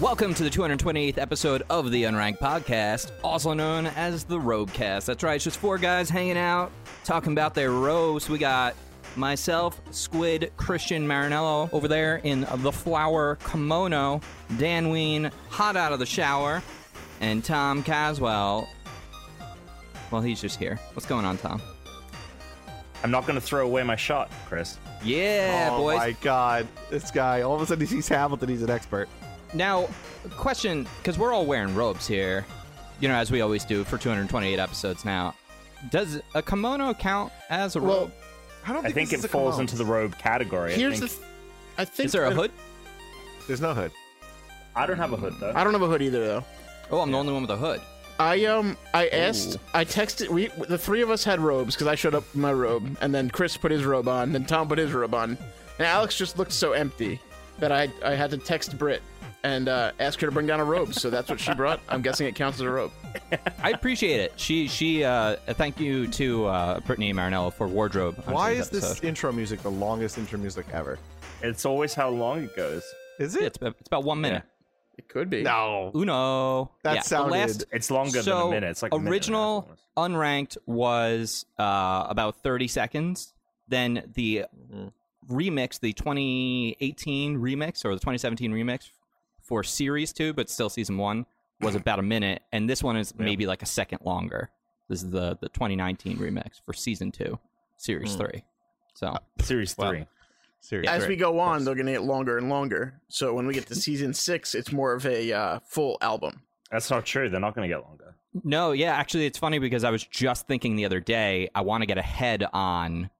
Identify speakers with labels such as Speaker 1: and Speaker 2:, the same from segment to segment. Speaker 1: Welcome to the 228th episode of the Unranked Podcast, also known as the Robecast. That's right, it's just four guys hanging out, talking about their robes. We got myself, Squid, Christian Marinello over there in the flower kimono, Dan Ween, hot out of the shower, and Tom Caswell. Well, he's just here. What's going on, Tom?
Speaker 2: I'm not gonna throw away my shot, Chris.
Speaker 1: Yeah,
Speaker 3: oh
Speaker 1: boys.
Speaker 3: my god, this guy! All of a sudden, he sees Hamilton. He's an expert.
Speaker 1: Now, question, because we're all wearing robes here, you know, as we always do for 228 episodes now. Does a kimono count as a robe?
Speaker 3: I don't
Speaker 2: I think it falls into the robe category.
Speaker 4: Here's
Speaker 2: I,
Speaker 4: the.
Speaker 2: think.
Speaker 4: Th- I think
Speaker 1: Is there a
Speaker 4: that-
Speaker 1: hood?
Speaker 3: There's no hood.
Speaker 2: I don't have a hood though.
Speaker 4: I don't have a hood either though.
Speaker 1: Oh, I'm the only one with a hood.
Speaker 4: I um I asked I texted we the three of us had robes because I showed up in my robe and then Chris put his robe on then Tom put his robe on and Alex just looked so empty that I I had to text Britt and uh, ask her to bring down a robe so that's what she brought I'm guessing it counts as a robe
Speaker 1: I appreciate it. She, she, uh, thank you to uh, Brittany Marinello for wardrobe. on
Speaker 3: Why
Speaker 1: today's
Speaker 3: is this
Speaker 1: episode.
Speaker 3: intro music the longest intro music ever?
Speaker 2: It's always how long it goes.
Speaker 3: Is
Speaker 1: Yeah,
Speaker 3: it?
Speaker 1: it's, about- it's about one minute.
Speaker 4: it could be
Speaker 3: No.
Speaker 1: Uno.
Speaker 3: That
Speaker 1: yeah, the
Speaker 3: sounded-
Speaker 1: last-
Speaker 2: It's longer
Speaker 1: so
Speaker 2: than a minute. It's like a minute and a half
Speaker 1: original
Speaker 2: almost.
Speaker 1: unranked was uh, about 30 seconds. Then the remix, the 2018 remix or the 2017 remix for series two, but still season one, was about a minute, and this one is maybe like a second longer. This is the the 2019 remix for season two, series three. So
Speaker 2: Series Hmm. Uh, three.
Speaker 3: Seriously.
Speaker 4: as we go on they're gonna get longer and longer so when we get to season six it's more of a uh, full album
Speaker 2: That's not true. They're not gonna get longer.
Speaker 1: No, yeah, actually, it's funny because I was just thinking the other day, I want to get ahead on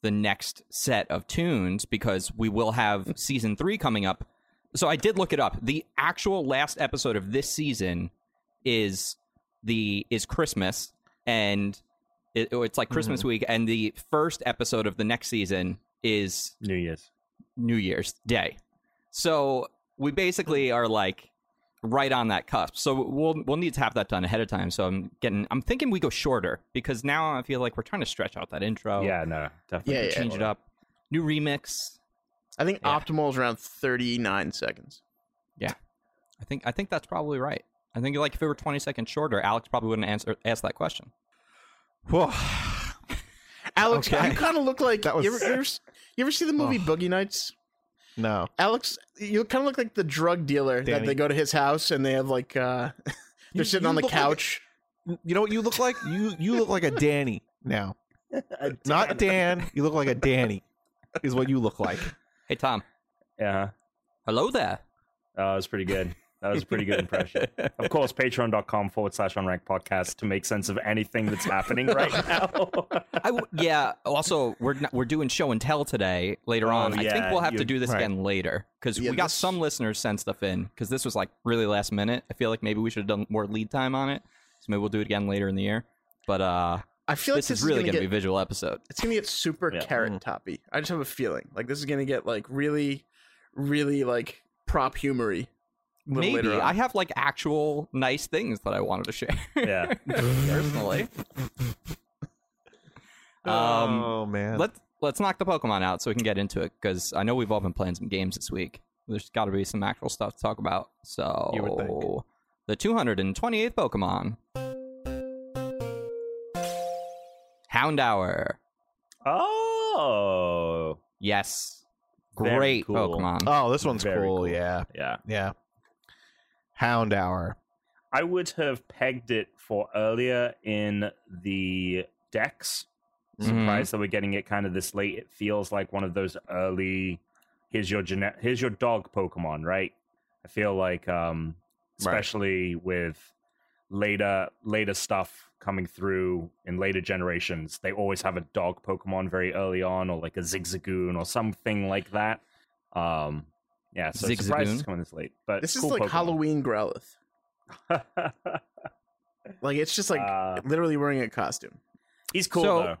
Speaker 1: the next set of tunes because we will have season three coming up. So I did look it up. The actual last episode of this season is the is Christmas, and it, oh, it's like Christmas week, and the first episode of the next season is
Speaker 2: New Year's.
Speaker 1: New Year's Day. So we basically are like right on that cusp. So we'll we'll need to have that done ahead of time. So I'm getting I'm thinking we go shorter because now I feel like we're trying to stretch out that intro.
Speaker 2: Yeah, no, definitely.
Speaker 4: Yeah, yeah.
Speaker 1: Oh. Change it up. New remix.
Speaker 4: I think
Speaker 1: Yeah.
Speaker 4: optimal is around 39 seconds
Speaker 1: I think I think that's probably right. I think like if it were 20 seconds shorter, Alex probably wouldn't answer ask that question.
Speaker 3: Whoa.
Speaker 4: Alex,
Speaker 3: Okay.
Speaker 4: you kind of look like
Speaker 3: That
Speaker 4: you,
Speaker 3: was- Oh.
Speaker 4: ever, you, ever, s- you ever see the movie Boogie Nights?
Speaker 3: No.
Speaker 4: Alex, you kind of look like the drug dealer that
Speaker 3: Danny.
Speaker 4: they go to his house and they have like uh they're sitting
Speaker 3: you
Speaker 4: on the
Speaker 3: look like-
Speaker 4: couch.
Speaker 3: You know what you look like? You you look like a Danny now.
Speaker 4: uh,
Speaker 3: Not Dan. You look like a Danny. Is what you look like.
Speaker 1: Hey Tom.
Speaker 2: Yeah,
Speaker 1: Hello there.
Speaker 2: that was pretty good. That was a pretty good impression. Of course, patreon.com forward slash unranked podcast to make sense of anything that's happening right now.
Speaker 1: I w- yeah. Also, we're not, we're doing show and tell today later
Speaker 2: Oh,
Speaker 1: on. I think
Speaker 2: yeah,
Speaker 1: we'll have
Speaker 2: you-
Speaker 1: to do this
Speaker 3: right.
Speaker 1: again later because
Speaker 4: Yeah,
Speaker 1: we got
Speaker 4: this-
Speaker 1: some listeners send stuff in because this was like really last minute. I feel like maybe we should have done more lead time on it. So maybe we'll do it again later in the year. But uh,
Speaker 4: I feel like
Speaker 1: this,
Speaker 4: this,
Speaker 1: is really
Speaker 4: gonna,
Speaker 1: going to be
Speaker 4: get,
Speaker 1: a visual episode.
Speaker 4: it's gonna get super
Speaker 2: Yeah.
Speaker 4: carrot toppy. I just have a feeling like this is gonna get like really, really like prop humory. a little
Speaker 1: Maybe
Speaker 4: later
Speaker 1: I
Speaker 4: on.
Speaker 1: have like actual nice things that I wanted to share
Speaker 2: yeah.
Speaker 1: personally. um,
Speaker 3: oh man.
Speaker 1: let's let's knock the Pokemon out so we can get into it because I know we've all been playing some games this week. There's got to be some actual stuff to talk about. So
Speaker 3: You would think.
Speaker 1: the 228th Pokemon, Houndour.
Speaker 2: Oh.
Speaker 1: Yes,
Speaker 2: Very
Speaker 1: great
Speaker 2: cool.
Speaker 1: Pokemon.
Speaker 3: oh, this one's cool.
Speaker 2: Very cool.
Speaker 3: Yeah.
Speaker 2: Yeah.
Speaker 3: Yeah. Hound hour.
Speaker 2: I would have pegged it for earlier in the decks.
Speaker 4: Mm-hmm.
Speaker 1: Mhm.
Speaker 2: Surprised that we're getting it kind of this late. It feels like one of those early. Here's your gene- here's your dog Pokemon, right? I feel like, um,
Speaker 1: Right.
Speaker 2: especially with later later stuff coming through in later generations, they always have a dog Pokemon very early on, or like a Zigzagoon or something like that. Um, yeah, so surprised it's
Speaker 1: Zigzagoon?
Speaker 2: coming this late, but
Speaker 4: This is
Speaker 2: cool
Speaker 4: like
Speaker 2: Pokemon.
Speaker 4: Halloween Growlithe. Like it's just like
Speaker 2: Uh,
Speaker 4: literally wearing a costume.
Speaker 2: He's cool
Speaker 1: So-
Speaker 2: though.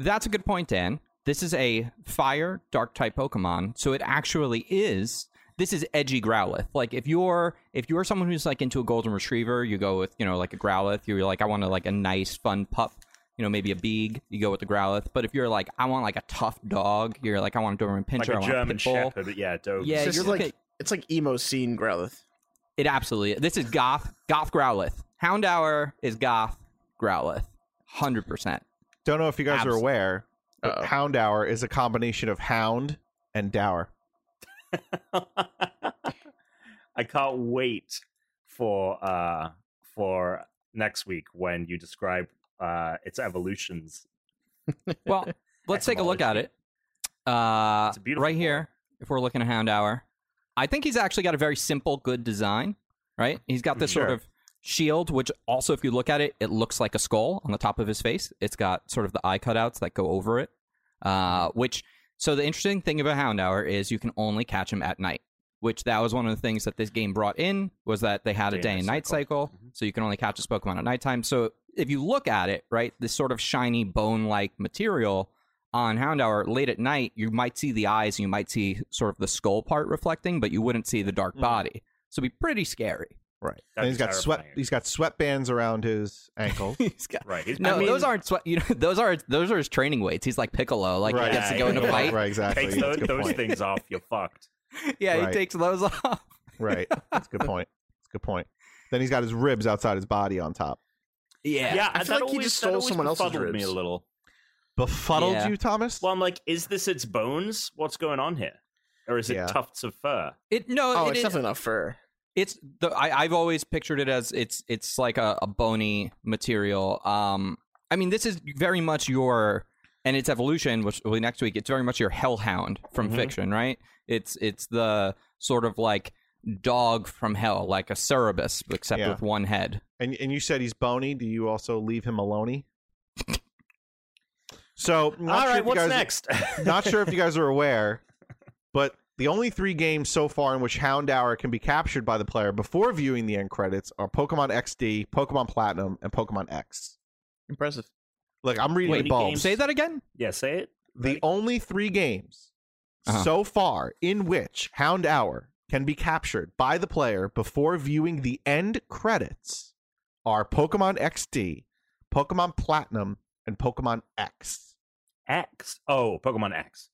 Speaker 1: That's a good point, Dan. This is a fire dark type Pokemon, so it actually is. This is edgy Growlithe. Like if you're if you're someone who's like into a golden retriever, you go with you know like a Growlithe. You're like I want to like a nice fun pup, you know maybe a Beeg. You go with the Growlithe. But if you're like I want like a tough dog, you're like I want a Doberman Pinscher,
Speaker 2: Like a
Speaker 1: I want
Speaker 2: German
Speaker 1: a Pitbull.
Speaker 2: Shepherd, but yeah, dope.
Speaker 1: Yeah,
Speaker 4: It's
Speaker 1: you're
Speaker 4: just like
Speaker 1: looking-
Speaker 4: it's like emo scene Growlithe.
Speaker 1: It absolutely. This is Goth. Goth Growlithe. Houndour is Goth Growlithe. Hundred percent.
Speaker 3: Don't know if you guys are
Speaker 1: Abs-
Speaker 3: aware, but
Speaker 4: Uh-oh.
Speaker 3: Hound Hour is a combination of Hound and Dower.
Speaker 2: I can't wait for uh for next week when you describe uh its evolutions.
Speaker 1: Well, let's take a look at it. Uh,
Speaker 2: It's a beautiful
Speaker 1: right here, if we're looking at Houndour, I think he's actually got a very simple, good design. Right? He's got this sort
Speaker 3: Sure.
Speaker 1: of shield, which also, if you look at it, it looks like a skull on the top of his face. It's got sort of the eye cutouts that go over it. Uh, which so the interesting thing about Houndour is you can only catch him at night. Which that was one of the things that this game brought in was that they had a day and night cycle, so you can only catch this Pokemon at nighttime. So if you look at it, right, this sort of shiny bone-like material on Houndour late at night, you might see the eyes, and you might see sort of the skull part reflecting, but you wouldn't see the dark
Speaker 3: Mhm.
Speaker 1: body. So it'd be pretty scary.
Speaker 3: Right.
Speaker 2: That'd
Speaker 3: and he's
Speaker 2: be
Speaker 3: got sweat.
Speaker 2: terrifying.
Speaker 3: He's got sweatbands around his ankles.
Speaker 1: He's got-
Speaker 2: Right. he's-
Speaker 1: no,
Speaker 2: I mean,
Speaker 1: those aren't sweat. You know, those are those are his training weights. He's like Piccolo, like
Speaker 3: Right.
Speaker 1: he gets to
Speaker 2: Yeah,
Speaker 1: go in a
Speaker 2: yeah.
Speaker 1: fight.
Speaker 3: right. Exactly.
Speaker 2: Takes
Speaker 3: That's
Speaker 2: those,
Speaker 3: a good
Speaker 2: those
Speaker 3: point.
Speaker 2: things off, you're fucked.
Speaker 1: Yeah,
Speaker 3: Right.
Speaker 1: he takes those off.
Speaker 3: Right. That's a good point. That's a good point. Then he's got his ribs outside his body on top.
Speaker 1: Yeah,
Speaker 4: I feel
Speaker 2: that
Speaker 4: like he
Speaker 2: always-
Speaker 4: just
Speaker 2: that
Speaker 4: stole
Speaker 2: always
Speaker 4: someone else's
Speaker 2: befuddled me
Speaker 4: ribs.
Speaker 2: a little.
Speaker 3: Befuddled
Speaker 1: Yeah.
Speaker 3: you, Thomas?
Speaker 2: Well, I'm like, is this its bones? What's going on here? Or is it
Speaker 3: Yeah.
Speaker 2: tufts of fur?
Speaker 1: It no,
Speaker 4: Oh,
Speaker 1: it
Speaker 4: it's
Speaker 1: is-
Speaker 4: definitely not fur.
Speaker 1: it's the I, I've always pictured it as it's it's like a, a bony material. Um, I mean, this is very much your and its evolution, which will be next week. It's very much your hellhound from
Speaker 2: Mhm.
Speaker 1: fiction, right? It's it's the sort of like dog from hell, like a Cerberus, except
Speaker 3: Yeah.
Speaker 1: with one head.
Speaker 3: and and you said he's bony. Do you also leave him alone? So, not
Speaker 2: All
Speaker 3: sure
Speaker 2: right,
Speaker 3: if you
Speaker 2: what's
Speaker 3: guys-
Speaker 2: next?
Speaker 3: not sure if you guys are aware, but the only three games so far in which Houndour can be captured by the player before viewing the end credits are Pokemon XD, Pokemon Platinum, and Pokemon X.
Speaker 4: Impressive.
Speaker 3: Like I'm reading
Speaker 2: Wait,
Speaker 3: it bulbs.
Speaker 2: games-
Speaker 1: Say that again.
Speaker 2: yeah, say it.
Speaker 3: The only three games
Speaker 1: Uh-huh.
Speaker 3: so far in which Houndour can be captured by the player before viewing the end credits are Pokemon XD, Pokemon Platinum, and Pokemon X.
Speaker 2: X. Oh, Pokemon X.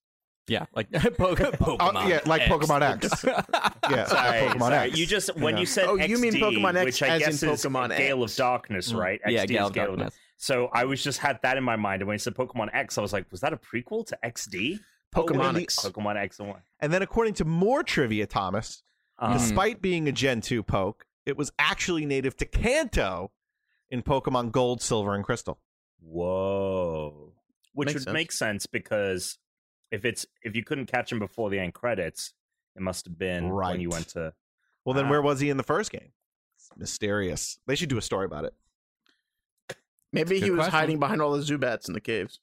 Speaker 1: Yeah, like Poke-
Speaker 3: Oh,
Speaker 1: Uh, Pokemon.
Speaker 3: yeah, like Pokemon X. yeah, like
Speaker 2: Sorry,
Speaker 3: Uh, Pokemon
Speaker 2: sorry.
Speaker 3: X.
Speaker 2: You just when
Speaker 3: know.
Speaker 2: you said
Speaker 4: Oh, you mean
Speaker 2: XD,
Speaker 4: Pokemon X
Speaker 2: which I
Speaker 4: as in
Speaker 2: guess is
Speaker 4: Pokemon
Speaker 2: Gale
Speaker 4: X.
Speaker 2: of Darkness, right?
Speaker 1: yeah,
Speaker 2: XD
Speaker 1: Gale
Speaker 2: is
Speaker 1: of Darkness.
Speaker 2: So I was just had that in my mind, and when you said Pokemon X, I was like, was that a prequel to XD? Oh, wait,
Speaker 4: Pokemon
Speaker 2: the-
Speaker 4: X.
Speaker 2: Pokemon X and Y.
Speaker 3: And then, according to more trivia, Thomas,
Speaker 2: Um,
Speaker 1: Mhm.
Speaker 3: despite being a Gen 2 poke, it was actually native to Kanto in Pokemon Gold, Silver, and Crystal.
Speaker 2: Whoa, which
Speaker 4: Makes
Speaker 2: would
Speaker 4: sense.
Speaker 2: make sense because if it's if you couldn't catch him before the end credits, it must have been when you
Speaker 3: Right.
Speaker 2: went to
Speaker 3: Well, then
Speaker 2: Wow.
Speaker 3: where was he in the first game? It's mysterious. They should do a story about it.
Speaker 4: Maybe
Speaker 1: Good
Speaker 4: he was
Speaker 1: question.
Speaker 4: hiding behind all the Zubats in the caves.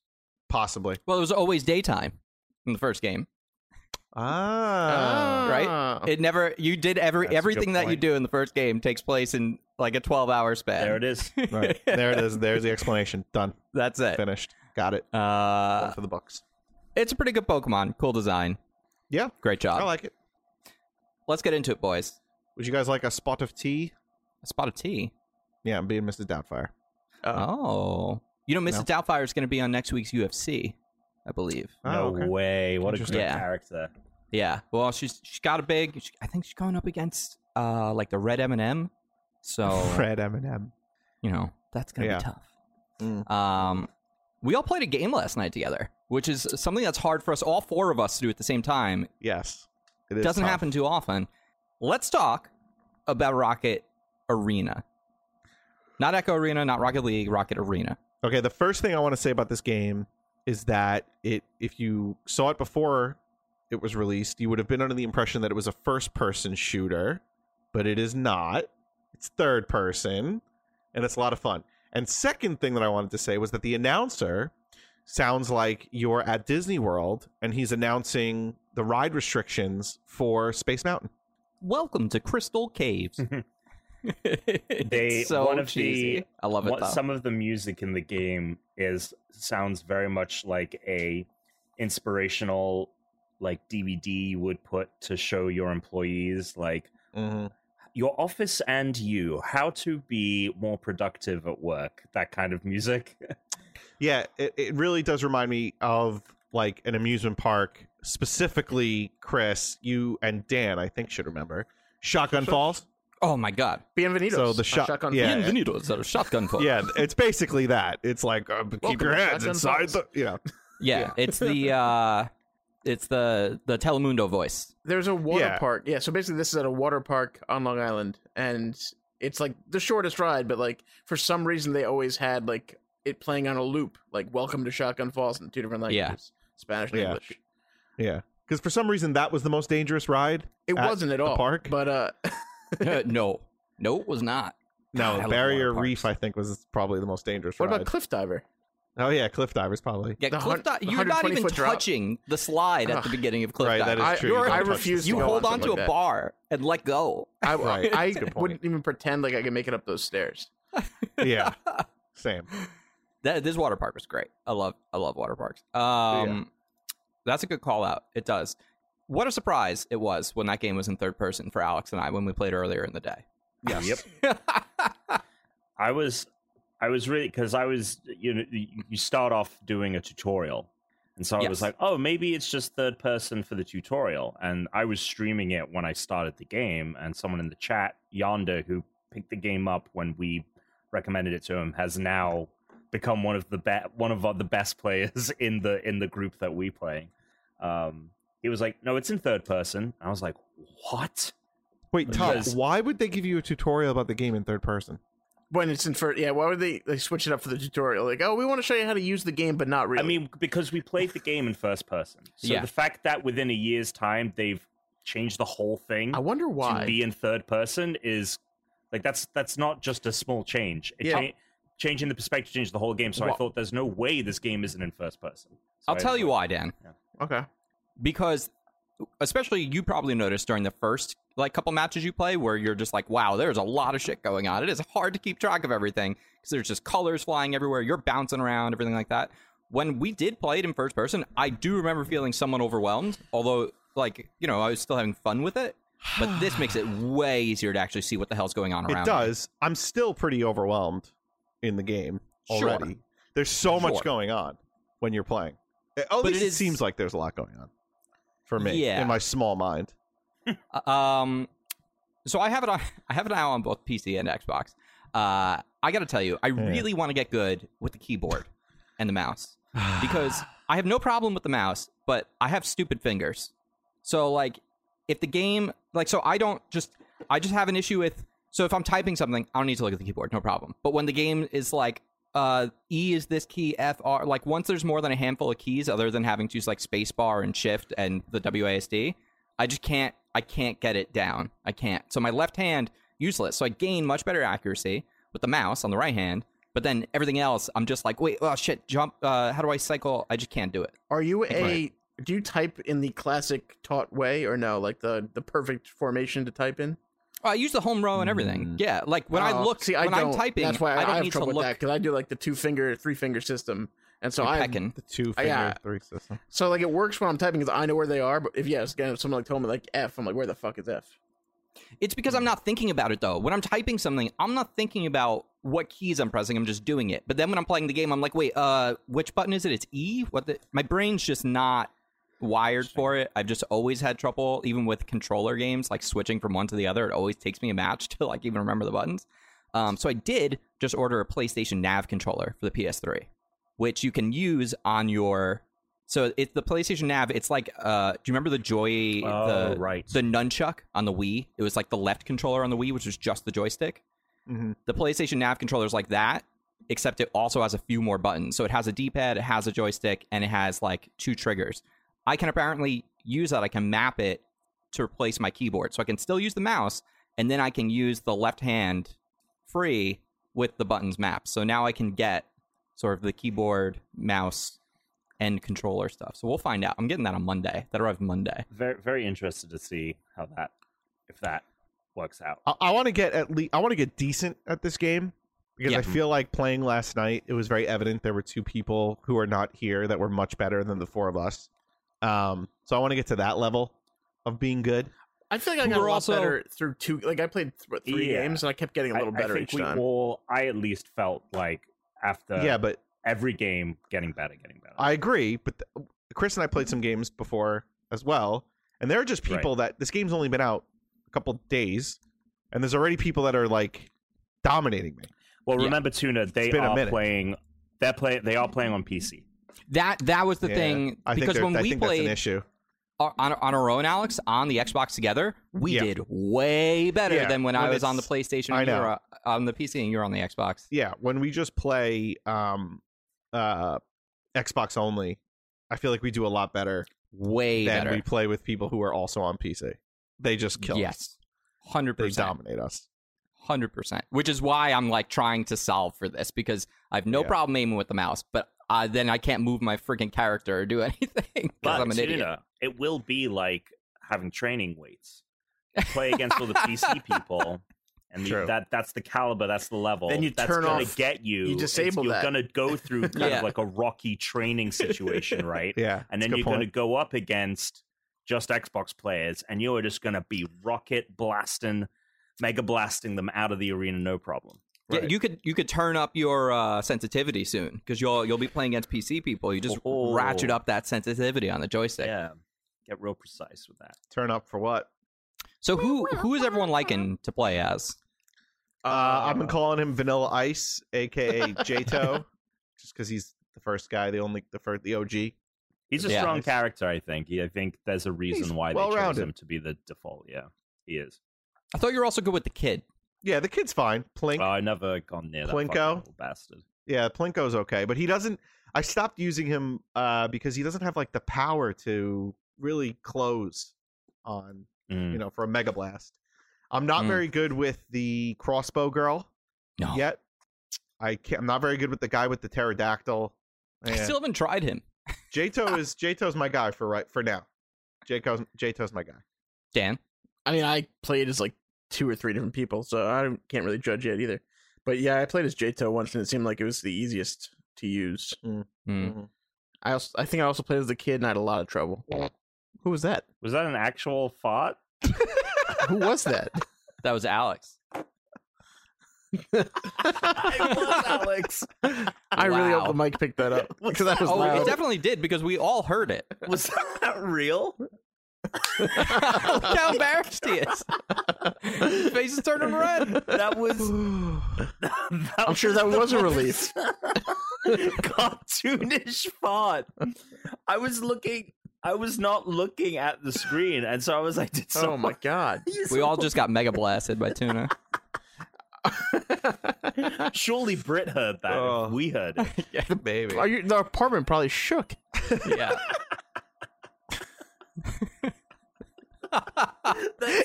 Speaker 3: Possibly.
Speaker 1: Well, it was always daytime in the first game.
Speaker 3: Ah.
Speaker 4: Uh-uh.
Speaker 1: right? It never you did every
Speaker 2: That's a good
Speaker 1: everything that you
Speaker 2: point.
Speaker 1: do in the first game takes place in like a twelve hour span.
Speaker 2: there. It is.
Speaker 3: Right. There it is. There's the explanation. Done.
Speaker 1: That's it.
Speaker 3: Finished. Got it. One
Speaker 1: Uh,
Speaker 3: for the books.
Speaker 1: it's a pretty good Pokemon. Cool design.
Speaker 3: Yeah.
Speaker 1: Great job.
Speaker 3: I like it.
Speaker 1: Let's get into it, boys.
Speaker 3: Would you guys like a spot of tea?
Speaker 1: A spot of tea.
Speaker 3: Yeah, I'm being Mrs. Doubtfire.
Speaker 1: Oh, you know, Mrs. Doubtfire is going to be on next week's UFC, I believe.
Speaker 4: Ah,
Speaker 2: No
Speaker 3: Oh, okay.
Speaker 2: way! What a great
Speaker 3: Interesting.
Speaker 1: Yeah.
Speaker 2: character.
Speaker 1: Yeah. Well, she's she's got a big. She, I think she's going up against uh like the Red M&M. So
Speaker 3: Fred Eminem.
Speaker 1: you know that's gonna
Speaker 3: Yeah.
Speaker 1: be tough.
Speaker 3: Mm.
Speaker 1: Um, we all played a game last night together, which is something that's hard for us, all four of us, to do at the same time.
Speaker 3: Yes. It
Speaker 1: It
Speaker 3: is
Speaker 1: doesn't
Speaker 3: tough.
Speaker 1: happen too often. Let's talk about Rocket Arena. Not Echo Arena, not Rocket League, Rocket Arena.
Speaker 3: Okay, the first thing I want to say about this game is that it if you saw it before it was released, you would have been under the impression that it was a first person shooter, but it is not. It's third person, and it's a lot of fun. And second thing that I wanted to say was that the announcer sounds like you're at Disney World and he's announcing the ride restrictions for Space Mountain.
Speaker 1: Welcome to Crystal Caves.
Speaker 2: They-
Speaker 1: It's so
Speaker 2: one of the-
Speaker 1: cheesy. I love it
Speaker 2: What-
Speaker 1: though.
Speaker 2: some of the music in the game is sounds very much like a inspirational like DVD you would put to show your employees like your office and you how to be more productive at work that kind of music
Speaker 3: Yeah, it, it really does remind me of like an amusement park, specifically Chris, you and Dan, I think should remember. Shotgun Falls.
Speaker 1: Oh my god.
Speaker 4: Bienvenidos.
Speaker 3: So the
Speaker 4: a
Speaker 3: shot-
Speaker 4: shotgun
Speaker 3: yeah.
Speaker 4: fire.
Speaker 1: Bienvenidos at a shotgun pub.
Speaker 3: Yeah, it's basically that. It's like uh, keep
Speaker 4: Welcome
Speaker 3: your
Speaker 4: to
Speaker 3: hands
Speaker 4: Shotgun
Speaker 3: inside
Speaker 4: Falls.
Speaker 3: the you know.
Speaker 1: Yeah, it's the uh it's the the Telemundo voice.
Speaker 4: There's a water
Speaker 3: Yeah.
Speaker 4: park. Yeah, so basically this is at a water park on Long Island and it's like the shortest ride, but like for some reason they always had like it playing on a loop, like welcome to Shotgun Falls in two different
Speaker 1: Yeah.
Speaker 4: languages. Spanish and
Speaker 3: Yeah.
Speaker 4: English.
Speaker 3: Yeah. Because for some reason that was the most dangerous ride.
Speaker 4: It
Speaker 3: At
Speaker 4: wasn't at all.
Speaker 3: park?
Speaker 4: But uh
Speaker 1: no. No, it was not. God, I
Speaker 3: No,
Speaker 1: love
Speaker 3: Barrier
Speaker 1: water parks.
Speaker 3: Reef I think was probably the most dangerous
Speaker 4: what
Speaker 3: ride.
Speaker 4: about Cliff Diver?
Speaker 3: oh yeah, Cliff Divers probably.
Speaker 1: Yeah,
Speaker 4: The
Speaker 1: cliff
Speaker 4: hun-
Speaker 1: di-
Speaker 4: the
Speaker 1: you're not
Speaker 4: 120
Speaker 1: even
Speaker 4: foot drop.
Speaker 1: touching the slide at the
Speaker 4: Ugh.
Speaker 1: beginning of cliff
Speaker 3: Right,
Speaker 1: dive.
Speaker 3: that is
Speaker 4: I-
Speaker 3: true.
Speaker 4: you're-
Speaker 3: don't
Speaker 4: I
Speaker 3: touch the
Speaker 4: refuse to
Speaker 1: you
Speaker 3: slide.
Speaker 4: go
Speaker 1: hold
Speaker 4: on
Speaker 1: on to a
Speaker 4: something like that.
Speaker 1: bar and let go.
Speaker 4: I,
Speaker 3: Right,
Speaker 4: I
Speaker 3: that's a good point.
Speaker 4: wouldn't even pretend like I could make it up those stairs.
Speaker 3: yeah. Same.
Speaker 1: That this water park was great. I love I love water parks. Um that's a good call out. It does. What a surprise it was when that game was in third person for Alex and I when we played earlier in the day.
Speaker 2: Yes. Yep. I was, I was really because I was, you know, you you start off doing a tutorial, and so I was
Speaker 1: Yes.
Speaker 2: like, oh, maybe it's just third person for the tutorial, and I was streaming it when I started the game, and someone in the chat, Yonder, who picked the game up when we recommended it to him, has now become one of the be- one of the best players in the in the group that we play. Um, he was like, no, it's in third person. I was like, what?
Speaker 3: Wait, Tom,
Speaker 2: Because-
Speaker 3: why would they give you a tutorial about the game in third person?
Speaker 4: When it's in first, yeah. Why would they like switch it up for the tutorial? Like, oh, we want to show you how to use the game, but not really.
Speaker 2: I mean, because we played the game in first person. So
Speaker 1: Yeah.
Speaker 2: the fact that within a year's time they've changed the whole thing
Speaker 4: I wonder
Speaker 2: to
Speaker 4: why.
Speaker 2: be in third person is like that's that's not just a small change. It
Speaker 4: Yeah.
Speaker 2: cha- changing the perspective changed the whole game. So I
Speaker 4: Wha-
Speaker 2: thought there's no way this game isn't in first person. So
Speaker 1: I'll
Speaker 2: I
Speaker 1: tell
Speaker 2: was
Speaker 1: you
Speaker 2: like,
Speaker 1: why, Dan.
Speaker 4: okay.
Speaker 1: because especially you probably noticed during the first like couple matches you play where you're just like wow there's a lot of shit going on it is hard to keep track of everything because there's just colors flying everywhere you're bouncing around everything like that when we did play it in first person i do remember feeling somewhat overwhelmed although like you know i was still having fun with it but this makes it way easier to actually see what the hell's going on around
Speaker 3: It does. I'm still pretty overwhelmed in the game
Speaker 1: Sure.
Speaker 3: already. There's so
Speaker 1: Sure.
Speaker 3: much going on when you're playing. Eh, At least
Speaker 1: it
Speaker 3: it,
Speaker 1: is-
Speaker 3: seems like there's a lot going on for me
Speaker 1: Yeah.
Speaker 3: in my small mind.
Speaker 1: Um, so I have it on. I have it now on both PC and Xbox. Uh, I got to tell you, I really want to get good with the keyboard and the mouse because I have no problem with the mouse, but I have stupid fingers. So like, if the game like, so I don't just I just have an issue with. So if I'm typing something, I don't need to look at the keyboard, no problem. But when the game is like, uh, E is this key, F R, like once there's more than a handful of keys, other than having to use like space bar and shift and the WASD, I just can't. I can't get it down. I can't. So my left hand useless. So I gain much better accuracy with the mouse on the right hand, but then everything else, I'm just like, wait, oh shit, jump. Uh, how do I cycle? I just can't do it.
Speaker 4: Are you a? Do you type in the classic taught way or no? Like the the perfect formation to type in.
Speaker 1: Oh, I use the home row and everything. Yeah, like when I
Speaker 4: Oh,
Speaker 1: look,
Speaker 4: see, I
Speaker 1: when
Speaker 4: don't,
Speaker 1: I'm typing,
Speaker 4: That's why I,
Speaker 1: I don't
Speaker 4: have
Speaker 1: need to
Speaker 4: trouble with
Speaker 1: look.
Speaker 4: that because I do like the two finger, three finger system, and so
Speaker 1: you're
Speaker 4: I
Speaker 1: pecking.
Speaker 3: The two
Speaker 4: Uh,
Speaker 3: finger
Speaker 4: yeah.
Speaker 3: three system.
Speaker 4: so like it works when I'm typing because I know where they are. But if yes, again, if someone like told me like F, I'm like, where the fuck is F?
Speaker 1: It's because I'm not thinking about it though. When I'm typing something, I'm not thinking about what keys I'm pressing. I'm just doing it. But then when I'm playing the game, I'm like, wait, uh, which button is it? It's E. What? The? My brain's just not wired for it. I've just always had trouble, even with controller games, like switching from one to the other. It always takes me a match to like even remember the buttons. Um, so I did just order a PlayStation Nav controller for the PS3, which you can use on your. So it's the PlayStation Nav. It's like, uh, do you remember the Joy?
Speaker 2: Oh,
Speaker 1: the,
Speaker 2: right.
Speaker 1: the nunchuck on the Wii. It was like the left controller on the Wii, which was just the joystick.
Speaker 3: Mhm.
Speaker 1: The PlayStation Nav controller is like that, except it also has a few more buttons. So it has a D-pad, it has a joystick, and it has like two triggers. I can apparently use that. I can map it to replace my keyboard, so I can still use the mouse, and then I can use the left hand free with the buttons mapped. So now I can get sort of the keyboard, mouse, and controller stuff. So we'll find out. I'm getting that on Monday. That arrived Monday.
Speaker 2: Very, very interested to see how that, if that works out.
Speaker 3: I, I want to get at least I want to get decent at this game because
Speaker 1: Yeah.
Speaker 3: I feel like playing last night it was very evident there were two people who are not here that were much better than the four of us. Um, so I want to get to that level of being good.
Speaker 4: I feel like I
Speaker 1: We
Speaker 4: got a
Speaker 1: were
Speaker 4: lot
Speaker 1: also-
Speaker 4: better through two. Like I played th- what, three
Speaker 2: Yeah.
Speaker 4: games and I kept getting a little
Speaker 2: I, I
Speaker 4: better
Speaker 2: think
Speaker 4: each
Speaker 2: we
Speaker 4: time.
Speaker 2: all, I at least felt like
Speaker 1: Uh,
Speaker 2: after
Speaker 3: yeah, but
Speaker 2: every game, getting better, getting better.
Speaker 3: I agree. But th- Chris and I played some games before as well, and there are just people that this game's only been out a couple days, and there's already people that are like dominating me.
Speaker 2: Well,
Speaker 1: Yeah.
Speaker 2: remember Tuna, they
Speaker 3: been a
Speaker 2: are
Speaker 3: minute.
Speaker 2: playing. They're play. They are playing on PC.
Speaker 1: That that was the
Speaker 3: Yeah,
Speaker 1: thing
Speaker 3: I think
Speaker 1: because
Speaker 3: there-
Speaker 1: when
Speaker 3: I
Speaker 1: we
Speaker 3: think that's an
Speaker 1: played
Speaker 3: issue.
Speaker 1: on, on our own, Alex, on the Xbox together, we
Speaker 3: Yeah.
Speaker 1: did way better
Speaker 3: Yeah,
Speaker 1: than when, I
Speaker 3: when
Speaker 1: was on the
Speaker 3: it's-
Speaker 1: PlayStation.
Speaker 3: I
Speaker 1: and you
Speaker 3: know.
Speaker 1: were, uh, on the PC, and you're on the Xbox.
Speaker 3: yeah when we just play um uh xbox only i feel like we do a lot better
Speaker 1: Way
Speaker 3: than
Speaker 1: better.
Speaker 3: we play with people who are also on pc they just kill us
Speaker 1: yes, hundred
Speaker 3: they
Speaker 1: percent.
Speaker 3: dominate us
Speaker 1: hundred percent. Which is why I'm like trying to solve for this because I have no
Speaker 3: Yeah.
Speaker 1: problem aiming with the mouse, but uh, then I can't move my freaking character or do anything because
Speaker 2: But
Speaker 1: I'm an
Speaker 2: Tuna,
Speaker 1: idiot.
Speaker 2: it will be like having training weights. You play against all the PC people, and you-
Speaker 3: True.
Speaker 2: that that's the caliber. That's the level.
Speaker 4: Then you
Speaker 2: that's
Speaker 4: turn
Speaker 2: gonna
Speaker 4: off-
Speaker 2: get you.
Speaker 4: you
Speaker 2: It's-
Speaker 4: disable
Speaker 2: You're
Speaker 4: that.
Speaker 2: gonna go through kind
Speaker 1: Yeah.
Speaker 2: of like a rocky training situation, right?
Speaker 3: yeah
Speaker 2: and then
Speaker 3: that's a good
Speaker 2: you're going to
Speaker 3: point.
Speaker 2: go up against just Xbox players, and you're just going to be rocket blasting, mega blasting them out of the arena, no problem.
Speaker 1: Yeah,
Speaker 3: Right.
Speaker 1: you could you could turn up your uh, sensitivity soon because you'll you'll be playing against PC people. You just
Speaker 2: Oh.
Speaker 1: ratchet up that sensitivity on the joystick.
Speaker 2: Yeah, get real precise with that.
Speaker 3: turn up for what
Speaker 1: So who who is everyone liking to play as?
Speaker 3: uh, i've been calling him vanilla ice aka jato just because he's the first guy the only the first the og
Speaker 2: He's a
Speaker 1: Yeah.
Speaker 2: strong character, I think. Yeah, I think there's a reason
Speaker 3: He's
Speaker 2: why they chose
Speaker 3: well-rounded.
Speaker 2: him to be the default. Yeah, he is.
Speaker 1: I thought you were also good with the kid.
Speaker 3: yeah the kid's fine plink
Speaker 2: Well, I never gone near that fucking
Speaker 3: Plinko?
Speaker 2: little bastard.
Speaker 3: yeah plinko's okay but he doesn't i stopped using him uh because he doesn't have like the power to really close on
Speaker 2: Mm.
Speaker 3: you know, for a mega blast. I'm not
Speaker 1: Mm.
Speaker 3: very good with the crossbow girl
Speaker 1: No,
Speaker 3: yet. I can't, I'm not very good with the guy with the pterodactyl.
Speaker 1: I
Speaker 3: Eh.
Speaker 1: still haven't tried him.
Speaker 3: Jato is Jato's my guy for right for now. Jato's Jato's my guy.
Speaker 1: Dan,
Speaker 4: I mean, I played as like two or three different people, so I don't- can't really judge yet either. But yeah, I played as Jato once, and it seemed like it was the easiest to use.
Speaker 1: Mm.
Speaker 3: Mhm.
Speaker 4: I also, I think I also played as the kid, and I had a lot of trouble. Who was that?
Speaker 2: Was that an actual fart?
Speaker 4: Who was that?
Speaker 1: that was Alex.
Speaker 2: Alex.
Speaker 4: I really hope
Speaker 1: Wow.
Speaker 4: the mic picked that up because that was
Speaker 1: Oh,
Speaker 4: loud.
Speaker 1: it definitely did because we all heard it.
Speaker 2: Was that real?
Speaker 1: Look how embarrassed he is. His face is turning red.
Speaker 2: That was.
Speaker 4: I'm sure that was a relief.
Speaker 2: cartoonish fart. I was looking. I was not looking at the screen, and so I was like, "Did
Speaker 4: oh
Speaker 2: someone?"
Speaker 4: my god!
Speaker 1: We all just got mega blasted by tuna.
Speaker 2: Surely Brit heard that. if
Speaker 3: Oh.
Speaker 2: We heard it.
Speaker 3: Baby.
Speaker 4: Are you, the apartment probably shook.
Speaker 1: Yeah.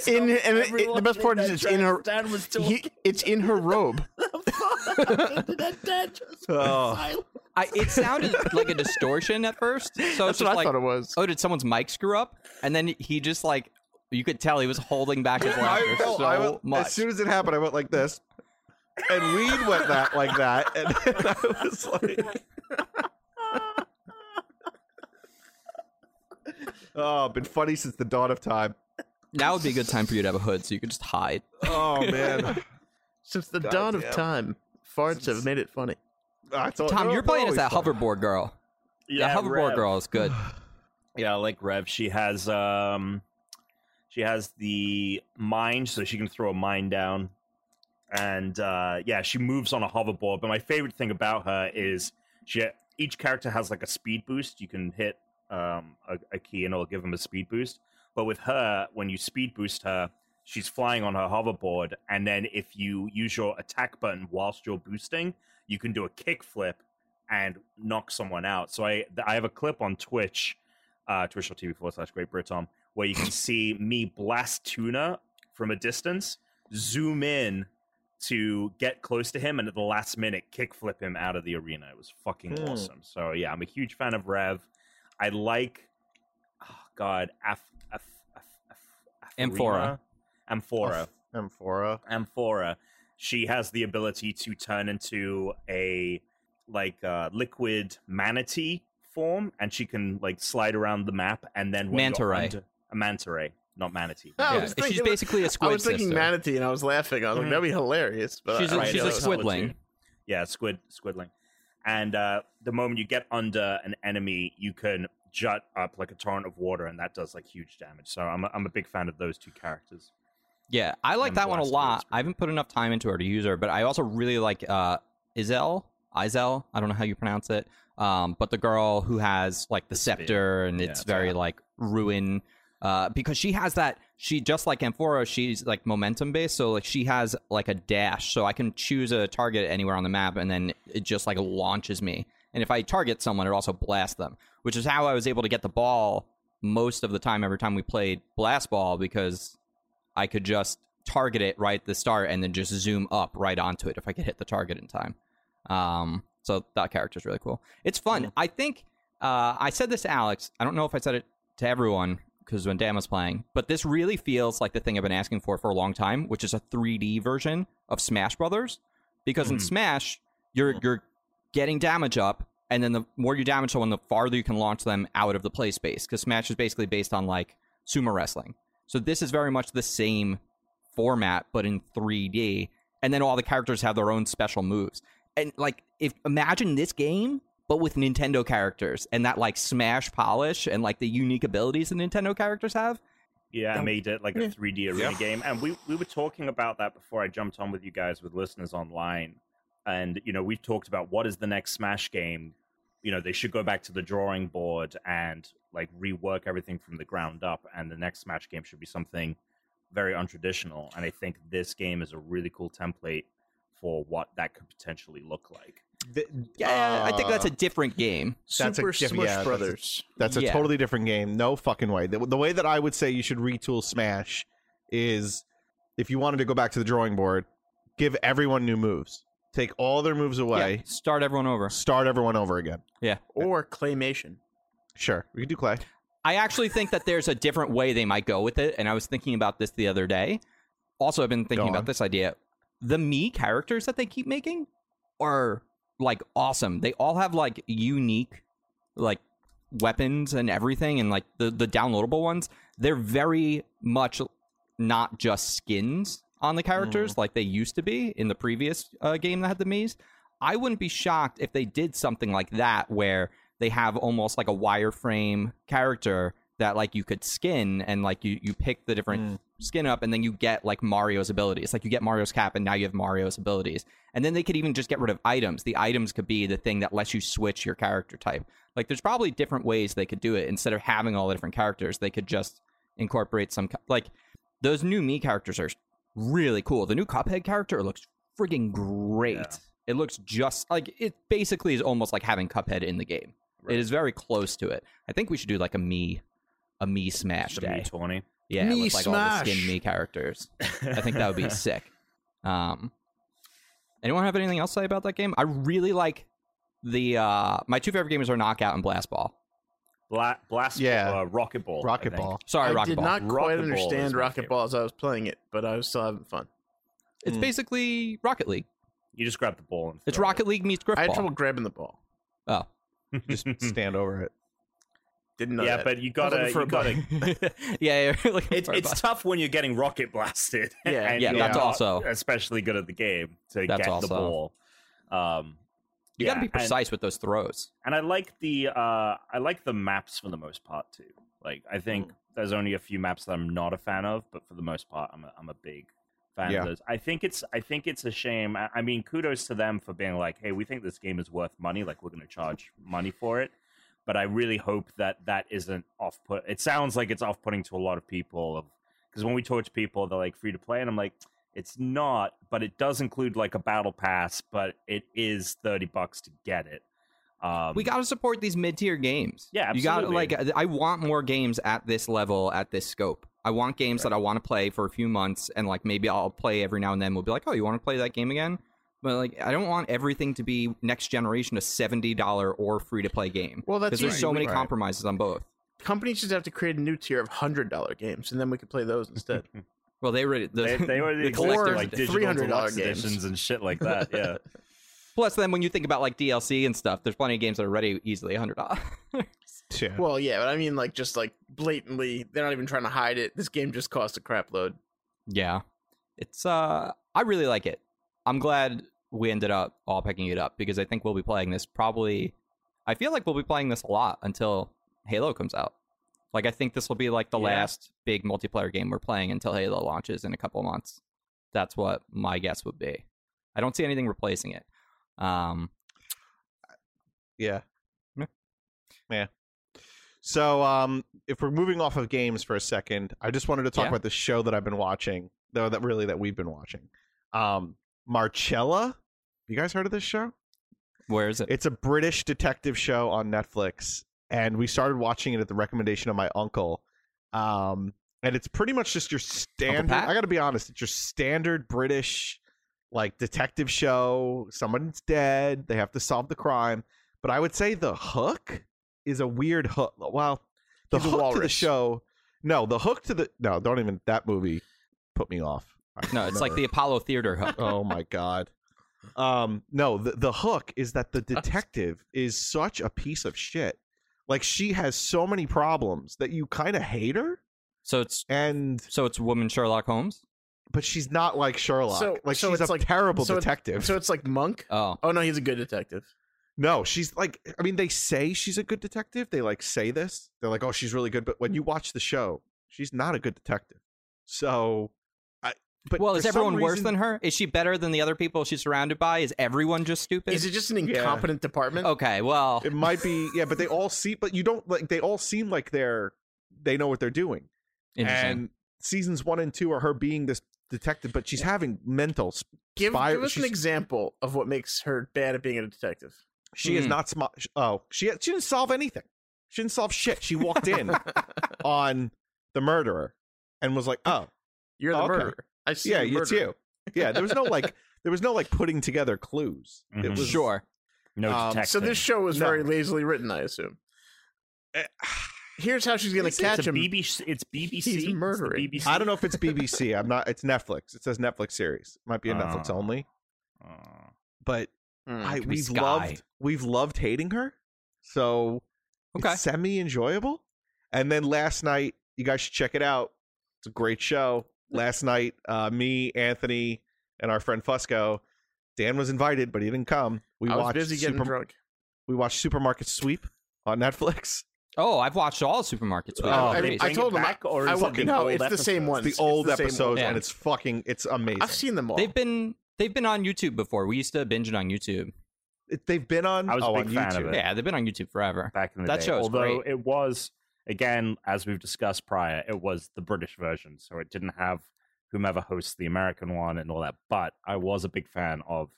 Speaker 4: In and it- it- the best part is it's in her.
Speaker 2: Dad was still
Speaker 4: He, it's in her robe.
Speaker 3: Oh,
Speaker 1: I, it sounded like a distortion at first. So it's
Speaker 4: That's
Speaker 1: just
Speaker 4: what I
Speaker 1: like,
Speaker 4: thought it was.
Speaker 1: oh, did someone's mic screw up? And then he just like, you could tell he was holding back his
Speaker 3: I,
Speaker 1: laughter
Speaker 3: no,
Speaker 1: so
Speaker 3: I went-
Speaker 1: much.
Speaker 3: as soon as it happened, I went like this, and Weed went that like that, and then I was like, oh, been funny since the dawn of time.
Speaker 1: now would be a good time for you to have a hood so you could just hide.
Speaker 3: Oh man,
Speaker 4: Since the
Speaker 3: God
Speaker 4: dawn of
Speaker 3: damn.
Speaker 4: time, farts have made it funny.
Speaker 3: I told-
Speaker 1: Tom,
Speaker 3: Oh, no,
Speaker 1: you're playing as that
Speaker 3: always fun.
Speaker 1: hoverboard girl.
Speaker 2: yeah,
Speaker 1: that hoverboard
Speaker 2: Rev.
Speaker 1: girl is good.
Speaker 2: Yeah, I like Rev. She has um, she has the mind, so she can throw a mine down, and uh, yeah, she moves on a hoverboard. But my favorite thing about her is she each character has like a speed boost. You can hit um a, a key and it'll give them a speed boost. But with her, when you speed boost her, she's flying on her hoverboard, and then if you use your attack button whilst you're boosting, you can do a kickflip and knock someone out. So I th- I have a clip on Twitch, uh, twitch.tv forward slash Great Britom, where you can see me blast Tuna from a distance, zoom in to get close to him, and at the last minute, kickflip him out of the arena. It was fucking
Speaker 3: Hmm.
Speaker 2: awesome. So yeah, I'm a huge fan of Rev. I like, oh God, Af, Af, Af, Af,
Speaker 1: Amphora.
Speaker 2: Afrima? Amphora
Speaker 3: Amphora.
Speaker 2: amphora she has the ability to turn into a like uh liquid manatee form and she can like slide around the map and then when
Speaker 1: Manta
Speaker 2: you're
Speaker 1: ray.
Speaker 2: under- a manta ray not manatee
Speaker 4: I
Speaker 1: Yeah,
Speaker 4: was
Speaker 1: She's
Speaker 4: thinking-
Speaker 1: basically a
Speaker 4: I
Speaker 1: squid
Speaker 4: was thinking
Speaker 1: sister.
Speaker 4: manatee, and I was laughing. I was like,
Speaker 2: Mhm.
Speaker 4: "That'd be hilarious." But
Speaker 1: She's
Speaker 4: I,
Speaker 1: a-
Speaker 4: I
Speaker 1: she's a
Speaker 4: know.
Speaker 1: squid- squidling.
Speaker 2: yeah squid squidling and uh the moment you get under an enemy you can jut up like a torrent of water and that does like huge damage so i'm a, I'm a big fan of those two characters
Speaker 1: Yeah, I like
Speaker 2: And
Speaker 1: that one a
Speaker 2: Blast
Speaker 1: lot.
Speaker 2: Blitz.
Speaker 1: I haven't put enough time into her to use her, but I also really like uh Izel, Izel, I don't know how you pronounce it. Um, but the girl who has like the,
Speaker 2: spear.
Speaker 1: scepter and
Speaker 2: Yeah,
Speaker 1: it's
Speaker 2: it's
Speaker 1: very
Speaker 2: hot.
Speaker 1: like ruin uh because she has that she just like Amphora, she's like momentum based, so like she has like a dash, so I can choose a target anywhere on the map and then it just like launches me. And if I target someone, it also blasts them, which is how I was able to get the ball most of the time every time we played blast ball because I could just target it right at the start and then just zoom up right onto it if I could hit the target in time. Um, so that character's really cool. It's fun. I think uh, I said this to Alex. I don't know if I said it to everyone because when Dan was playing, but this really feels like the thing I've been asking for for a long time, which is a 3D version of Smash Brothers. Because in
Speaker 2: Mhm.
Speaker 1: Smash, you're you're getting damage up, and then the more you damage someone, the farther you can launch them out of the play space. Because Smash is basically based on like sumo wrestling. So this is very much the same format, but in 3D. And then all the characters have their own special moves. And like, if imagine this game, but with Nintendo characters and that like smash polish and like the unique abilities the Nintendo characters have.
Speaker 2: Yeah, I made it like a
Speaker 4: Yeah.
Speaker 2: 3D arena
Speaker 3: Yeah.
Speaker 2: game. And we, we were talking about that before I jumped on with you guys with listeners online. And, you know, we talked about what is the next Smash game. You know, they should go back to the drawing board and like rework everything from the ground up. And the next Smash game should be something very untraditional. And I think this game is a really cool template for what that could potentially look like.
Speaker 3: Th-
Speaker 1: Yeah, I think that's a
Speaker 3: Uh,
Speaker 1: different game.
Speaker 3: That's a
Speaker 4: Super
Speaker 3: diff-
Speaker 4: Smush
Speaker 3: yeah, that's a-
Speaker 4: Brothers.
Speaker 3: That's a
Speaker 1: Yeah.
Speaker 3: totally different game. No fucking way. The, the way that I would say you should retool Smash is if you wanted to go back to the drawing board, give everyone new moves. Take all their moves
Speaker 1: Yeah,
Speaker 3: away,
Speaker 1: start everyone over.
Speaker 3: start everyone over again.
Speaker 4: or Claymation.
Speaker 3: Sure, we could do Clay.
Speaker 1: I actually think that there's a different way they might go with it. And I was thinking about this the other day. Also, I've been thinking
Speaker 3: Go
Speaker 1: about
Speaker 3: on.
Speaker 1: this idea. The me characters that they keep making are like awesome. They all have like unique like weapons and everything and like the the downloadable ones. They're very much not just skins on the characters
Speaker 3: Mm-hmm.
Speaker 1: like they used to be in the previous uh, game that had the Mii's. I wouldn't be shocked if they did something like that where they have almost like a wireframe character that like you could skin and like you you pick the different skin up and then you get like Mario's abilities. Like you get Mario's cap and now you have Mario's abilities. And then they could even just get rid of items. The items could be the thing that lets you switch your character type. Like there's probably different ways they could do it instead of having all the different characters. They could just incorporate some co- like those new me characters are really cool. The new Cuphead character looks friggin' great.
Speaker 2: Yeah.
Speaker 1: It looks just like it basically is almost like having Cuphead in the game.
Speaker 2: Right.
Speaker 1: It is very close to it. I think we should do like a me a me smash
Speaker 2: Just a
Speaker 1: day.
Speaker 2: me Tawny.
Speaker 1: Yeah,
Speaker 4: Me
Speaker 1: with like all the
Speaker 4: smash.
Speaker 1: skin me characters. I think that would be sick. Um, anyone have anything else to say about that game? I really like the uh, my two favorite games are Knockout and Blast Ball.
Speaker 2: Bla- Blast,
Speaker 3: Yeah.
Speaker 2: uh, Rocket Ball. I
Speaker 3: Rocket
Speaker 2: think.
Speaker 3: Ball.
Speaker 1: Sorry,
Speaker 4: I
Speaker 1: Rocket
Speaker 4: did
Speaker 1: Ball.
Speaker 4: not
Speaker 2: Rocket Ball
Speaker 4: quite
Speaker 2: is
Speaker 4: understand
Speaker 2: my
Speaker 4: Rocket
Speaker 2: favorite.
Speaker 4: Ball as I was playing it, but I was still having fun.
Speaker 1: it's
Speaker 3: Mm.
Speaker 1: basically Rocket League.
Speaker 2: You just grab the ball and.
Speaker 1: It's
Speaker 2: throw it.
Speaker 1: Rocket League meets
Speaker 4: I
Speaker 1: Griffball.
Speaker 4: had trouble grabbing the ball.
Speaker 1: Oh,
Speaker 3: Just stand over it.
Speaker 4: Didn't know
Speaker 2: yeah,
Speaker 4: that.
Speaker 2: but you
Speaker 4: I
Speaker 2: gotta,
Speaker 4: was looking for
Speaker 2: you
Speaker 4: a
Speaker 2: gotta.
Speaker 1: yeah, yeah. like,
Speaker 2: It's it's tough when you're getting rocket blasted.
Speaker 4: Yeah.
Speaker 2: and
Speaker 1: Yeah,
Speaker 2: you're
Speaker 3: that's
Speaker 2: not
Speaker 1: also-
Speaker 2: especially good at the game to
Speaker 1: That's
Speaker 2: get
Speaker 1: also-
Speaker 2: the ball. Um,
Speaker 1: you got
Speaker 2: yeah,
Speaker 1: to be
Speaker 2: and-
Speaker 1: precise with those throws.
Speaker 2: and I like the uh, I like the maps for the most part too. Like I think there's only a few maps that I'm not a fan of, but for the most part, I'm a, I'm a big fan
Speaker 3: Yeah.
Speaker 2: of those. I think it's I think it's a shame. I, I mean, kudos to them for being like, hey, we think this game is worth money. Like we're going to charge money for it. But I really hope that that isn't off put. It sounds like it's off putting to a lot of people. Of because when we talk to people, they're like free to play, and I'm like. It's not, but it does include like a battle pass, but it is thirty bucks to get it. Um,
Speaker 1: we got to support these mid-tier games.
Speaker 2: Yeah,
Speaker 1: You got
Speaker 2: absolutely.
Speaker 1: like I want more games at this level, at this scope. I want games that I want to play for a few months and like maybe I'll play every now and then we'll be like, "Oh, you want to play that game again?" But like I don't want everything to be next generation a $70 or free-to-play game.
Speaker 4: Well, that's
Speaker 1: Because there's
Speaker 4: easy.
Speaker 1: so
Speaker 4: We-
Speaker 1: many
Speaker 3: Right.
Speaker 1: compromises on both.
Speaker 4: companies just have to create a new tier of hundred dollar games, and then we could play those instead.
Speaker 1: Well, they already the,
Speaker 2: they, they already
Speaker 1: the
Speaker 2: exist in,
Speaker 1: collector's
Speaker 4: Or
Speaker 2: like
Speaker 1: edition.
Speaker 2: digital
Speaker 4: $300
Speaker 2: deluxe
Speaker 4: games.
Speaker 2: editions and shit like that. Yeah,
Speaker 1: Plus then when you think about like DLC and stuff, there's plenty of games that are already easily $100.
Speaker 3: Yeah.
Speaker 4: well, yeah, but I mean, like, just like blatantly, they're not even trying to hide it. This game just cost a crap load.
Speaker 1: Yeah. It's uh I really like it. I'm glad we ended up all picking it up because I think we'll be playing this probably I feel like we'll be playing this a lot until Halo comes out. Like I think this will be like the
Speaker 2: Yeah.
Speaker 1: last big multiplayer game we're playing until Halo launches in a couple months. That's what my guess would be. I don't see anything replacing it. Um,
Speaker 3: Yeah.
Speaker 1: Yeah.
Speaker 3: Yeah. So um if we're moving off of games for a second, I just wanted to talk
Speaker 1: Yeah.
Speaker 3: about the show that I've been watching, though that really that we've been watching. Um Marcella. You guys heard of this show?
Speaker 1: where is it?
Speaker 3: It's a British detective show on Netflix, and we started watching it at the recommendation of my uncle. Um, and it's pretty much just your standard.
Speaker 1: Pat?
Speaker 3: I got to be honest, it's your standard British like detective show. Someone's dead; they have to solve the crime. But I would say the hook is a weird hook. Well, the
Speaker 4: He's a
Speaker 3: hook to the
Speaker 4: walrus.
Speaker 3: show. No, the hook to the no. Don't even that movie put me off. I
Speaker 1: No, it's like
Speaker 3: never-
Speaker 1: the Apollo Theater hook.
Speaker 3: oh my god um no the, the hook is that the detective is such a piece of shit like she has so many problems that you kind of hate her
Speaker 1: So it's
Speaker 3: and
Speaker 1: so it's woman Sherlock Holmes.
Speaker 3: but she's not like sherlock
Speaker 4: So-
Speaker 3: like
Speaker 4: so
Speaker 3: she's a
Speaker 4: it's like-
Speaker 3: terrible
Speaker 4: so it-
Speaker 3: detective
Speaker 4: So it's like Monk.
Speaker 1: Oh,
Speaker 4: Oh no, he's a good detective.
Speaker 3: no she's like i mean they say she's a good detective they like say this they're like oh she's really good but when you watch the show she's not a good detective so i but
Speaker 1: well,
Speaker 3: for
Speaker 1: is
Speaker 3: some
Speaker 1: everyone worse
Speaker 3: reason-
Speaker 1: than her? Is she better than the other people she's surrounded by? Is everyone just stupid?
Speaker 4: Is it just an
Speaker 3: Yeah.
Speaker 4: incompetent department?
Speaker 1: okay, well,
Speaker 3: it might be yeah but they all see but you don't like they all seem like they're they know what they're doing
Speaker 1: interesting.
Speaker 3: and seasons one and two are her being this detective but she's having mental sp-
Speaker 4: give,
Speaker 3: spy-
Speaker 4: give us an
Speaker 3: she's-
Speaker 4: example of what makes her bad at being a detective.
Speaker 3: she is
Speaker 1: Hmm.
Speaker 3: not smart oh she, she didn't solve anything she didn't solve shit she walked in on the murderer and was like oh
Speaker 4: You're the
Speaker 3: Okay.
Speaker 4: murderer. I see.
Speaker 3: yeah
Speaker 4: the
Speaker 3: it's
Speaker 4: murderer.
Speaker 3: you yeah there was no like there was no like putting together clues it
Speaker 2: Mhm.
Speaker 3: was
Speaker 1: Mm-hmm. sure.
Speaker 2: No
Speaker 3: Um,
Speaker 2: detective.
Speaker 4: So this show was
Speaker 3: No.
Speaker 4: very lazily written, I assume.
Speaker 3: eh,
Speaker 4: Here's how she's gonna
Speaker 3: Is it-
Speaker 4: catch
Speaker 2: it's a
Speaker 4: him.
Speaker 2: BBC. It's BBC.
Speaker 4: He's
Speaker 2: It's the
Speaker 4: murdering.
Speaker 2: BBC.
Speaker 3: i don't know if it's bbc i'm not it's netflix it says netflix series might be a netflix
Speaker 2: Ah.
Speaker 3: only
Speaker 2: Uh,
Speaker 3: but
Speaker 4: Mm.
Speaker 3: I,
Speaker 1: could be
Speaker 3: we've
Speaker 1: Sky.
Speaker 3: loved we've loved hating her so
Speaker 1: Okay.
Speaker 3: semi enjoyable. And then last night, you guys should check it out. It's a great show. Last night, uh, me, Anthony, and our friend Fusco, Dan was invited, but he didn't come. We
Speaker 4: I was
Speaker 3: watched
Speaker 4: busy getting
Speaker 3: Super-
Speaker 4: drunk.
Speaker 3: we watched Supermarket Sweep on Netflix.
Speaker 1: Oh, I've watched all supermarkets.
Speaker 3: Oh,
Speaker 1: without
Speaker 3: I-
Speaker 1: Grace.
Speaker 4: I
Speaker 2: bring
Speaker 4: told
Speaker 2: it
Speaker 4: him I-
Speaker 2: back, or
Speaker 4: I
Speaker 2: is it
Speaker 4: would-
Speaker 2: the
Speaker 4: no,
Speaker 2: old
Speaker 4: it's the same
Speaker 2: episodes?
Speaker 4: one.
Speaker 3: It's the
Speaker 4: It's
Speaker 3: old
Speaker 4: the same
Speaker 3: episodes,
Speaker 1: one.
Speaker 3: and it's fucking it's amazing.
Speaker 4: I've seen them all.
Speaker 1: They've been they've been on YouTube before. We used to binge it on YouTube.
Speaker 3: It- they've been on.
Speaker 2: I was a
Speaker 3: oh,
Speaker 2: big
Speaker 3: on
Speaker 2: fan of
Speaker 3: YouTube.
Speaker 2: it.
Speaker 1: Yeah, they've been on YouTube forever.
Speaker 2: back in the
Speaker 1: That
Speaker 2: day.
Speaker 1: show is
Speaker 2: Although
Speaker 1: great.
Speaker 2: it was again, as we've discussed prior, it was the British version, so it didn't have whomever hosts the American one and all that. But I was a big fan of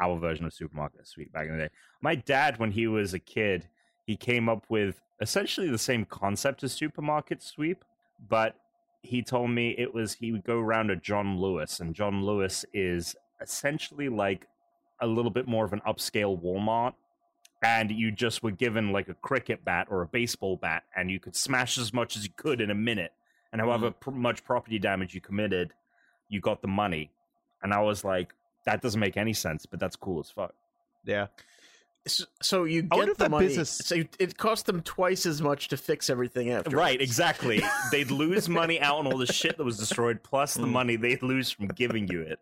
Speaker 2: our version of Supermarket Sweep back in the day. My dad, when he was a kid, he came up with essentially the same concept as Supermarket Sweep, but he told me it was he would go around to John Lewis, and John Lewis is essentially like a little bit more of an upscale Walmart and you just were given like a cricket bat or a baseball bat, and you could smash as much as you could in a minute. And however
Speaker 1: Mm-hmm.
Speaker 2: pr- much property damage you committed, you got the money. And I was like, that doesn't make any sense, but that's cool as fuck.
Speaker 3: Yeah,
Speaker 4: S- So you
Speaker 3: I wonder
Speaker 4: get
Speaker 3: if
Speaker 4: the
Speaker 3: that
Speaker 4: money.
Speaker 3: business-
Speaker 4: So you- it cost them twice as much to fix everything after.
Speaker 2: Right, exactly. they'd lose money out on all the shit that was destroyed, plus the
Speaker 3: Mm.
Speaker 2: money they'd lose from giving you it.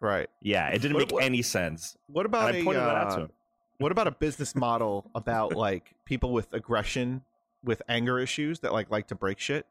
Speaker 3: right.
Speaker 2: Yeah, it didn't
Speaker 3: What-
Speaker 2: make
Speaker 3: what-
Speaker 2: any sense.
Speaker 3: What
Speaker 2: And
Speaker 3: about
Speaker 2: I
Speaker 3: a,
Speaker 2: pointed that out
Speaker 3: uh,
Speaker 2: to him.
Speaker 3: What about a business model about like people with aggression, with anger issues that like like to break shit,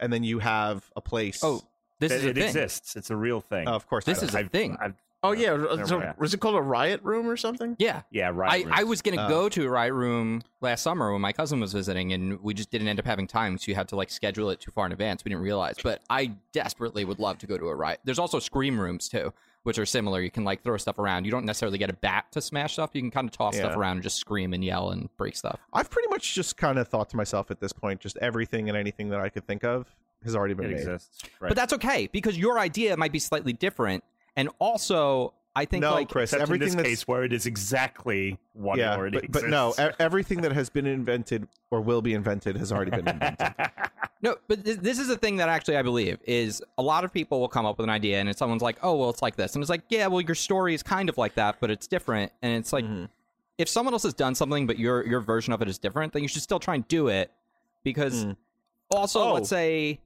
Speaker 3: and then you have a place?
Speaker 1: Oh, this
Speaker 2: It,
Speaker 1: is a
Speaker 2: it
Speaker 1: thing.
Speaker 2: exists. It's a real thing.
Speaker 3: Oh, of course.
Speaker 1: This
Speaker 3: I
Speaker 1: is
Speaker 3: don't-
Speaker 1: a
Speaker 2: I've-
Speaker 1: thing.
Speaker 2: I've,
Speaker 4: Oh yeah. r-
Speaker 2: Never
Speaker 4: So,
Speaker 2: mind.
Speaker 4: was it called a riot room or something?
Speaker 1: Yeah.
Speaker 2: yeah, right.
Speaker 1: I, I was gonna
Speaker 3: Oh.
Speaker 1: go to a riot room last summer when my cousin was visiting, and we just didn't end up having time, so you had to like schedule it too far in advance. We didn't realize, but I desperately would love to go to a riot. There's also scream rooms too, which are similar. You can like throw stuff around. You don't necessarily get a bat to smash stuff. You can kind of toss stuff
Speaker 3: Yeah.
Speaker 1: around, and just scream and yell and break stuff.
Speaker 3: I've pretty much just kind of thought to myself at this point, just everything and anything that I could think of has already been
Speaker 2: It
Speaker 3: made.
Speaker 2: exists. Right.
Speaker 1: But that's okay because your idea might be slightly different, and also I think
Speaker 3: No,
Speaker 1: like
Speaker 3: Chris,
Speaker 2: Except
Speaker 3: everything
Speaker 2: in this
Speaker 3: that's
Speaker 2: case where it is exactly what
Speaker 3: yeah,
Speaker 2: already
Speaker 3: but, but no,
Speaker 2: exists.
Speaker 3: e- everything that has been invented or will be invented has already been invented.
Speaker 1: No, but th- this is the thing that actually I believe is a lot of people will come up with an idea and it's someone's like, "Oh, well, it's like this," and it's like, "Yeah, well, your story is kind of like that, but it's different." And it's like,
Speaker 3: Mhm.
Speaker 1: if someone else has done something but your your version of it is different, then you should still try and do it because
Speaker 3: Mm.
Speaker 1: also,
Speaker 3: Oh.
Speaker 1: let's say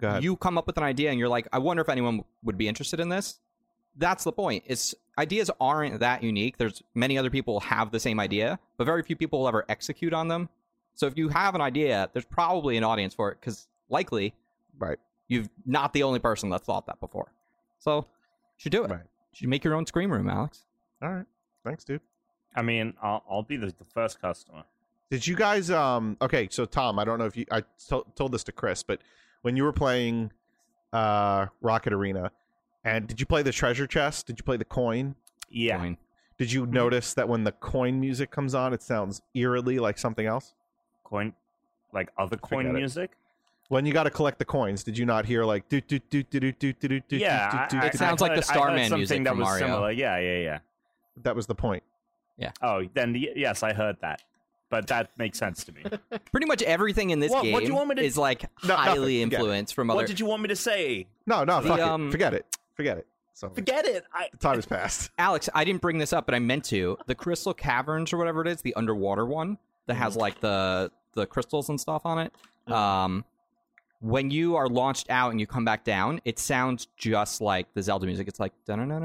Speaker 3: Go ahead.
Speaker 1: you come up with an idea and you're like, I wonder if anyone would be interested in this. That's the point. It's ideas aren't that unique. There's many other people have the same idea, but very few people will ever execute on them. So if you have an idea, there's probably an audience for it because likely
Speaker 3: Right.
Speaker 1: you've not the only person that thought that before. So you should do it.
Speaker 3: Right.
Speaker 1: You should make your own scream room, Alex.
Speaker 3: All right. Thanks, dude.
Speaker 2: I mean, I'll, I'll be the, the first customer.
Speaker 3: Did you guys um okay, so Tom, I don't know if you I to- told this to Chris, but when you were playing uh Rocket Arena and did you play the treasure chest? Did you play the coin?
Speaker 2: Yeah.
Speaker 1: Join.
Speaker 3: Did you
Speaker 1: Mm-hmm.
Speaker 3: notice that when the coin music comes on, it sounds eerily like something else?
Speaker 2: Coin, like other coin
Speaker 3: Forget it.
Speaker 2: music?
Speaker 3: When you got to collect the coins, did you not hear like do do do do do do do do do?
Speaker 2: Yeah.
Speaker 3: do,
Speaker 2: I-
Speaker 3: do,
Speaker 2: I-
Speaker 1: It
Speaker 2: I
Speaker 3: do?
Speaker 1: sounds like the
Speaker 2: heard- I heard
Speaker 1: Starman
Speaker 2: something
Speaker 1: music
Speaker 2: that
Speaker 1: from
Speaker 2: was
Speaker 1: Mario.
Speaker 2: similar. Yeah, yeah, yeah.
Speaker 3: that was the point.
Speaker 2: Oh, then y- yes, I heard that. But that makes sense to me.
Speaker 1: Pretty much everything in this
Speaker 2: What-
Speaker 1: game
Speaker 2: what do you want me to-
Speaker 1: is like
Speaker 3: No, nothing.
Speaker 1: highly
Speaker 3: Forget it.
Speaker 1: influenced from other.
Speaker 2: what did you want me to say?
Speaker 3: No, no,
Speaker 1: The,
Speaker 3: fuck
Speaker 1: um,
Speaker 3: it. Forget it. Forget it. So the
Speaker 2: Forget it. I
Speaker 3: time has passed.
Speaker 1: Alex, I didn't bring this up, but I meant to. The Crystal Caverns or whatever it is, the underwater one that
Speaker 3: Mm-hmm.
Speaker 1: has like the the crystals and stuff on it. Um, when you are launched out and you come back down, it sounds just like the Zelda music. It's like no, I
Speaker 3: No,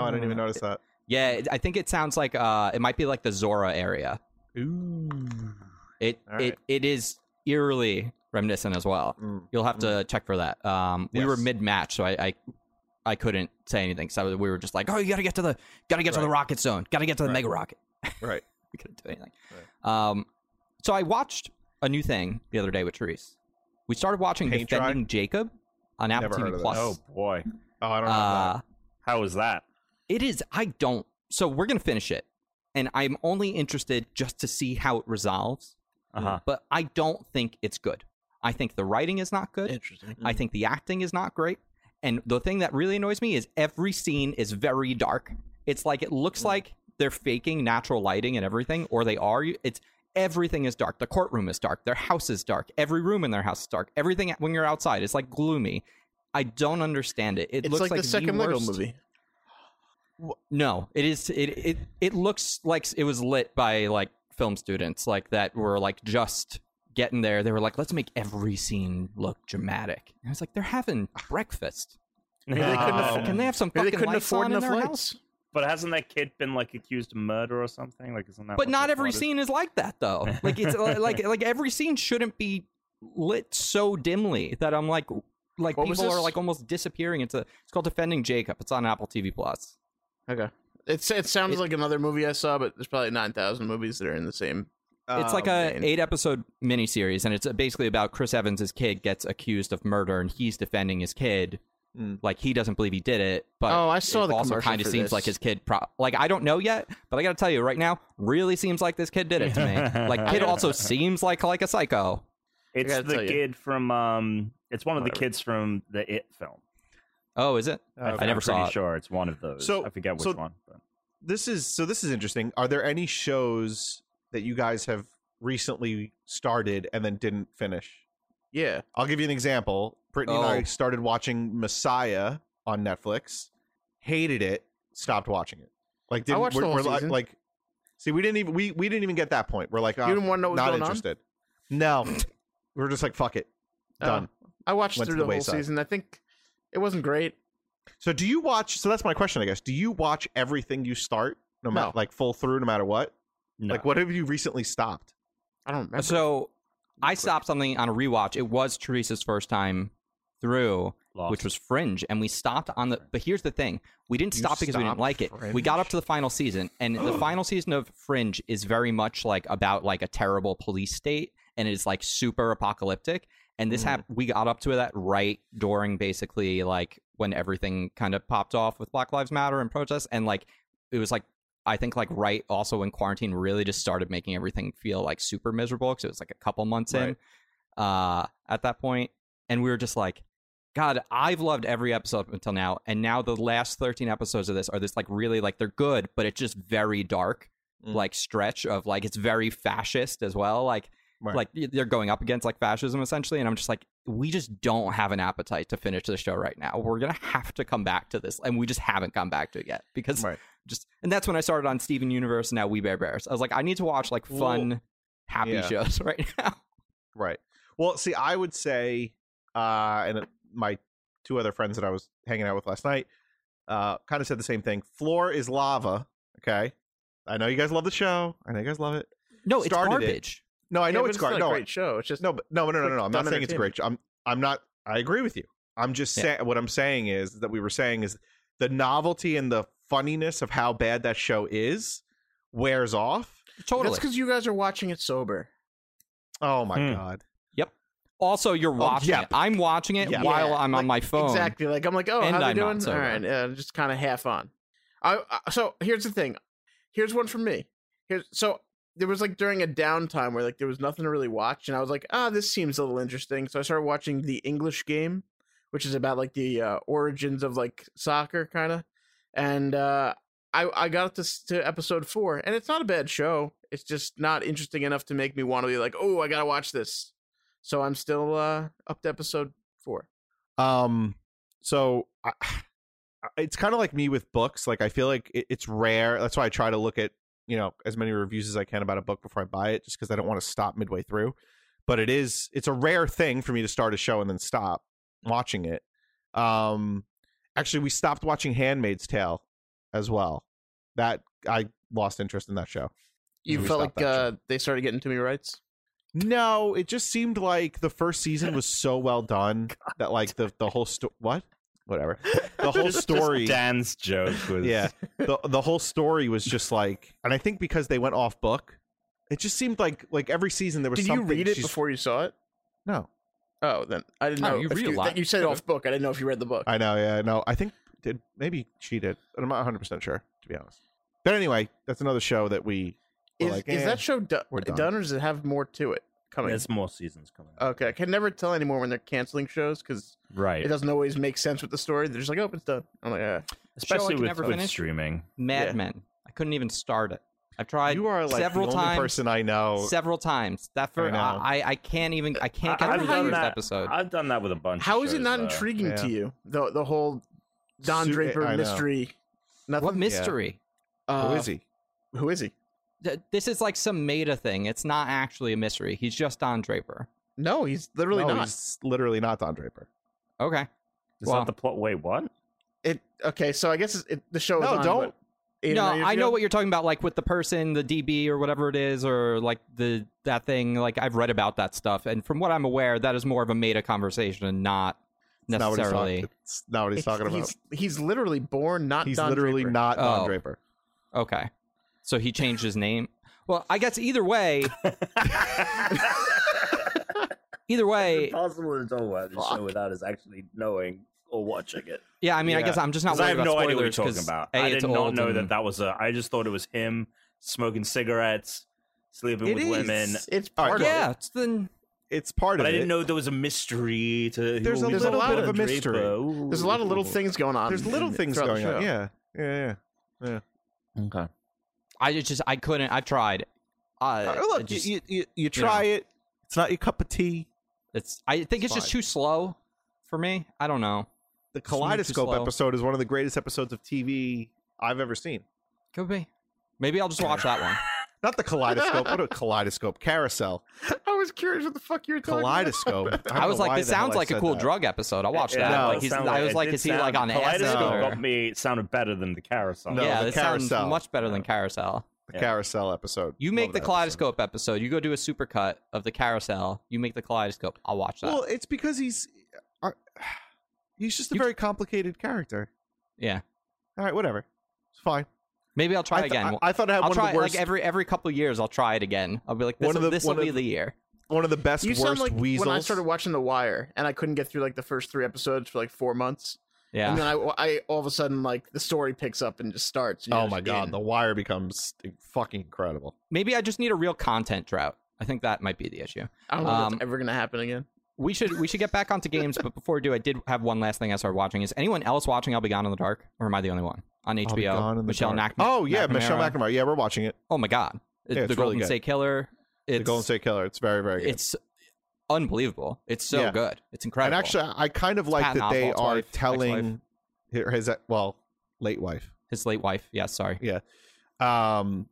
Speaker 3: Oh, I didn't even notice that.
Speaker 1: Yeah, it- I think it sounds like uh, it might be like the Zora area.
Speaker 3: Ooh.
Speaker 1: It
Speaker 3: All right.
Speaker 1: it it is eerily reminiscent as well.
Speaker 3: Mm.
Speaker 1: You'll have to check for that. Um, we were
Speaker 3: Yes.
Speaker 1: mid match, so I, I I couldn't say anything. So we were just like, oh, you gotta get to the gotta get to the
Speaker 3: Right.
Speaker 1: rocket zone, gotta get to the
Speaker 3: Right.
Speaker 1: mega rocket.
Speaker 3: Right.
Speaker 1: We couldn't do anything. Um, so I watched a new thing the other day with Therese. We started watching
Speaker 3: Paint Dry?
Speaker 1: Defending Jacob on Apple
Speaker 3: Never heard
Speaker 1: TV
Speaker 3: of
Speaker 1: Plus.
Speaker 2: oh boy,
Speaker 3: Oh, I don't know.
Speaker 1: Uh,
Speaker 2: how was that?
Speaker 1: it is. I don't. So we're gonna finish it, and I'm only interested just to see how it resolves.
Speaker 2: Uh huh.
Speaker 1: But I don't think it's good. I think the writing is not good.
Speaker 4: Interesting.
Speaker 1: I think the acting is not great. And the thing that really annoys me is every scene is very dark. It's like it looks
Speaker 4: Mm.
Speaker 1: like they're faking natural lighting and everything, or they are. It's everything is dark. The courtroom is dark. Their house is dark. Every room in their house is dark. Everything when you're outside, it's like gloomy. I don't understand it. It
Speaker 4: It's
Speaker 1: looks
Speaker 4: like,
Speaker 1: like
Speaker 4: the second Lego
Speaker 1: worst-
Speaker 4: movie.
Speaker 1: No, it is. It it it looks like it was lit by like film students, like that were like just getting there. They were like, let's make every scene look dramatic. And it's like they're having breakfast. Mm.
Speaker 4: they couldn't
Speaker 2: Um,
Speaker 4: afford-
Speaker 1: Can they have some
Speaker 4: Maybe
Speaker 1: fucking
Speaker 4: they couldn't
Speaker 1: lights
Speaker 4: afford
Speaker 1: on in
Speaker 4: enough
Speaker 1: their
Speaker 4: lights.
Speaker 1: house?
Speaker 2: but hasn't that kid been like accused of murder or something? Like, isn't that?
Speaker 1: But
Speaker 2: what
Speaker 1: not
Speaker 2: the
Speaker 1: every
Speaker 2: plot is?
Speaker 1: scene is like that though. Like it's li- like like every scene shouldn't be lit so dimly that I'm like like
Speaker 4: What was
Speaker 1: people are
Speaker 4: this?
Speaker 1: like almost disappearing into it's called defending Jacob. It's on Apple TV Plus.
Speaker 4: Okay. It's, it sounds like another movie I saw, but there's probably 9,000 movies that are in the same.
Speaker 3: that.
Speaker 1: it's like
Speaker 3: Um,
Speaker 1: a
Speaker 4: Oh, man.
Speaker 1: eight episode miniseries, and it's basically about Chris Evans' kid gets accused of murder, and he's defending his kid.
Speaker 3: Mm.
Speaker 1: Like he doesn't believe he did it, but
Speaker 4: Oh, I saw
Speaker 1: it
Speaker 4: the
Speaker 1: also
Speaker 4: commercial
Speaker 1: kind of
Speaker 4: for
Speaker 1: seems
Speaker 4: this.
Speaker 1: like his kid. Pro- like I don't know yet, but I got to tell you right now, really seems like this kid did it to me. like kid also seems like like a psycho.
Speaker 2: It's
Speaker 4: gotta
Speaker 2: the
Speaker 4: tell you.
Speaker 2: kid from um. It's one of the
Speaker 4: Whatever.
Speaker 2: kids from the It film.
Speaker 1: Oh, is it?
Speaker 3: Okay.
Speaker 1: I never
Speaker 2: am
Speaker 1: saw
Speaker 2: pretty
Speaker 1: it.
Speaker 2: Sure, it's one of those.
Speaker 3: So-
Speaker 2: I forget which
Speaker 3: so-
Speaker 2: one. But.
Speaker 3: this is so this is interesting are there any shows that you guys have recently started and then didn't finish
Speaker 4: Yeah.
Speaker 3: i'll give you an example brittany and i
Speaker 1: Oh.
Speaker 3: started watching messiah on netflix hated it stopped watching it like didn't,
Speaker 4: watched the
Speaker 3: we're,
Speaker 4: whole
Speaker 3: we're like,
Speaker 4: season.
Speaker 3: like see we didn't even we, we didn't even get that point we're like oh,
Speaker 4: didn't wanna know what was
Speaker 3: not
Speaker 4: going on?
Speaker 3: interested no we're just like fuck it
Speaker 4: Oh.
Speaker 3: done
Speaker 4: I watched
Speaker 3: Went to
Speaker 4: through
Speaker 3: the
Speaker 4: the, whole
Speaker 3: wayside.
Speaker 4: season. I think it wasn't great.
Speaker 3: so do you watch so that's my question i guess do you watch everything you start no matter
Speaker 4: No.
Speaker 3: like full through no matter what
Speaker 2: No.
Speaker 3: like what have you recently stopped
Speaker 4: I don't remember.
Speaker 1: So I stopped something on a rewatch. It was Teresa's first time through,
Speaker 2: Lost.
Speaker 1: which was Fringe, and we stopped on the. But here's the thing: we didn't
Speaker 3: You
Speaker 1: stop because we didn't
Speaker 3: stopped
Speaker 1: like it. We got up to the final season, and the final season of Fringe is very much like about like a terrible police state, and it's like super apocalyptic. And this happened. We got up to that right during basically like when everything kind of popped off with Black Lives Matter and protests, and like it was like I think like right also when quarantine really just started making everything feel like super miserable because it was like a couple months in uh, at that point, and we were just like, God, I've loved every episode up until now, and now the last thirteen episodes of this are this like really like they're good, but it's just very dark,
Speaker 3: Mm.
Speaker 1: like stretch of like it's very fascist as well, like
Speaker 3: Right.
Speaker 1: like y- they're going up against like fascism essentially, and I'm just like, we just don't have an appetite to finish the show right now. We're gonna have to come back to this, and we just haven't come back to it yet because
Speaker 3: Right.
Speaker 1: just and that's when I started on Steven Universe and now We Bear Bears. I was like, I need to watch like fun, happy
Speaker 3: Yeah.
Speaker 1: shows right now.
Speaker 3: Right. Well, see, I would say, uh, and my two other friends that I was hanging out with last night, uh, kind of said the same thing. Floor is lava. Okay. I know you guys love the show. I know you guys love it.
Speaker 1: No, it's
Speaker 3: Started it.
Speaker 1: garbage.
Speaker 3: No, I know
Speaker 4: but
Speaker 3: it's Guard.
Speaker 4: not
Speaker 3: No,
Speaker 4: a great show. It's just
Speaker 3: no, but, no, no, no, no,
Speaker 4: Quick,
Speaker 3: no. I'm not
Speaker 4: dumb
Speaker 3: saying it's a great. I'm I'm not. I agree with you. I'm just saying what I'm saying is that we were saying is the novelty and the funniness of how bad that show is wears off.
Speaker 1: Totally.
Speaker 4: That's because you guys are watching it sober.
Speaker 3: Oh my
Speaker 2: Hmm.
Speaker 3: god.
Speaker 1: also, you're watching
Speaker 3: Oh, yeah.
Speaker 1: it. I'm watching it
Speaker 3: Yeah.
Speaker 1: while
Speaker 4: Yeah,
Speaker 1: I'm on my
Speaker 4: like,
Speaker 1: phone.
Speaker 4: Exactly. Like I'm like, oh,
Speaker 1: And
Speaker 4: how they
Speaker 1: I'm not
Speaker 4: doing? All
Speaker 1: sober.
Speaker 4: right, yeah, just kind of half on. I, I so here's the thing. Here's one from me. Here's so there was like during a downtime where like there was nothing to really watch, and I was like, ah, this seems a little interesting. So I started watching the English Game, which is about like the uh, origins of like soccer, kind of. And uh, I I got to, s- to episode four, and it's not a bad show. It's just not interesting enough to make me want to be like, oh, I gotta watch this. So I'm still uh, up to episode four.
Speaker 3: Um, so I, it's kind of like me with books. Like I feel like it, it's rare. That's why I try to look at you know as many reviews as I can about a book before I buy it, just because I don't want to stop midway through. But it is it's a rare thing for me to start a show and then stop watching it. Um, actually, we stopped watching *Handmaid's Tale* as well. That I lost interest in that show.
Speaker 4: You
Speaker 3: So we
Speaker 4: felt
Speaker 3: stopped
Speaker 4: like
Speaker 3: that
Speaker 4: uh, they started getting to me rights.
Speaker 3: No, it just seemed like the first season was so well done that like the the whole sto- what whatever the whole story
Speaker 2: Dan's joke was
Speaker 3: yeah the the whole story was just like and i think because they went off book it just seemed like like every season there was
Speaker 4: Did you
Speaker 3: something
Speaker 4: read it
Speaker 3: she's-
Speaker 4: before you saw it?
Speaker 3: no
Speaker 4: Oh, then I didn't
Speaker 1: Oh,
Speaker 4: know.
Speaker 1: you
Speaker 4: if
Speaker 1: read a lot.
Speaker 4: that- You said off book. I didn't know if you read the book.
Speaker 3: i know yeah no i think did maybe she did i'm not 100% sure to be honest but anyway that's another show that we were
Speaker 4: is,
Speaker 3: like,
Speaker 4: is
Speaker 3: eh.
Speaker 4: that show do-
Speaker 3: we're
Speaker 4: done.
Speaker 3: done.
Speaker 4: or does it have more to it coming?
Speaker 2: There's more seasons coming. up.
Speaker 4: okay, I can never tell anymore when they're canceling shows because
Speaker 2: right.
Speaker 4: it doesn't always make sense with the story. They're just like, oh, it's done. I'm like, ah.
Speaker 1: Show I
Speaker 2: Especially
Speaker 1: can
Speaker 2: with,
Speaker 1: never
Speaker 2: with
Speaker 1: finish.
Speaker 2: streaming.
Speaker 1: Mad
Speaker 4: Yeah.
Speaker 1: Men. I couldn't even start it. I've tried
Speaker 3: you are like
Speaker 1: several
Speaker 3: the only
Speaker 1: times.
Speaker 3: person i
Speaker 2: Oh,
Speaker 3: know
Speaker 1: several times. That for
Speaker 3: I know.
Speaker 1: I, I I can't even I can't
Speaker 2: I-
Speaker 1: get through
Speaker 2: I've
Speaker 1: the
Speaker 4: done
Speaker 1: first
Speaker 2: that.
Speaker 1: episode.
Speaker 2: I've done that with a bunch.
Speaker 4: how
Speaker 2: of
Speaker 4: is it
Speaker 2: shows, uh,
Speaker 4: not
Speaker 2: though.
Speaker 4: intriguing
Speaker 3: uh, Yeah.
Speaker 4: to you? The the whole Don
Speaker 3: Su- eh,
Speaker 4: Draper
Speaker 3: I know.
Speaker 4: mystery. Nothing.
Speaker 1: what mystery?
Speaker 4: Uh,
Speaker 3: who is he
Speaker 4: Who is he?
Speaker 1: Th- This is like some meta thing. It's not actually a mystery. He's just Don Draper.
Speaker 4: No, he's literally
Speaker 3: No,
Speaker 4: not.
Speaker 3: he's literally not don draper
Speaker 1: Okay.
Speaker 2: Is
Speaker 1: Well-
Speaker 2: that the plot? Wait, what?
Speaker 4: It okay. So I guess it's- it, the show. is
Speaker 3: No,
Speaker 4: on,
Speaker 3: don't-
Speaker 4: what, eight or
Speaker 1: no,
Speaker 4: nine years
Speaker 1: I know
Speaker 4: ago?
Speaker 1: what you're talking about, like with the person, the DB or whatever it is, or like the that thing. Like I've read about that stuff, and from what I'm aware, that is more of a meta conversation and not
Speaker 3: It's not what he's
Speaker 1: necessarily.
Speaker 3: talking, it's not what he's talking about
Speaker 4: He's, he's literally born, not
Speaker 3: he's
Speaker 4: Don
Speaker 3: literally
Speaker 4: Draper.
Speaker 3: not don
Speaker 1: Oh.
Speaker 3: draper
Speaker 1: okay, so he changed his name. Well, I guess either way, either way,
Speaker 2: Possible to talk about
Speaker 4: show Fuck.
Speaker 2: without us actually knowing or watching it.
Speaker 1: yeah. I mean, I
Speaker 3: Yeah.
Speaker 1: guess I'm just not
Speaker 2: Because I
Speaker 1: worried
Speaker 2: have
Speaker 1: about
Speaker 2: no idea what you're
Speaker 1: spoilers.
Speaker 2: talking
Speaker 1: 'cause,
Speaker 2: about.
Speaker 1: A,
Speaker 2: I
Speaker 1: it's
Speaker 2: did not
Speaker 1: old
Speaker 2: know
Speaker 1: and-
Speaker 2: that that was a. I just thought it was him smoking cigarettes, sleeping
Speaker 4: It
Speaker 2: with
Speaker 4: is.
Speaker 2: women.
Speaker 4: It's
Speaker 3: All right,
Speaker 4: part
Speaker 1: Yeah,
Speaker 4: of
Speaker 1: it's then
Speaker 3: it's part
Speaker 2: But
Speaker 3: of
Speaker 2: I didn't
Speaker 3: it.
Speaker 2: know there was a mystery to.
Speaker 3: There's
Speaker 2: who
Speaker 3: a
Speaker 2: was
Speaker 4: little
Speaker 2: Don
Speaker 4: bit of
Speaker 3: a
Speaker 2: Draper.
Speaker 3: mystery.
Speaker 4: it. There's a lot of little things going on.
Speaker 3: There's little
Speaker 4: in-
Speaker 3: things
Speaker 4: throughout the
Speaker 3: going on.
Speaker 4: show.
Speaker 3: Yeah, yeah, yeah.
Speaker 2: Okay.
Speaker 1: I just just- I couldn't. I've tried. I,
Speaker 3: Uh,
Speaker 1: I
Speaker 3: look,
Speaker 1: just-
Speaker 3: you, you, you try it. It's not your cup of tea.
Speaker 1: it's I think it's, just
Speaker 3: fine.
Speaker 1: too slow for me. I don't know.
Speaker 3: The
Speaker 1: moved too
Speaker 3: Kaleidoscope
Speaker 1: slow.
Speaker 3: episode is one of the greatest episodes of TV I've ever seen.
Speaker 1: Could be. Maybe I'll just watch that one.
Speaker 3: Not the Kaleidoscope. what a Kaleidoscope Carousel.
Speaker 4: I was curious what the fuck you were talking about.
Speaker 3: Kaleidoscope. don't
Speaker 1: I, was
Speaker 3: know
Speaker 1: like,
Speaker 3: why
Speaker 1: this
Speaker 3: the hell
Speaker 1: sounds
Speaker 3: I
Speaker 1: like a
Speaker 3: said
Speaker 1: cool
Speaker 3: that.
Speaker 1: drug episode. I'll watch that.
Speaker 3: no,
Speaker 1: like,
Speaker 3: it
Speaker 1: he's,
Speaker 2: sounded
Speaker 1: I
Speaker 2: like-
Speaker 1: was
Speaker 2: it
Speaker 1: like,
Speaker 2: did
Speaker 1: is he
Speaker 2: sound-
Speaker 1: like on acid?
Speaker 2: Kaleidoscope
Speaker 1: or-
Speaker 2: got me. It sounded better than the carousel.
Speaker 3: No.
Speaker 1: yeah,
Speaker 3: the
Speaker 1: this sounds
Speaker 3: carousel.
Speaker 1: much better than carousel.
Speaker 3: The Carousel episode.
Speaker 1: You
Speaker 3: Love
Speaker 1: make the
Speaker 3: that
Speaker 1: kaleidoscope episode. You go do a supercut of the carousel. You make the kaleidoscope. I'll watch that.
Speaker 3: episode. Well, it's because he's uh, he's just a
Speaker 1: You-
Speaker 3: very complicated character.
Speaker 1: yeah,
Speaker 3: All right, whatever. It's fine.
Speaker 1: maybe I'll try
Speaker 3: I th-
Speaker 1: again.
Speaker 3: I, I thought I had
Speaker 1: will
Speaker 3: one
Speaker 1: try
Speaker 3: of the worst,
Speaker 1: like every every couple years. I'll try it again. I'll be like,
Speaker 3: One
Speaker 1: this
Speaker 3: of the-
Speaker 1: will
Speaker 3: one
Speaker 1: be
Speaker 3: of-
Speaker 1: the year.
Speaker 3: one of the best
Speaker 4: You sound
Speaker 3: worst
Speaker 4: like
Speaker 3: weasels.
Speaker 4: when I started watching The Wire, and I couldn't get through like the first three episodes for like four months, and
Speaker 1: Yeah,
Speaker 4: then I, I all of a sudden like the story picks up and just starts. and you're
Speaker 3: oh
Speaker 4: just
Speaker 3: my god,
Speaker 4: in.
Speaker 3: The Wire becomes fucking incredible.
Speaker 1: maybe I just need a real content drought. I think that might be the issue.
Speaker 4: I don't know if
Speaker 1: um,
Speaker 4: that's ever gonna happen again.
Speaker 1: We should we should get back onto games, but before we do, I did have one last thing I started watching. Is anyone else watching I'll Be Gone in the Dark, or am I the only one on
Speaker 3: I'll Be Gone in
Speaker 1: HBO?
Speaker 3: the
Speaker 1: Michelle
Speaker 3: Dark.
Speaker 1: Mac-
Speaker 3: Oh yeah, Michelle
Speaker 1: McNamara.
Speaker 3: McNamara. Yeah, we're watching it.
Speaker 1: Oh my god, It's
Speaker 3: Yeah,
Speaker 1: the
Speaker 3: it's really
Speaker 1: Golden
Speaker 3: good.
Speaker 1: State Killer. It's,
Speaker 3: the Golden State Killer. It's very very good.
Speaker 1: It's unbelievable. It's so
Speaker 3: Yeah.
Speaker 1: good. It's
Speaker 3: and
Speaker 1: incredible.
Speaker 3: actually, I kind of like
Speaker 1: Patton
Speaker 3: that they
Speaker 1: Oswalt's
Speaker 3: are
Speaker 1: wife,
Speaker 3: telling her- his well late wife.
Speaker 1: his late wife. Yeah, sorry.
Speaker 3: Um,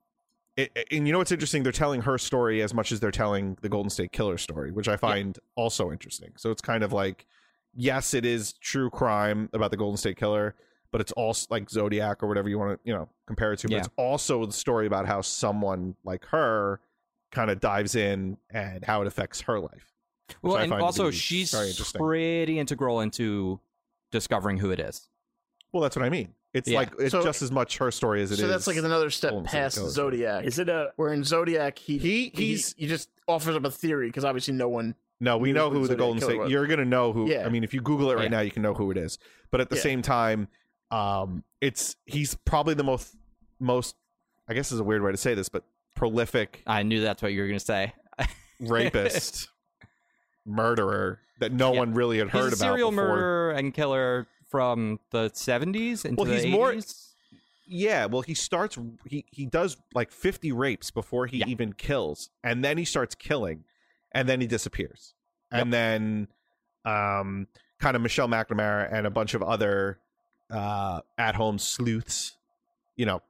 Speaker 3: it, it- and you know what's interesting? They're telling her story as much as they're telling the Golden State Killer story, which I find also interesting. So it's kind of like, yes, it is true crime about the Golden State Killer, but it's also like Zodiac or whatever you want to you know compare it to. But
Speaker 1: Yeah.
Speaker 3: it's also the story about how someone like her kind of dives in and how it affects her life.
Speaker 1: Well,
Speaker 3: I
Speaker 1: and
Speaker 3: find to
Speaker 1: also
Speaker 3: be
Speaker 1: she's
Speaker 3: very interesting.
Speaker 1: pretty integral into discovering who it is.
Speaker 3: Well, that's what I mean. It's
Speaker 1: Yeah.
Speaker 3: like it's
Speaker 4: So-
Speaker 3: just as much her story as it is.
Speaker 4: so that's like another step
Speaker 3: Holmes and
Speaker 4: past
Speaker 3: Goes.
Speaker 4: Zodiac.
Speaker 2: Is it a
Speaker 4: where in Zodiac he
Speaker 3: He- he's-
Speaker 4: he, he just offers up a theory because obviously no one
Speaker 3: No, we
Speaker 4: Who-
Speaker 3: know who
Speaker 4: who's
Speaker 3: the
Speaker 4: Zodiac
Speaker 3: Golden
Speaker 4: Killer
Speaker 3: State.
Speaker 4: was.
Speaker 3: You're gonna know who.
Speaker 4: Yeah.
Speaker 3: I mean, if you Google it right
Speaker 1: Yeah.
Speaker 3: now, you can know who it is. But at the
Speaker 4: Yeah.
Speaker 3: same time, um, it's he's probably the most most. I guess is a weird way to say this, but prolific
Speaker 1: I knew that's what you were going to say.
Speaker 3: rapist, murderer that no
Speaker 1: Yeah.
Speaker 3: one really had
Speaker 1: He's
Speaker 3: heard
Speaker 1: a
Speaker 3: about
Speaker 1: serial
Speaker 3: before.
Speaker 1: murderer and killer from the 70s into
Speaker 3: Well,
Speaker 1: the
Speaker 3: he's
Speaker 1: 80s.
Speaker 3: more- Yeah, well, he starts he he does like 50 rapes before he
Speaker 1: Yeah.
Speaker 3: even kills, and then he starts killing, and then he disappears, and then um kind of Michelle McNamara and a bunch of other uh at-home sleuths, you know,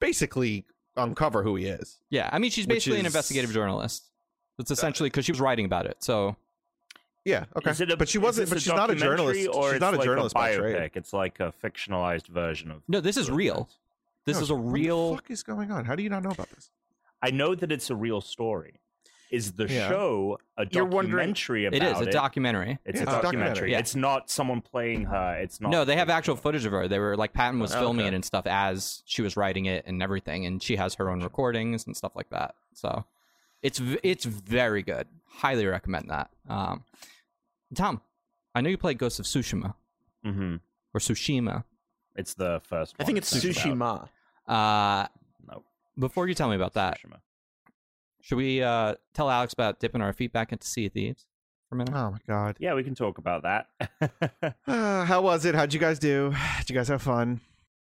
Speaker 3: basically uncover who he is.
Speaker 1: yeah, I mean, she's
Speaker 3: Which
Speaker 1: basically an
Speaker 3: is-
Speaker 1: investigative journalist. That's essentially because she was writing about it. So
Speaker 3: Yeah, okay,
Speaker 2: Is it a,
Speaker 3: but she
Speaker 2: is
Speaker 3: wasn't.
Speaker 2: this
Speaker 3: But she's not a
Speaker 2: documentary
Speaker 3: journalist.
Speaker 2: Or
Speaker 3: she's
Speaker 2: it's
Speaker 3: not a
Speaker 2: like
Speaker 3: journalist
Speaker 2: a
Speaker 3: by trade.
Speaker 2: biopic. It's like a fictionalized version of.
Speaker 1: no, this is real. This
Speaker 3: No,
Speaker 1: is a
Speaker 3: what the
Speaker 1: real.
Speaker 3: fuck is going on? How do you not know about this?
Speaker 2: I know that it's a real story. Is the
Speaker 3: Yeah.
Speaker 2: show a
Speaker 4: You're wondering-
Speaker 2: documentary
Speaker 1: It is
Speaker 2: about
Speaker 1: a documentary.
Speaker 2: It's
Speaker 3: Yeah,
Speaker 2: a
Speaker 3: it's a
Speaker 2: documentary.
Speaker 3: documentary.
Speaker 1: Yeah.
Speaker 2: It's not someone playing her. It's not.
Speaker 1: No, they have actual footage of her. They were like Patton was
Speaker 4: Oh,
Speaker 1: filming it
Speaker 4: okay.
Speaker 1: and stuff as she was writing it and everything, and she has her own recordings and stuff like that. So it's v- it's very good. Highly recommend that. Um, Tom, I know you played Ghost of Tsushima
Speaker 2: hmm
Speaker 1: or Tsushima.
Speaker 2: It's the first.
Speaker 4: I
Speaker 2: one
Speaker 4: think it's
Speaker 2: about.
Speaker 4: Sushi Ma.
Speaker 1: Uh,
Speaker 2: No.
Speaker 1: Before you tell me about that,
Speaker 2: Tsushima.
Speaker 1: should we uh, tell Alex about dipping our feet back into Sea of Thieves for a
Speaker 2: Uh.
Speaker 1: minute?
Speaker 3: Oh my god.
Speaker 2: Yeah, we can talk about that.
Speaker 3: Uh, how was it? How'd you guys do? Did you guys have fun?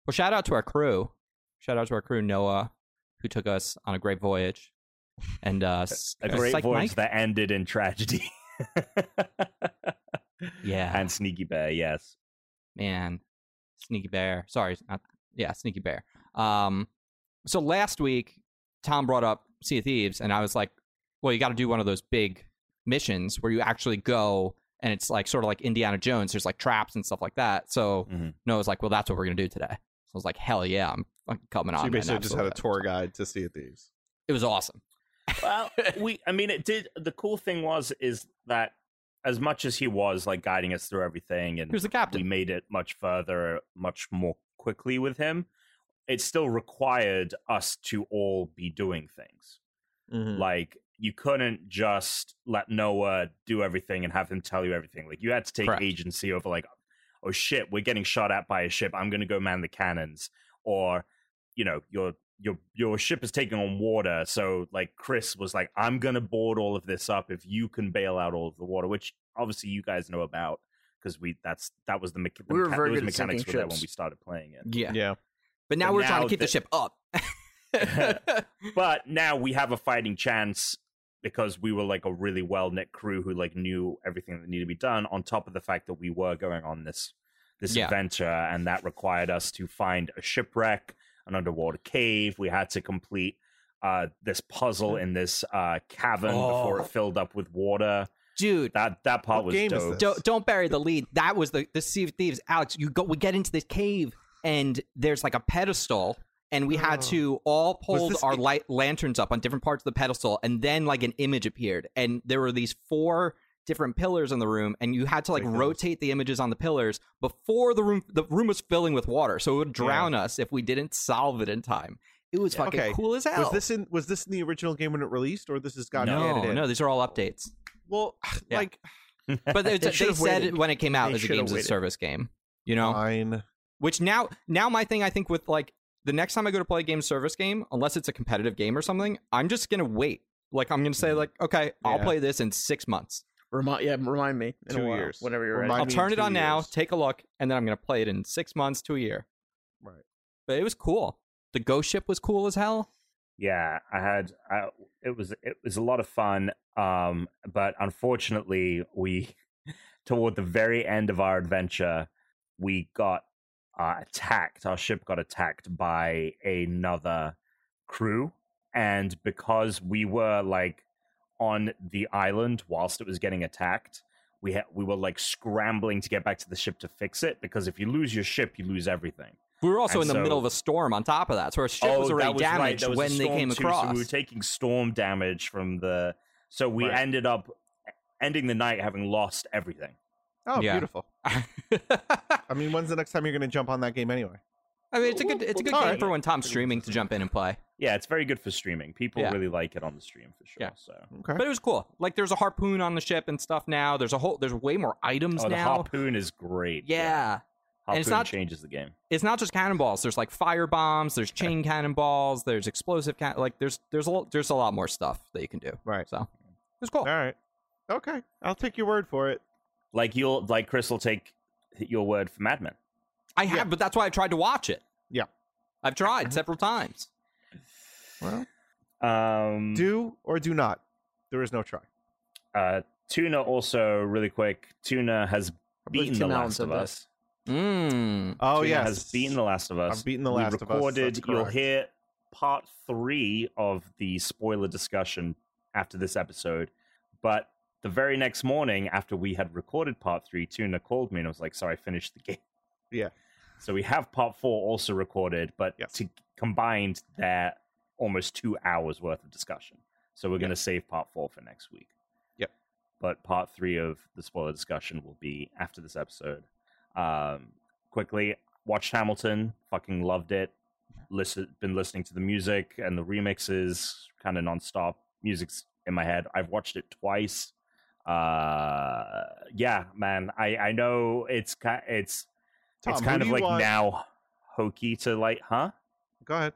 Speaker 1: Well, shout out to our crew. Shout out to our crew, Noah, who took us on a great voyage. And uh, s-
Speaker 2: a
Speaker 1: uh,
Speaker 2: great
Speaker 1: Psych
Speaker 2: voice
Speaker 1: Mike?
Speaker 2: that ended in tragedy.
Speaker 1: Yeah.
Speaker 2: and Sneaky Bear, yes.
Speaker 1: man sneaky bear sorry not yeah sneaky bear um so last week tom brought up sea of thieves and i was like well you got to do one of those big missions where you actually go and it's like sort of like indiana jones there's like traps and stuff like that so
Speaker 2: Mhm.
Speaker 1: no was like well that's what we're gonna do today so i was like hell yeah i'm fucking coming
Speaker 3: So
Speaker 1: on
Speaker 3: you
Speaker 1: man,
Speaker 3: basically just had a
Speaker 1: absolutely.
Speaker 3: tour guide to see thieves.
Speaker 1: it was awesome
Speaker 2: Well, we I mean it did the cool thing was is that as much as he was like guiding us through everything and
Speaker 1: he was the
Speaker 2: we
Speaker 1: captain
Speaker 2: made it much further much more quickly with him, it still required us to all be doing things.
Speaker 4: Mm-hmm.
Speaker 2: Like you couldn't just let Noah do everything and have him tell you everything. Like you had to take
Speaker 1: Correct.
Speaker 2: agency over like, oh shit, we're getting shot at by a ship. I'm gonna go man the cannons. Or, you know, your your your ship is taking on water. So like Chris was like, I'm gonna board all of this up if you can bail out all of the water, which obviously you guys know about because we that's that was the, mecha- the
Speaker 4: We were
Speaker 2: mecha-
Speaker 4: very
Speaker 2: those
Speaker 4: good at sinking
Speaker 2: mechanics were there when
Speaker 4: ships.
Speaker 2: we started playing it.
Speaker 1: yeah.
Speaker 3: yeah.
Speaker 1: but now
Speaker 2: But
Speaker 1: we're trying
Speaker 2: now
Speaker 1: to keep the
Speaker 2: the-
Speaker 1: ship up
Speaker 2: but now we have a fighting chance because we were like a really well knit crew who like knew everything that needed to be done on top of the fact that we were going on this this
Speaker 1: Yeah.
Speaker 2: adventure and that required us to find a shipwreck an underwater cave we had to complete uh this
Speaker 3: Mm-hmm.
Speaker 2: puzzle in this uh cavern before
Speaker 1: Oh.
Speaker 2: it filled up with water
Speaker 1: dude
Speaker 2: that that part
Speaker 3: What
Speaker 2: was
Speaker 3: game is
Speaker 2: dope
Speaker 3: this?
Speaker 1: don't, don't bury the lead. That was the the Sea of Thieves. Alex, you go. We get into this cave, and there's like a pedestal, and we had
Speaker 3: Oh.
Speaker 1: to all hold
Speaker 3: this
Speaker 1: our
Speaker 3: i-
Speaker 1: light lanterns up on different parts of the pedestal, and then like an image appeared, and there were these four different pillars in the room, and you had to like
Speaker 3: Ridiculous.
Speaker 1: rotate the images on the pillars before the room. The room was filling with water, so it would drown us if we didn't solve it in time. It was fucking
Speaker 3: Okay.
Speaker 1: cool as hell.
Speaker 3: Was this in was this in the original game when it released, or this is got
Speaker 1: no,
Speaker 3: added in?
Speaker 1: no, these are all updates.
Speaker 3: Well,
Speaker 1: Yeah.
Speaker 3: like
Speaker 1: But it's,
Speaker 4: They
Speaker 1: they
Speaker 4: should've
Speaker 1: said
Speaker 4: waited.
Speaker 1: when it came out
Speaker 4: They
Speaker 1: as a
Speaker 4: should've
Speaker 1: games as a
Speaker 4: waited.
Speaker 1: service game. You know,
Speaker 3: fine.
Speaker 1: which now now my thing i think with like the next time i go to play a game service game unless it's a competitive game or something i'm just gonna wait like i'm gonna say
Speaker 2: Mm-hmm.
Speaker 1: like okay i'll
Speaker 3: Yeah.
Speaker 1: play this in six months
Speaker 4: Remind yeah, remind me in
Speaker 3: Two
Speaker 4: a while,
Speaker 3: years.
Speaker 4: whenever you're
Speaker 3: Remind
Speaker 1: i'll
Speaker 4: ready.
Speaker 3: me in
Speaker 1: turn it
Speaker 3: two
Speaker 1: on now
Speaker 3: years.
Speaker 1: take a look and then i'm gonna play it in six months to a year
Speaker 3: Right.
Speaker 1: but it was cool the ghost ship was cool as hell
Speaker 2: yeah i had I, it was it was a lot of fun um but unfortunately we toward the very end of our adventure we got uh, attacked our ship got attacked by another crew and because we were like on the island whilst it was getting attacked we ha- we were like scrambling to get back to the ship to fix it because if you lose your ship, you lose everything.
Speaker 1: We were also
Speaker 2: And
Speaker 1: in the
Speaker 2: so-
Speaker 1: middle of a storm on top of that, so our ship was
Speaker 2: Oh, that
Speaker 1: already
Speaker 2: was right,
Speaker 1: damaged
Speaker 2: there was a
Speaker 1: when they
Speaker 2: storm
Speaker 1: came
Speaker 2: too,
Speaker 1: across.
Speaker 2: So we were taking storm damage from the. So we
Speaker 3: Right.
Speaker 2: ended up ending the night having lost everything.
Speaker 3: Oh,
Speaker 1: Yeah.
Speaker 3: beautiful. I mean, when's the next time you're going to jump on that game anyway?
Speaker 1: I mean, it's a good it's a good
Speaker 2: All
Speaker 1: game
Speaker 2: right.
Speaker 1: for when Tom's streaming to jump in and play.
Speaker 2: Yeah, it's very good for streaming. People
Speaker 1: Yeah.
Speaker 2: really like it on the stream for sure.
Speaker 1: Yeah.
Speaker 2: So Oh,
Speaker 3: Okay.
Speaker 1: But it was cool. Like there's a harpoon on the ship and stuff now. There's a whole there's way more items
Speaker 2: oh, the
Speaker 1: now.
Speaker 2: harpoon is great.
Speaker 1: yeah.
Speaker 2: harpoon
Speaker 1: And it's not-
Speaker 2: changes the game.
Speaker 1: it's not just cannonballs. There's like fire bombs. There's chain cannonballs. There's explosive can. Like there's there's a lot, there's a lot more stuff that you can do.
Speaker 3: Right.
Speaker 1: So it's cool.
Speaker 3: All right. Okay. I'll take your word for it.
Speaker 2: Like you'll like Chris will take your word for Mad Men.
Speaker 1: I have,
Speaker 3: Yeah.
Speaker 1: but that's why I tried to watch it.
Speaker 3: Yeah. Uh-huh.
Speaker 1: I've tried several times.
Speaker 3: Well,
Speaker 2: Um,
Speaker 1: Mm.
Speaker 3: do or do not. There is no try.
Speaker 2: uh, Tuna also really quick. Tuna has
Speaker 4: I believe
Speaker 2: beaten The
Speaker 4: Tim Allen
Speaker 2: Last
Speaker 4: said
Speaker 2: of
Speaker 4: that.
Speaker 2: Us.
Speaker 1: Mm.
Speaker 3: Oh,
Speaker 2: Tuna
Speaker 3: yes.
Speaker 2: has beaten The Last of Us.
Speaker 3: I've beaten The Last
Speaker 2: we
Speaker 3: of Us,
Speaker 2: recorded.
Speaker 3: that's
Speaker 2: You'll
Speaker 3: correct.
Speaker 2: hear part three of the spoiler discussion after this episode. But the very next morning, after we had recorded part three, Tuna called me and was like, "Sorry, I finished the game."
Speaker 3: Yeah.
Speaker 2: So we have part four also recorded, but
Speaker 3: Yes.
Speaker 2: to combined that almost two hours worth of discussion. So we're going to save part four for next week.
Speaker 3: Yep.
Speaker 2: But part three of the spoiler discussion will be after this episode. Um, quickly watched Hamilton, fucking loved it. Listen, been listening to the music and the remixes kind of nonstop. Music's in my head. I've watched it twice. Uh, yeah, man. I I know it's ki- it's
Speaker 3: Tom,
Speaker 2: it's
Speaker 3: who
Speaker 2: kind
Speaker 3: do
Speaker 2: of
Speaker 3: you
Speaker 2: like
Speaker 3: want-
Speaker 2: now hokey to like, huh?
Speaker 3: Go ahead.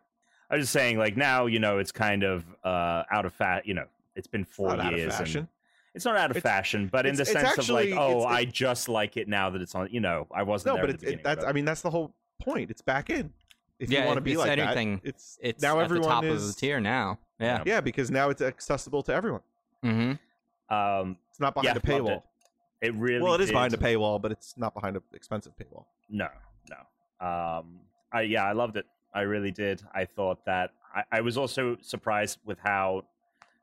Speaker 2: I was just saying, like now, you know, it's kind of uh out of fat. You know, it's been four
Speaker 3: Not out of
Speaker 2: years. and-
Speaker 3: fashion.
Speaker 2: it's not out of
Speaker 3: It's-
Speaker 2: fashion, but in the
Speaker 3: it's- it's
Speaker 2: sense
Speaker 3: actually-
Speaker 2: of like, oh,
Speaker 3: it's-
Speaker 2: I just like it now that it's on. You know, I wasn't
Speaker 3: No,
Speaker 2: there
Speaker 3: but
Speaker 2: at
Speaker 3: it's
Speaker 2: the
Speaker 3: it,
Speaker 2: beginning,
Speaker 3: that's.
Speaker 2: but-
Speaker 3: I mean, that's the whole point. It's back in. If
Speaker 1: Yeah,
Speaker 3: you want to be
Speaker 1: it's
Speaker 3: like
Speaker 1: anything-
Speaker 3: that, it's
Speaker 1: It's
Speaker 3: now
Speaker 1: at
Speaker 3: everyone
Speaker 1: the top
Speaker 3: is
Speaker 1: of the tier now. Yeah.
Speaker 3: Yeah, because now it's accessible to everyone.
Speaker 1: Mm-hmm.
Speaker 2: um,
Speaker 3: It's not behind
Speaker 2: Yeah,
Speaker 3: a
Speaker 2: loved
Speaker 3: paywall.
Speaker 2: it really
Speaker 3: well, it is
Speaker 2: did-
Speaker 3: behind a paywall, but it's not behind an expensive paywall.
Speaker 2: No, no. Um, I yeah, I loved it. I really did. I thought that I, I was also surprised with how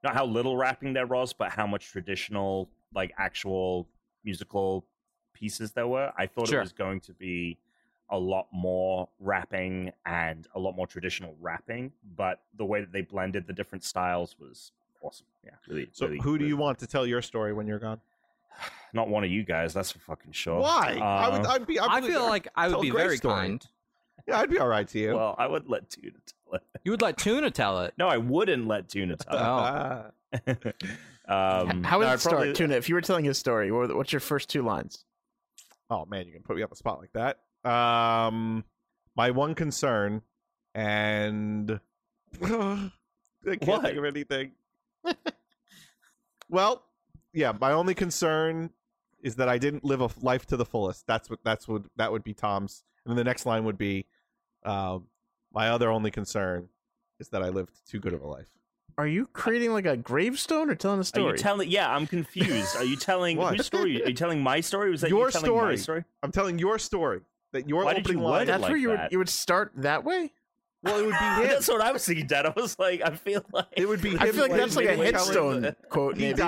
Speaker 2: not how little rapping there was, but how much traditional like actual musical pieces there were. I thought
Speaker 1: Sure.
Speaker 2: it was going to be a lot more rapping and a lot more traditional rapping, but the way that they blended the different styles was awesome. Yeah, really.
Speaker 3: So,
Speaker 2: really,
Speaker 3: who do
Speaker 2: really-
Speaker 3: you want to tell your story when you're gone?
Speaker 2: Not one of you guys. That's for fucking sure.
Speaker 3: Why? I
Speaker 2: Uh,
Speaker 3: would. I'd be. I'd
Speaker 1: I
Speaker 3: be-
Speaker 1: feel like I
Speaker 3: Tell
Speaker 1: would be
Speaker 3: Grace
Speaker 1: very
Speaker 3: story.
Speaker 1: kind.
Speaker 3: Yeah, I'd be all right to you.
Speaker 2: well, I would let Tuna tell it.
Speaker 1: You would let Tuna tell it.
Speaker 2: No, I wouldn't let Tuna tell.
Speaker 3: Uh,
Speaker 1: Oh.
Speaker 2: it. um,
Speaker 4: How would
Speaker 2: no,
Speaker 4: it
Speaker 2: I'd
Speaker 4: start,
Speaker 2: probably-
Speaker 4: Tuna? If you were telling his story, what- what's your first two lines?
Speaker 3: oh man, you can put me on the spot like that. Um, my one concern, and I can't
Speaker 2: What?
Speaker 3: think of anything. well, yeah, my only concern is that I didn't live a f- life to the fullest. That's what that's what that would be Tom's, and then the next line would be, um, my other only concern is that I lived too good of a life.
Speaker 4: Are you creating like a gravestone or telling a
Speaker 2: Are you
Speaker 4: story?
Speaker 2: telry? Yeah, I'm confused. Are you telling
Speaker 3: What?
Speaker 2: whose story? Are you telling my story? Was that you
Speaker 3: Your
Speaker 2: telling my
Speaker 3: story.
Speaker 2: story?
Speaker 3: I'm telling your story that your
Speaker 2: Why did
Speaker 3: opening
Speaker 2: you
Speaker 3: line.
Speaker 2: word it
Speaker 4: That's where
Speaker 2: like
Speaker 4: you would
Speaker 2: that.
Speaker 4: you would start that way.
Speaker 3: Well, it would be him.
Speaker 2: That's what I was thinking, Dad. I was like, I feel like
Speaker 3: It would be. Him
Speaker 4: I feel like
Speaker 2: like,
Speaker 4: that's like a
Speaker 2: midway telling
Speaker 4: headstone
Speaker 2: the-
Speaker 4: quote.
Speaker 3: he
Speaker 4: maybe, but-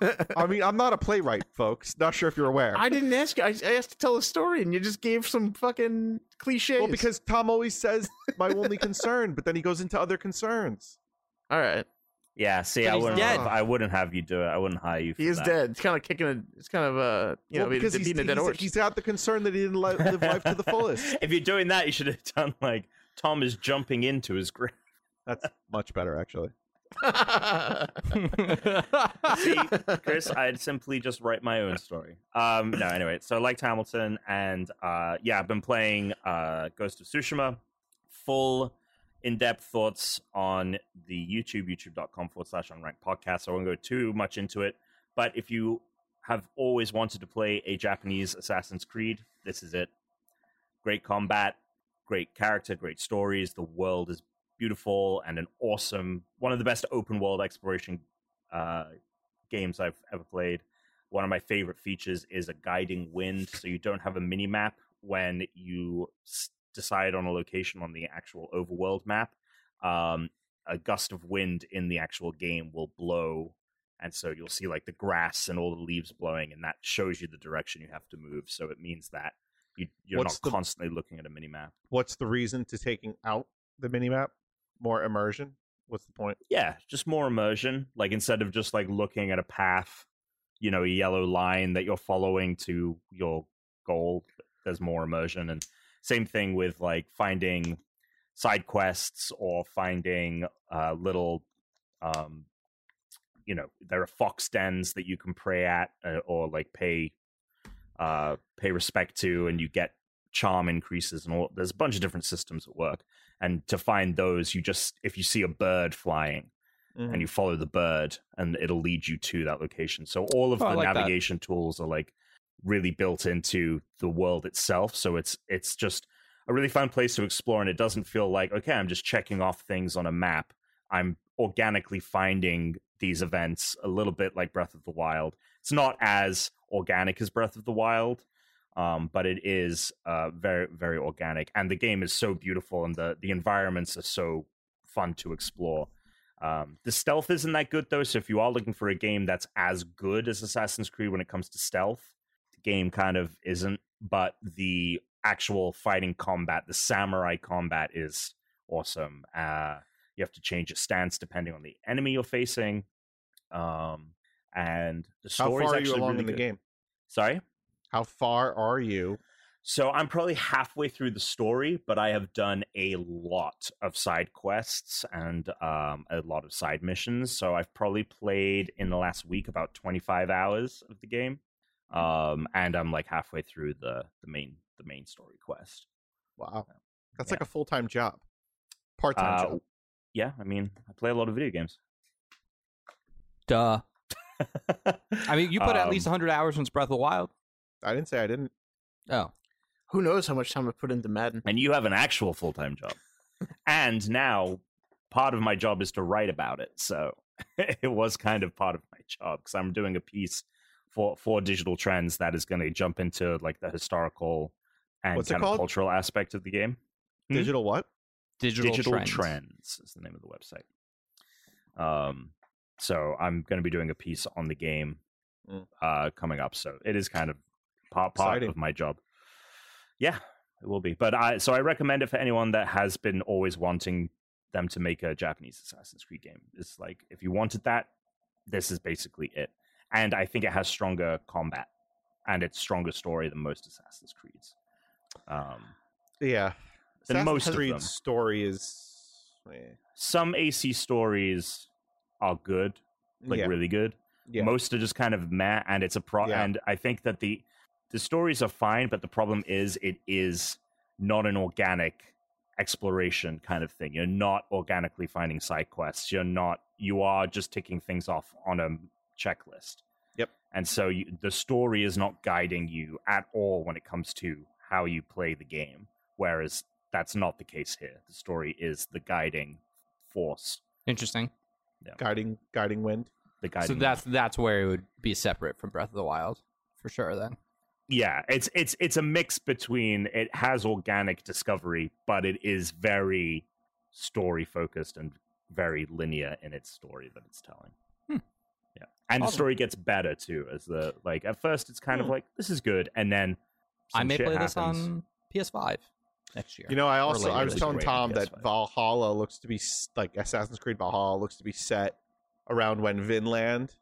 Speaker 3: dies. I mean, I'm not a playwright, folks. Not sure if you're aware.
Speaker 4: I didn't ask you. I I asked to tell a story, and you just gave some fucking cliches.
Speaker 3: well, because Tom always says my only concern, but then he goes into other concerns.
Speaker 4: all right,
Speaker 2: Yeah, see,
Speaker 1: But
Speaker 2: I
Speaker 1: he's
Speaker 2: wouldn't.
Speaker 1: dead.
Speaker 2: Have, I wouldn't have you do it. I wouldn't hire you. For
Speaker 4: he is
Speaker 2: that.
Speaker 4: dead. It's kind of kicking a. It's kind of uh, you know,
Speaker 3: well, because he's,
Speaker 4: beating a dead
Speaker 3: he's-
Speaker 4: horse.
Speaker 3: he's got the concern that he didn't li- live life to the fullest.
Speaker 2: if you're doing that, you should have done like Tom is jumping into his grave.
Speaker 3: That's much better, actually.
Speaker 2: See, Chris, I'd simply just write my own story. Um, no, anyway, so I liked Hamilton, and uh, yeah, I've been playing uh, Ghost of Tsushima. Full in depth thoughts on the YouTube, youtube.com forward slash unranked podcast. So I won't go too much into it, but if you have always wanted to play a Japanese Assassin's Creed, this is it. Great combat, great character, great stories. The world is beautiful and an awesome, one of the best open world exploration uh, games I've ever played. One of my favorite features is a guiding wind, so you don't have a mini map when you s- decide on a location on the actual overworld map. Um, a gust of wind in the actual game will blow and so you'll see like the grass and all the leaves blowing, and that shows you the direction you have to move. So it means that you, you're
Speaker 3: What's the-
Speaker 2: not constantly looking at a mini map.
Speaker 3: What's the reason to taking out the minimap? More immersion? What's the point?
Speaker 2: yeah, just more immersion. Like instead of just like looking at a path, you know, a yellow line that you're following to your goal, there's more immersion. And same thing with like finding side quests or finding uh, little, um, you know, there are fox dens that you can pray at uh, or like pay uh, pay respect to, and you get charm increases and all. There's a bunch of different systems at work and to find those you just if you see a bird flying
Speaker 3: Mm-hmm.
Speaker 1: Mm.
Speaker 2: and you follow the bird and it'll lead you to that location so all of
Speaker 1: Oh, I
Speaker 2: the
Speaker 1: like that.
Speaker 2: navigation tools are like really built into the world itself so it's it's just a really fun place to explore and it doesn't feel like okay i'm just checking off things on a map i'm organically finding these events a little bit like breath of the wild it's not as organic as breath of the wild um, but it is uh, very very organic and the game is so beautiful and the the environments are so fun to explore um, the stealth isn't that good though so if you are looking for a game that's as good as assassin's creed when it comes to stealth the game kind of isn't but the actual fighting combat the samurai combat is awesome uh, you have to change your stance depending on the enemy you're facing um, and the
Speaker 3: How
Speaker 2: story
Speaker 3: far are you
Speaker 2: actually
Speaker 3: along
Speaker 2: really
Speaker 3: in the
Speaker 2: good.
Speaker 3: game?
Speaker 2: sorry
Speaker 3: How far are you?
Speaker 2: so I'm probably halfway through the story, but I have done a lot of side quests and um, a lot of side missions. So I've probably
Speaker 1: Mm.
Speaker 2: played in the last week about 25 hours of the game,
Speaker 1: Mm.
Speaker 2: um, and I'm like halfway through the the main the main story quest.
Speaker 3: Wow. That's
Speaker 2: Yeah.
Speaker 3: like a full time job. Part time
Speaker 2: Uh,
Speaker 3: job.
Speaker 2: yeah, I mean, I play a lot of video games.
Speaker 1: Duh. I mean, you put at
Speaker 2: Um,
Speaker 1: least 100 hours since Breath of the Wild.
Speaker 3: I didn't say I didn't.
Speaker 1: Oh,
Speaker 4: Who knows how much time I put into Madden?
Speaker 2: and you have an actual full time job. and now part of my job is to write about it. So it was kind of part of my job because I'm doing a piece for for digital trends that is going to jump into like the historical and
Speaker 3: What's it
Speaker 2: kind of
Speaker 3: called?
Speaker 2: cultural aspect of the game. Hmm?
Speaker 3: Digital what?
Speaker 1: digital, trends.
Speaker 2: Trends is the name of the website. Um, so I'm going to be doing a piece on the game
Speaker 3: Mm.
Speaker 2: uh, coming up. So it is kind of part part
Speaker 3: Exciting.
Speaker 2: of my job. Yeah, it will be. But I so I recommend it for anyone that has been always wanting them to make a Japanese Assassin's Creed game. It's like if you wanted that, this is basically it. And I think it has stronger combat and it's stronger story than most Assassin's Creeds. Um,
Speaker 3: Yeah.
Speaker 2: Than
Speaker 3: Assassin's
Speaker 2: most of
Speaker 3: Creed's
Speaker 2: them.
Speaker 3: story is. eh,
Speaker 2: some AC stories are good, like
Speaker 3: yeah.
Speaker 2: really good.
Speaker 3: yeah.
Speaker 2: Most are just kind of meh, and it's a pro.
Speaker 3: Yeah.
Speaker 2: And I think that the the stories are fine, but the problem is it is not an organic exploration kind of thing. You're not organically finding side quests. You're not. You are just ticking things off on a checklist.
Speaker 3: Yep.
Speaker 2: And so you, the story is not guiding you at all when it comes to how you play the game. Whereas that's not the case here. The story is the guiding force.
Speaker 1: Interesting.
Speaker 3: guiding guiding wind.
Speaker 2: The guiding.
Speaker 1: so that's that's where it would be separate from Breath of the Wild, for sure. Then
Speaker 2: yeah it's it's it's a mix between it has organic discovery but it is very story focused and very linear in its story that it's telling
Speaker 1: Hmm.
Speaker 2: yeah and the
Speaker 1: Awesome.
Speaker 2: story gets better too as the like at first it's kind of
Speaker 3: Hmm.
Speaker 2: like this is good and then
Speaker 1: I
Speaker 2: some
Speaker 1: may
Speaker 2: shit
Speaker 1: play this
Speaker 2: happens.
Speaker 1: on PS5 next year.
Speaker 3: You know, I also
Speaker 1: later
Speaker 3: I was
Speaker 1: this
Speaker 3: telling
Speaker 2: year.
Speaker 3: Tom that
Speaker 2: PS5.
Speaker 3: Valhalla looks to be s- like Assassin's Creed Valhalla looks to be set around when Vinland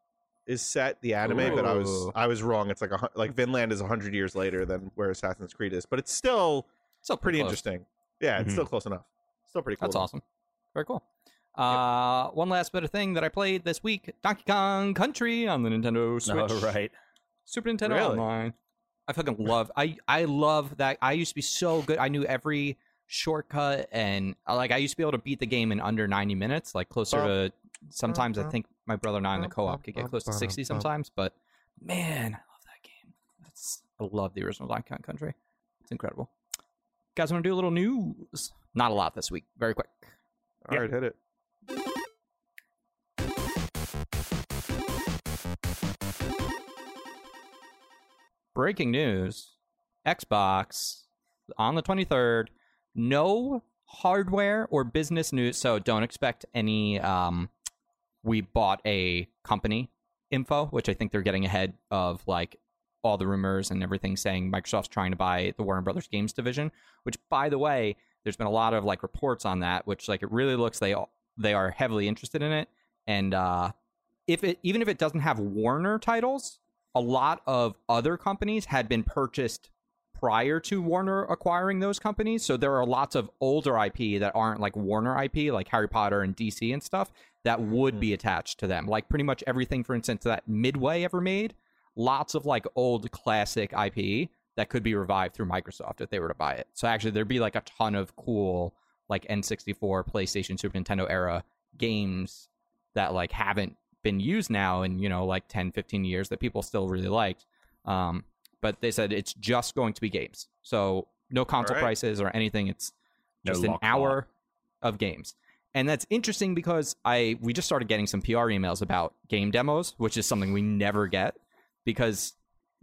Speaker 3: is set the anime, but I was
Speaker 1: Ooh.
Speaker 3: I was wrong. It's like a, hun- like Vinland is hundred years later than where Assassin's Creed is, but it's still
Speaker 1: so
Speaker 3: pretty interesting. Yeah, it's
Speaker 2: Mhm.
Speaker 3: still close enough. Still pretty cool.
Speaker 1: Mm-hmm. That's awesome. Very cool. Uh, one last bit of thing that I played this week: Donkey Kong Country on the Nintendo Switch.
Speaker 2: all right
Speaker 1: Super Nintendo
Speaker 3: Really?
Speaker 1: Online. I fucking love. I I love that. I used to be so good. I knew every shortcut and uh, like I used to be able to beat the game in under ninety minutes. Like closer to sometimes I think my brother and I in the co-op could get close to sixty sometimes. But man, I love that game. That's, I love the original Donkey Kong Country. It's incredible. Guys, want to do a little news? Not a lot this week. Very quick.
Speaker 3: All right, hit it.
Speaker 1: breaking news Xbox on the 23rd. No hardware or business news. So don't expect any. Um, we bought a company info, which I think they're getting ahead of like all the rumors and everything saying Microsoft's trying to buy the Warner Brothers Games division. Which, by the way, there's been a lot of like reports on that, which like it really looks they all, they are heavily interested in it. And uh, if it even if it doesn't have Warner titles, a lot of other companies had been purchased prior to Warner acquiring those companies. So there are lots of older IP that aren't like Warner IP, like Harry Potter and DC and stuff, that would be attached to them. Like pretty much everything, for instance, that Midway ever made, lots of like old classic IP that could be revived through Microsoft if they were to buy it. So actually, there'd be like a ton of cool like N64, PlayStation, Super Nintendo era games that like haven't been used now in you know like 10 15 years that people still really liked um but they said it's just going to be games so no console
Speaker 3: Alright.
Speaker 1: prices or anything it's
Speaker 2: No
Speaker 1: just an
Speaker 2: lock
Speaker 1: hour of games and that's interesting because i we just started getting some pr emails about game demos which is something we never get because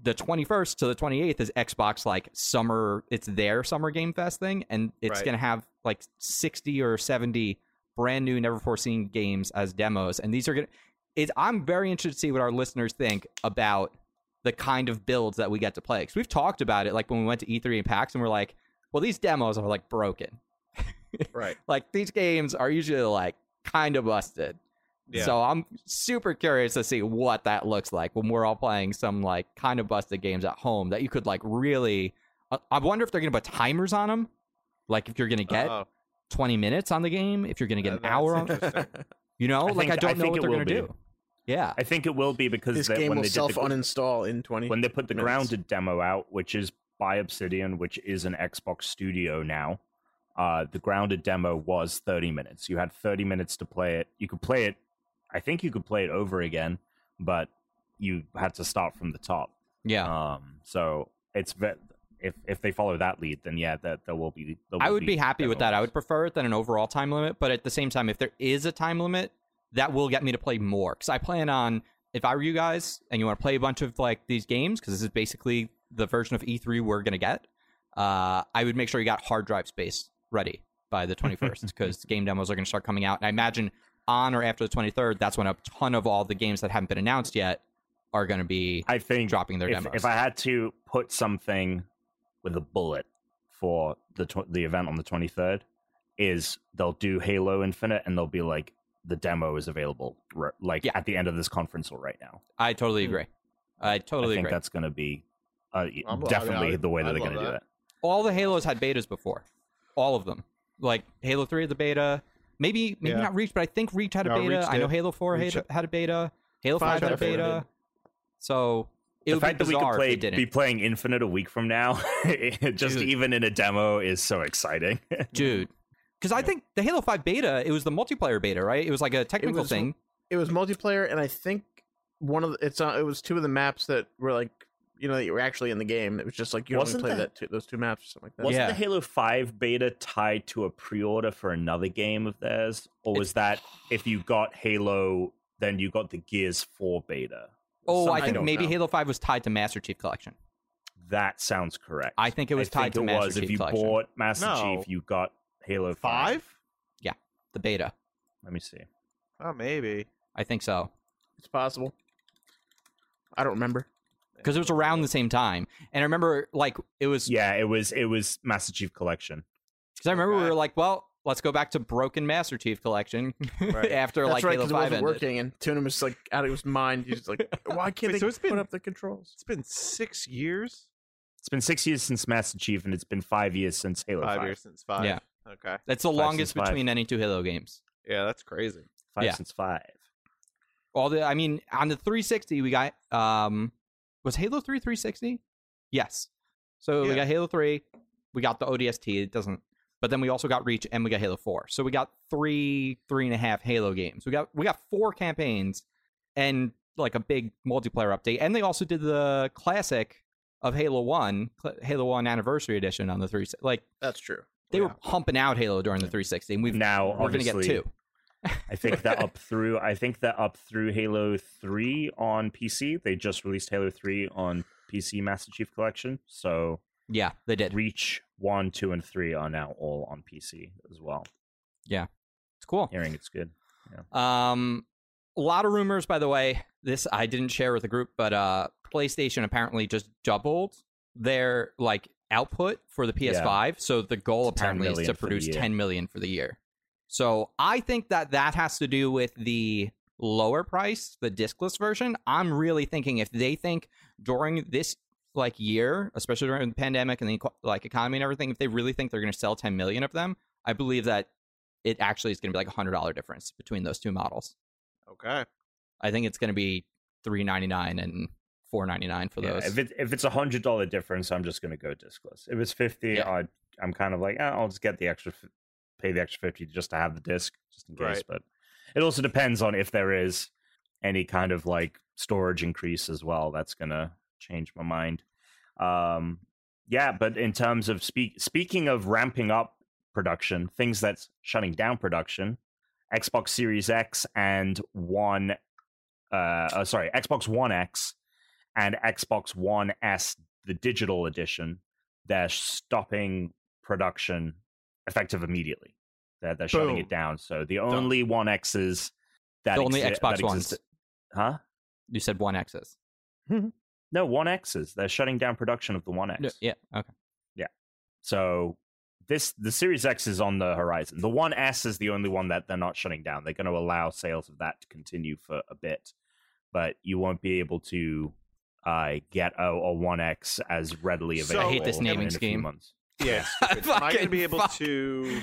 Speaker 1: the 21st to the 28th is xbox like summer it's their summer game fest thing and it's
Speaker 3: Right.
Speaker 1: going to have like 60 or 70 brand new never foreseen games as demos and these are going to it's i'm very interested to see what our listeners think about the kind of builds that we get to play because we've talked about it like when we went to e3 and pax and we're like well these demos are like broken
Speaker 3: Right.
Speaker 1: like these games are usually like kind of busted
Speaker 3: Yeah.
Speaker 1: so i'm super curious to see what that looks like when we're all playing some like kind of busted games at home that you could like really I- i wonder if they're gonna put timers on them like if you're gonna get
Speaker 2: Uh,
Speaker 3: Oh,
Speaker 1: 20 minutes on the game if you're gonna get
Speaker 3: uh,
Speaker 1: an
Speaker 3: that's
Speaker 1: hour on
Speaker 3: interesting.
Speaker 1: you know
Speaker 2: I
Speaker 1: like
Speaker 2: think-
Speaker 1: i don't
Speaker 2: I
Speaker 1: know
Speaker 2: think
Speaker 1: what
Speaker 2: it
Speaker 1: they're
Speaker 2: will
Speaker 1: gonna
Speaker 2: be.
Speaker 1: do yeah
Speaker 2: I think it will be because
Speaker 4: This
Speaker 2: that
Speaker 4: game
Speaker 2: when
Speaker 4: will
Speaker 2: they did
Speaker 4: self
Speaker 2: the,
Speaker 4: uninstall in 20.
Speaker 2: when they put the
Speaker 4: minutes.
Speaker 2: grounded demo out, which is by Obsidian, which is an Xbox studio now. Uh, the grounded demo was 30 minutes. You had 30 minutes to play it. You could play it. I think you could play it over again, but you had to start from the top.
Speaker 1: yeah
Speaker 2: Um, so it's ve- if if they follow that lead, then yeah, that there will be. There will
Speaker 1: I would be happy with that. I
Speaker 2: demos.
Speaker 1: would prefer it than an overall time limit, but at the same time, if there is a time limit, that will get me to play more. Because I plan on, if I were you guys, and you want to play a bunch of like these games, because this is basically the version of E3 we're gonna get. Uh, I would make sure you got hard drive space ready by the 21st, because game demos are gonna start coming out. And I imagine on or after the 23rd, that's when a ton of all the games that haven't been announced yet are gonna be
Speaker 2: I think
Speaker 1: dropping their
Speaker 2: if,
Speaker 1: demos.
Speaker 2: if I had to put something with a bullet for the tw- the event on the 23rd, is they'll do Halo Infinite and they'll be like the demo is available r- like
Speaker 1: Yeah.
Speaker 2: at the end of this conference or right now.
Speaker 1: I totally agree. I totally
Speaker 2: Hmm. I think
Speaker 1: agree.
Speaker 2: that's going to be uh,
Speaker 3: I'm- I-
Speaker 2: definitely
Speaker 3: I-
Speaker 2: the way that
Speaker 3: I
Speaker 2: they're
Speaker 3: love
Speaker 2: going to do
Speaker 3: that.
Speaker 2: that.
Speaker 1: all the Halos had betas before, all of them. Like Halo Three had the beta, maybe maybe
Speaker 3: Yeah.
Speaker 1: not Reach, but I think Reach had a
Speaker 3: No,
Speaker 1: beta.
Speaker 3: Reach
Speaker 1: I know
Speaker 3: did.
Speaker 1: Halo Four
Speaker 3: Reach
Speaker 1: had, had a beta. Halo
Speaker 3: Five
Speaker 1: Five, had a
Speaker 3: had a beta.
Speaker 1: beta. So it
Speaker 2: the
Speaker 1: would
Speaker 2: fact
Speaker 1: be
Speaker 2: that we could
Speaker 1: bizarre
Speaker 2: play
Speaker 1: if they didn't.
Speaker 2: be playing Infinite a week from now, just
Speaker 1: Dude.
Speaker 2: even in a demo, is so exciting.
Speaker 1: dude. Because I think the Halo Five beta, it was the multiplayer beta, right? It was like a technical
Speaker 4: was-
Speaker 1: thing.
Speaker 4: it was multiplayer, and I think one of the, it's uh, it was two of the maps that were like you know that you were actually in the game. It was just like you only
Speaker 2: Wasn't
Speaker 4: play that,
Speaker 2: that-
Speaker 4: two, those two maps or something like that.
Speaker 2: Wasn't
Speaker 1: Yeah.
Speaker 2: the Halo 5 beta tied to a pre order for another game of theirs? Or was
Speaker 1: It's-
Speaker 2: that if you got Halo, then you got the Gears 4 beta?
Speaker 1: Oh,
Speaker 2: Something-
Speaker 1: I think
Speaker 4: don't
Speaker 1: maybe
Speaker 4: know.
Speaker 1: Halo Five was tied to Master Chief Collection.
Speaker 2: that sounds correct.
Speaker 1: I think it was tied to
Speaker 2: it
Speaker 1: Master
Speaker 2: was.
Speaker 1: Chief
Speaker 2: If you
Speaker 1: Collection.
Speaker 2: bought Master
Speaker 3: No.
Speaker 2: Chief, you got Halo 5.
Speaker 3: Five?
Speaker 1: The beta,
Speaker 2: Let me see.
Speaker 3: Oh, maybe.
Speaker 1: I think so.
Speaker 4: It's possible. I don't remember.
Speaker 1: Because it was around the same time, and I remember like it was
Speaker 2: Yeah, it was it was Master Chief Collection.
Speaker 1: Because I remember we
Speaker 3: Okay.
Speaker 1: were like, well, let's go back to Broken Master Chief Collection
Speaker 3: Right.
Speaker 1: after
Speaker 4: That's
Speaker 1: like
Speaker 4: right,
Speaker 1: Halo
Speaker 4: because
Speaker 1: 5
Speaker 4: it wasn't
Speaker 1: ended.
Speaker 4: working, and Tuna was like out of his mind. He's just like, why can't
Speaker 3: Wait,
Speaker 4: they
Speaker 3: so it's
Speaker 4: put
Speaker 3: been-
Speaker 4: up the controls?
Speaker 3: It's been six years.
Speaker 2: It's been six years since Master Chief, and it's been five years since Halo 5.
Speaker 3: Five years since five.
Speaker 1: Yeah.
Speaker 3: Okay.
Speaker 1: That's the
Speaker 2: Five
Speaker 1: longest
Speaker 2: since five.
Speaker 1: between any two Halo games.
Speaker 3: Yeah, that's crazy.
Speaker 2: Five
Speaker 1: Yeah.
Speaker 2: since five.
Speaker 1: All the, I mean, on the 360, we got um, was Halo 3 360? Yes. So we
Speaker 3: Yeah.
Speaker 1: got Halo 3, we got the ODST. It doesn't, but then we also got Reach and we got Halo 4. So we got three, three and a half Halo games. We got we got four campaigns and like a big multiplayer update. And they also did the classic of Halo 1, cl- Halo 1 Anniversary Edition on the 360. Like
Speaker 4: That's true.
Speaker 1: they
Speaker 4: Yeah.
Speaker 1: were pumping out Halo during the 360, and we've
Speaker 2: Now,
Speaker 1: we're gonna get
Speaker 2: obviously,
Speaker 1: two.
Speaker 2: I think they're up through. I think they're up through Halo Three on PC. They just released Halo Three on PC Master Chief Collection. So
Speaker 1: Yeah, they did.
Speaker 2: Reach One, Two, and Three are now all on PC as well.
Speaker 1: It's cool.
Speaker 2: Hearing it's good.
Speaker 1: Um, a lot of rumors, by the way. This I didn't share with the group, but uh, PlayStation apparently just doubled their like output for the PS5. So the goal
Speaker 2: It's 10
Speaker 1: apparently is
Speaker 2: million
Speaker 1: to
Speaker 2: for the
Speaker 1: produce
Speaker 2: year.
Speaker 1: 10 million for the year. So I think that that has to do with the lower price, the discless version. I'm really thinking if they think during this like year, especially during the pandemic and the eco- like economy and everything, if they really think they're going to sell 10 million of them, I believe that it actually is going to be like a hundred dollar difference between those two models.
Speaker 3: Okay.
Speaker 1: I think it's going to be three ninety nine and four ninety nine for
Speaker 2: Yeah,
Speaker 1: those.
Speaker 2: if it if it's a hundred dollar difference, I'm just gonna go discless. If it's fifty,
Speaker 1: Yeah.
Speaker 2: I I'm kind of like eh, I'll just get the extra, f- pay the extra fifty just to have the disc, just in case.
Speaker 3: Right.
Speaker 2: But it also depends on if there is any kind of like storage increase as well. That's gonna change my mind. Um, yeah, but in terms of speak speaking of ramping up production, things that's shutting down production, Xbox Series X and One uh, uh sorry xbox one x and xbox one s the digital edition they're stopping production effective immediately they're, they're shutting
Speaker 3: Boom.
Speaker 2: it down so the only one x's that
Speaker 1: The only
Speaker 2: exi-
Speaker 1: Xbox
Speaker 2: that
Speaker 1: Ones.
Speaker 2: exist- huh
Speaker 1: you said one X's.
Speaker 2: no one x's they're shutting down production of the one x
Speaker 1: No, yeah. Okay.
Speaker 2: so this the series x is on the horizon the one s is the only one that they're not shutting down they're going to allow sales of that to continue for a bit but you won't be able to uh, get a, a 1x as readily
Speaker 3: So-
Speaker 2: available
Speaker 3: I hate this
Speaker 2: in
Speaker 1: naming
Speaker 2: a few
Speaker 1: scheme.
Speaker 2: months.
Speaker 3: Yeah. Am I going to
Speaker 1: Fucking
Speaker 3: be able
Speaker 1: fuck.
Speaker 3: to?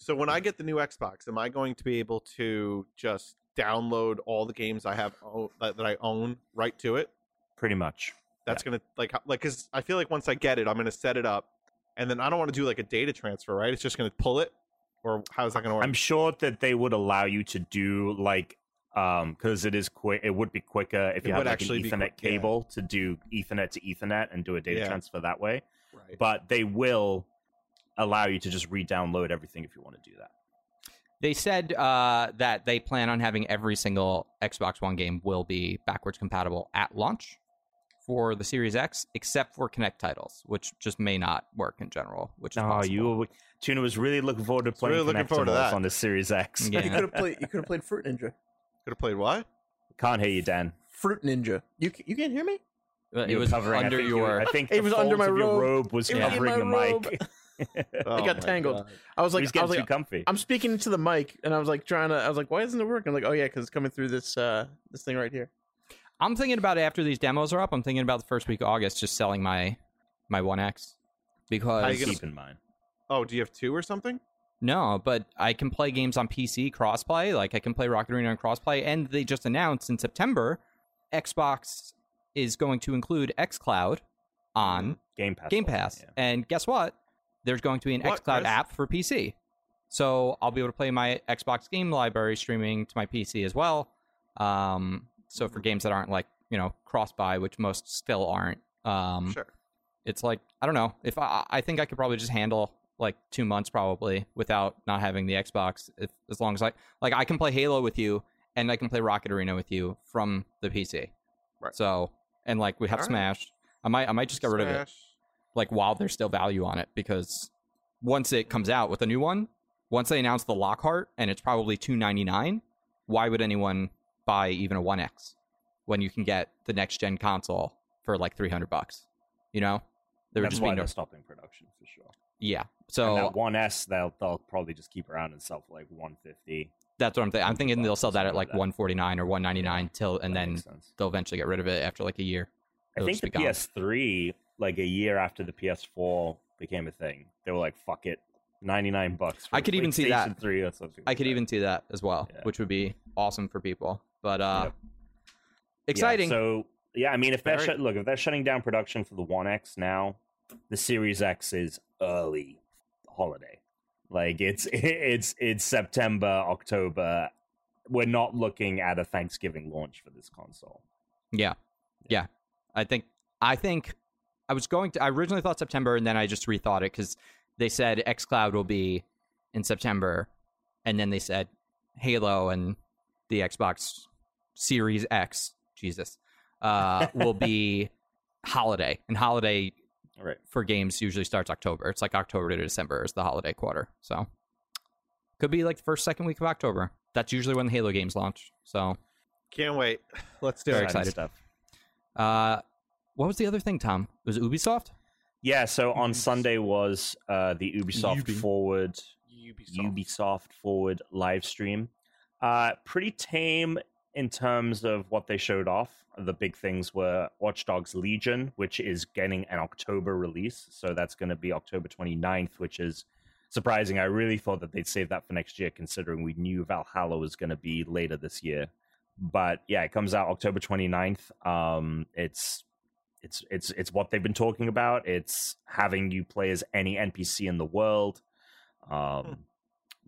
Speaker 3: So when I get the new Xbox, am I going to be able to just download all the games I have o- that that I own right to it?
Speaker 2: pretty much
Speaker 3: That's gonna like how- like because I feel like once I get it, I'm gonna set it up, and then I don't want to do like a data transfer, right? It's just gonna pull it, or how's that gonna work?
Speaker 2: i'm sure that they would allow you to do like um because it is quick it would be quicker if
Speaker 3: It
Speaker 2: you had
Speaker 3: would
Speaker 2: like
Speaker 3: actually
Speaker 2: an
Speaker 3: be
Speaker 2: ethernet
Speaker 3: quick, yeah.
Speaker 2: cable to do ethernet to ethernet and do a data
Speaker 3: Yeah.
Speaker 2: transfer that way
Speaker 3: right.
Speaker 2: but they will allow you to just re-download everything if you want to do that
Speaker 1: They said uh, that they plan on having every single Xbox One game will be backwards compatible at launch for the Series X, except for Kinect titles, which just may not work in general. Which is
Speaker 2: No,
Speaker 1: possible.
Speaker 2: you were, Tuna was really looking forward to
Speaker 3: was really
Speaker 2: playing
Speaker 3: looking forward to
Speaker 2: Connectimals
Speaker 3: that.
Speaker 2: on the Series X.
Speaker 1: Yeah.
Speaker 4: You could have played. You could have played Fruit Ninja.
Speaker 3: could have played what?
Speaker 2: Can't hear you, Dan.
Speaker 4: Fruit Ninja. You c- you can't hear me?
Speaker 1: Uh, It
Speaker 2: You were
Speaker 1: was
Speaker 2: covering, I
Speaker 1: under
Speaker 2: think you-
Speaker 1: your.
Speaker 2: I think
Speaker 4: It
Speaker 2: the
Speaker 4: was under
Speaker 2: folds
Speaker 4: my
Speaker 2: of your
Speaker 4: robe.
Speaker 2: robe was
Speaker 4: It was in
Speaker 2: covering
Speaker 4: my
Speaker 2: the mic.
Speaker 3: Oh
Speaker 4: got
Speaker 3: my
Speaker 4: tangled.
Speaker 3: God.
Speaker 4: I was
Speaker 2: Like,
Speaker 4: like,
Speaker 2: was
Speaker 4: I
Speaker 2: getting
Speaker 4: was
Speaker 2: too
Speaker 4: like,
Speaker 2: comfy.
Speaker 4: I'm speaking into the mic, and I was like trying to. I was like, why isn't it working? I'm like, oh yeah, because it's coming through this uh this thing right here.
Speaker 1: I'm thinking about after these demos are up. I'm thinking about the first week of August, just selling my my One X because
Speaker 3: How you
Speaker 2: Keep
Speaker 3: gonna-
Speaker 2: in mind.
Speaker 3: Oh, do you have two or something?
Speaker 1: No, but I can play games on PC crossplay. Like I can play Rocket Arena on crossplay, and they just announced in September, Xbox is going to include XCloud on
Speaker 2: Game Pass.
Speaker 1: Game
Speaker 2: also,
Speaker 1: Pass.
Speaker 2: yeah.
Speaker 1: And guess what? There's going to be an
Speaker 3: What,
Speaker 1: XCloud
Speaker 3: Chris?
Speaker 1: app for PC, so I'll be able to play my Xbox game library streaming to my PC as well. Um, so
Speaker 3: Mm-hmm.
Speaker 1: for games that aren't like you know cross buy, which most still aren't, um,
Speaker 3: Sure.
Speaker 1: it's like I don't know if I I think I could probably just handle like two months probably without not having the Xbox if, as long as I like I can play Halo with you and I can play Rocket Arena with you from the PC.
Speaker 3: Right.
Speaker 1: So and like we have
Speaker 3: All right.
Speaker 1: Smash. I might I might just get rid of it
Speaker 3: Smash.
Speaker 1: like while there's still value on it because once it comes out with a new one, once they announce the Lockhart and it's probably 299, why would anyone buy even a 1X when you can get the next gen console for like 300 bucks? You know? There would
Speaker 2: That's
Speaker 1: just
Speaker 2: why
Speaker 1: be no
Speaker 2: they're stopping production for sure.
Speaker 1: yeah.
Speaker 2: and
Speaker 1: So
Speaker 2: that one S, they'll they'll probably just keep around and sell for like 150.
Speaker 1: that's what I'm thinking. I'm thinking they'll sell that at
Speaker 2: Something
Speaker 1: like
Speaker 2: like that.
Speaker 1: 149 or 199 till and
Speaker 2: That
Speaker 1: then
Speaker 2: makes sense.
Speaker 1: they'll eventually get rid of it after like a year.
Speaker 2: I
Speaker 1: It'll
Speaker 2: think
Speaker 1: just
Speaker 2: the
Speaker 1: be gone.
Speaker 2: PS3, like a year after the PS4 became a thing, they were like, "Fuck it, 99 bucks." For
Speaker 1: I could even see that.
Speaker 2: PlayStation 3 or something.
Speaker 1: I
Speaker 2: like
Speaker 1: could
Speaker 2: that.
Speaker 1: even see that as well,
Speaker 2: Yeah.
Speaker 1: which would be awesome for people. But uh
Speaker 2: Yep.
Speaker 1: exciting.
Speaker 2: Yeah, so yeah, I mean, if they're
Speaker 3: Very-
Speaker 2: shut look, if they're shutting down production for the One X now, the Series X is early holiday. Like it's it's it's September, October. We're not looking at a Thanksgiving launch for this console.
Speaker 1: Yeah. Yeah. I think I think I was going to I originally thought September and then I just rethought it cuz they said XCloud will be in September and then they said Halo and the Xbox Series X, Jesus, uh will be holiday. And holiday
Speaker 2: All right.
Speaker 1: for games usually starts October. It's like October to December is the holiday quarter. So could be like the first second week of October. That's usually when the Halo games launch. So
Speaker 3: Can't wait. Let's do
Speaker 1: Very
Speaker 3: it.
Speaker 2: Exciting
Speaker 1: excited.
Speaker 2: stuff.
Speaker 1: Uh, what was the other thing, Tom? It was Ubisoft?
Speaker 2: Yeah, so on Sunday was uh, the Ubisoft
Speaker 3: Ubi.
Speaker 2: Forward Ubisoft Forward live stream. Uh, pretty tame in terms of what they showed off. The big things were Watch Dogs Legion, which is getting an October release. So that's going to be October 29th, which is surprising. I really thought that they'd save that for next year, considering we knew Valhalla was going to be later this year. But yeah, it comes out October 29th. Um, it's it's it's it's what they've been talking about. It's having you play as any NPC in the world. Um,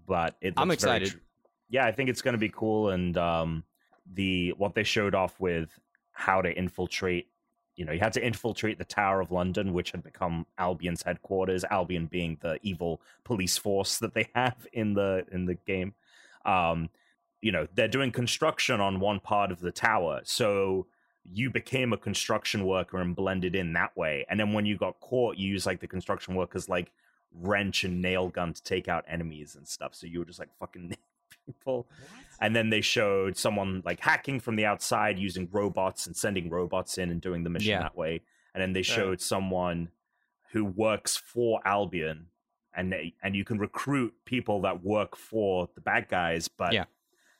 Speaker 2: but it
Speaker 1: Hmm. I'm
Speaker 2: looks very
Speaker 1: excited.
Speaker 2: tr- yeah, I think it's going to be cool, and um, the what they showed off with how to infiltrate. You know, you had to infiltrate the Tower of London, which had become Albion's headquarters. Albion being the evil police force that they have in the in the game. Um, you know, they're doing construction on one part of the tower, so you became a construction worker and blended in that way. And then when you got caught, you used like the construction workers like wrench and nail gun to take out enemies and stuff. So you were just like fucking people. And then they showed someone like hacking from the outside using robots and sending robots in and doing the mission
Speaker 1: Yeah.
Speaker 2: that way. And then they showed someone who works for Albion and they, and you can recruit people that work for the bad guys, but
Speaker 1: Yeah.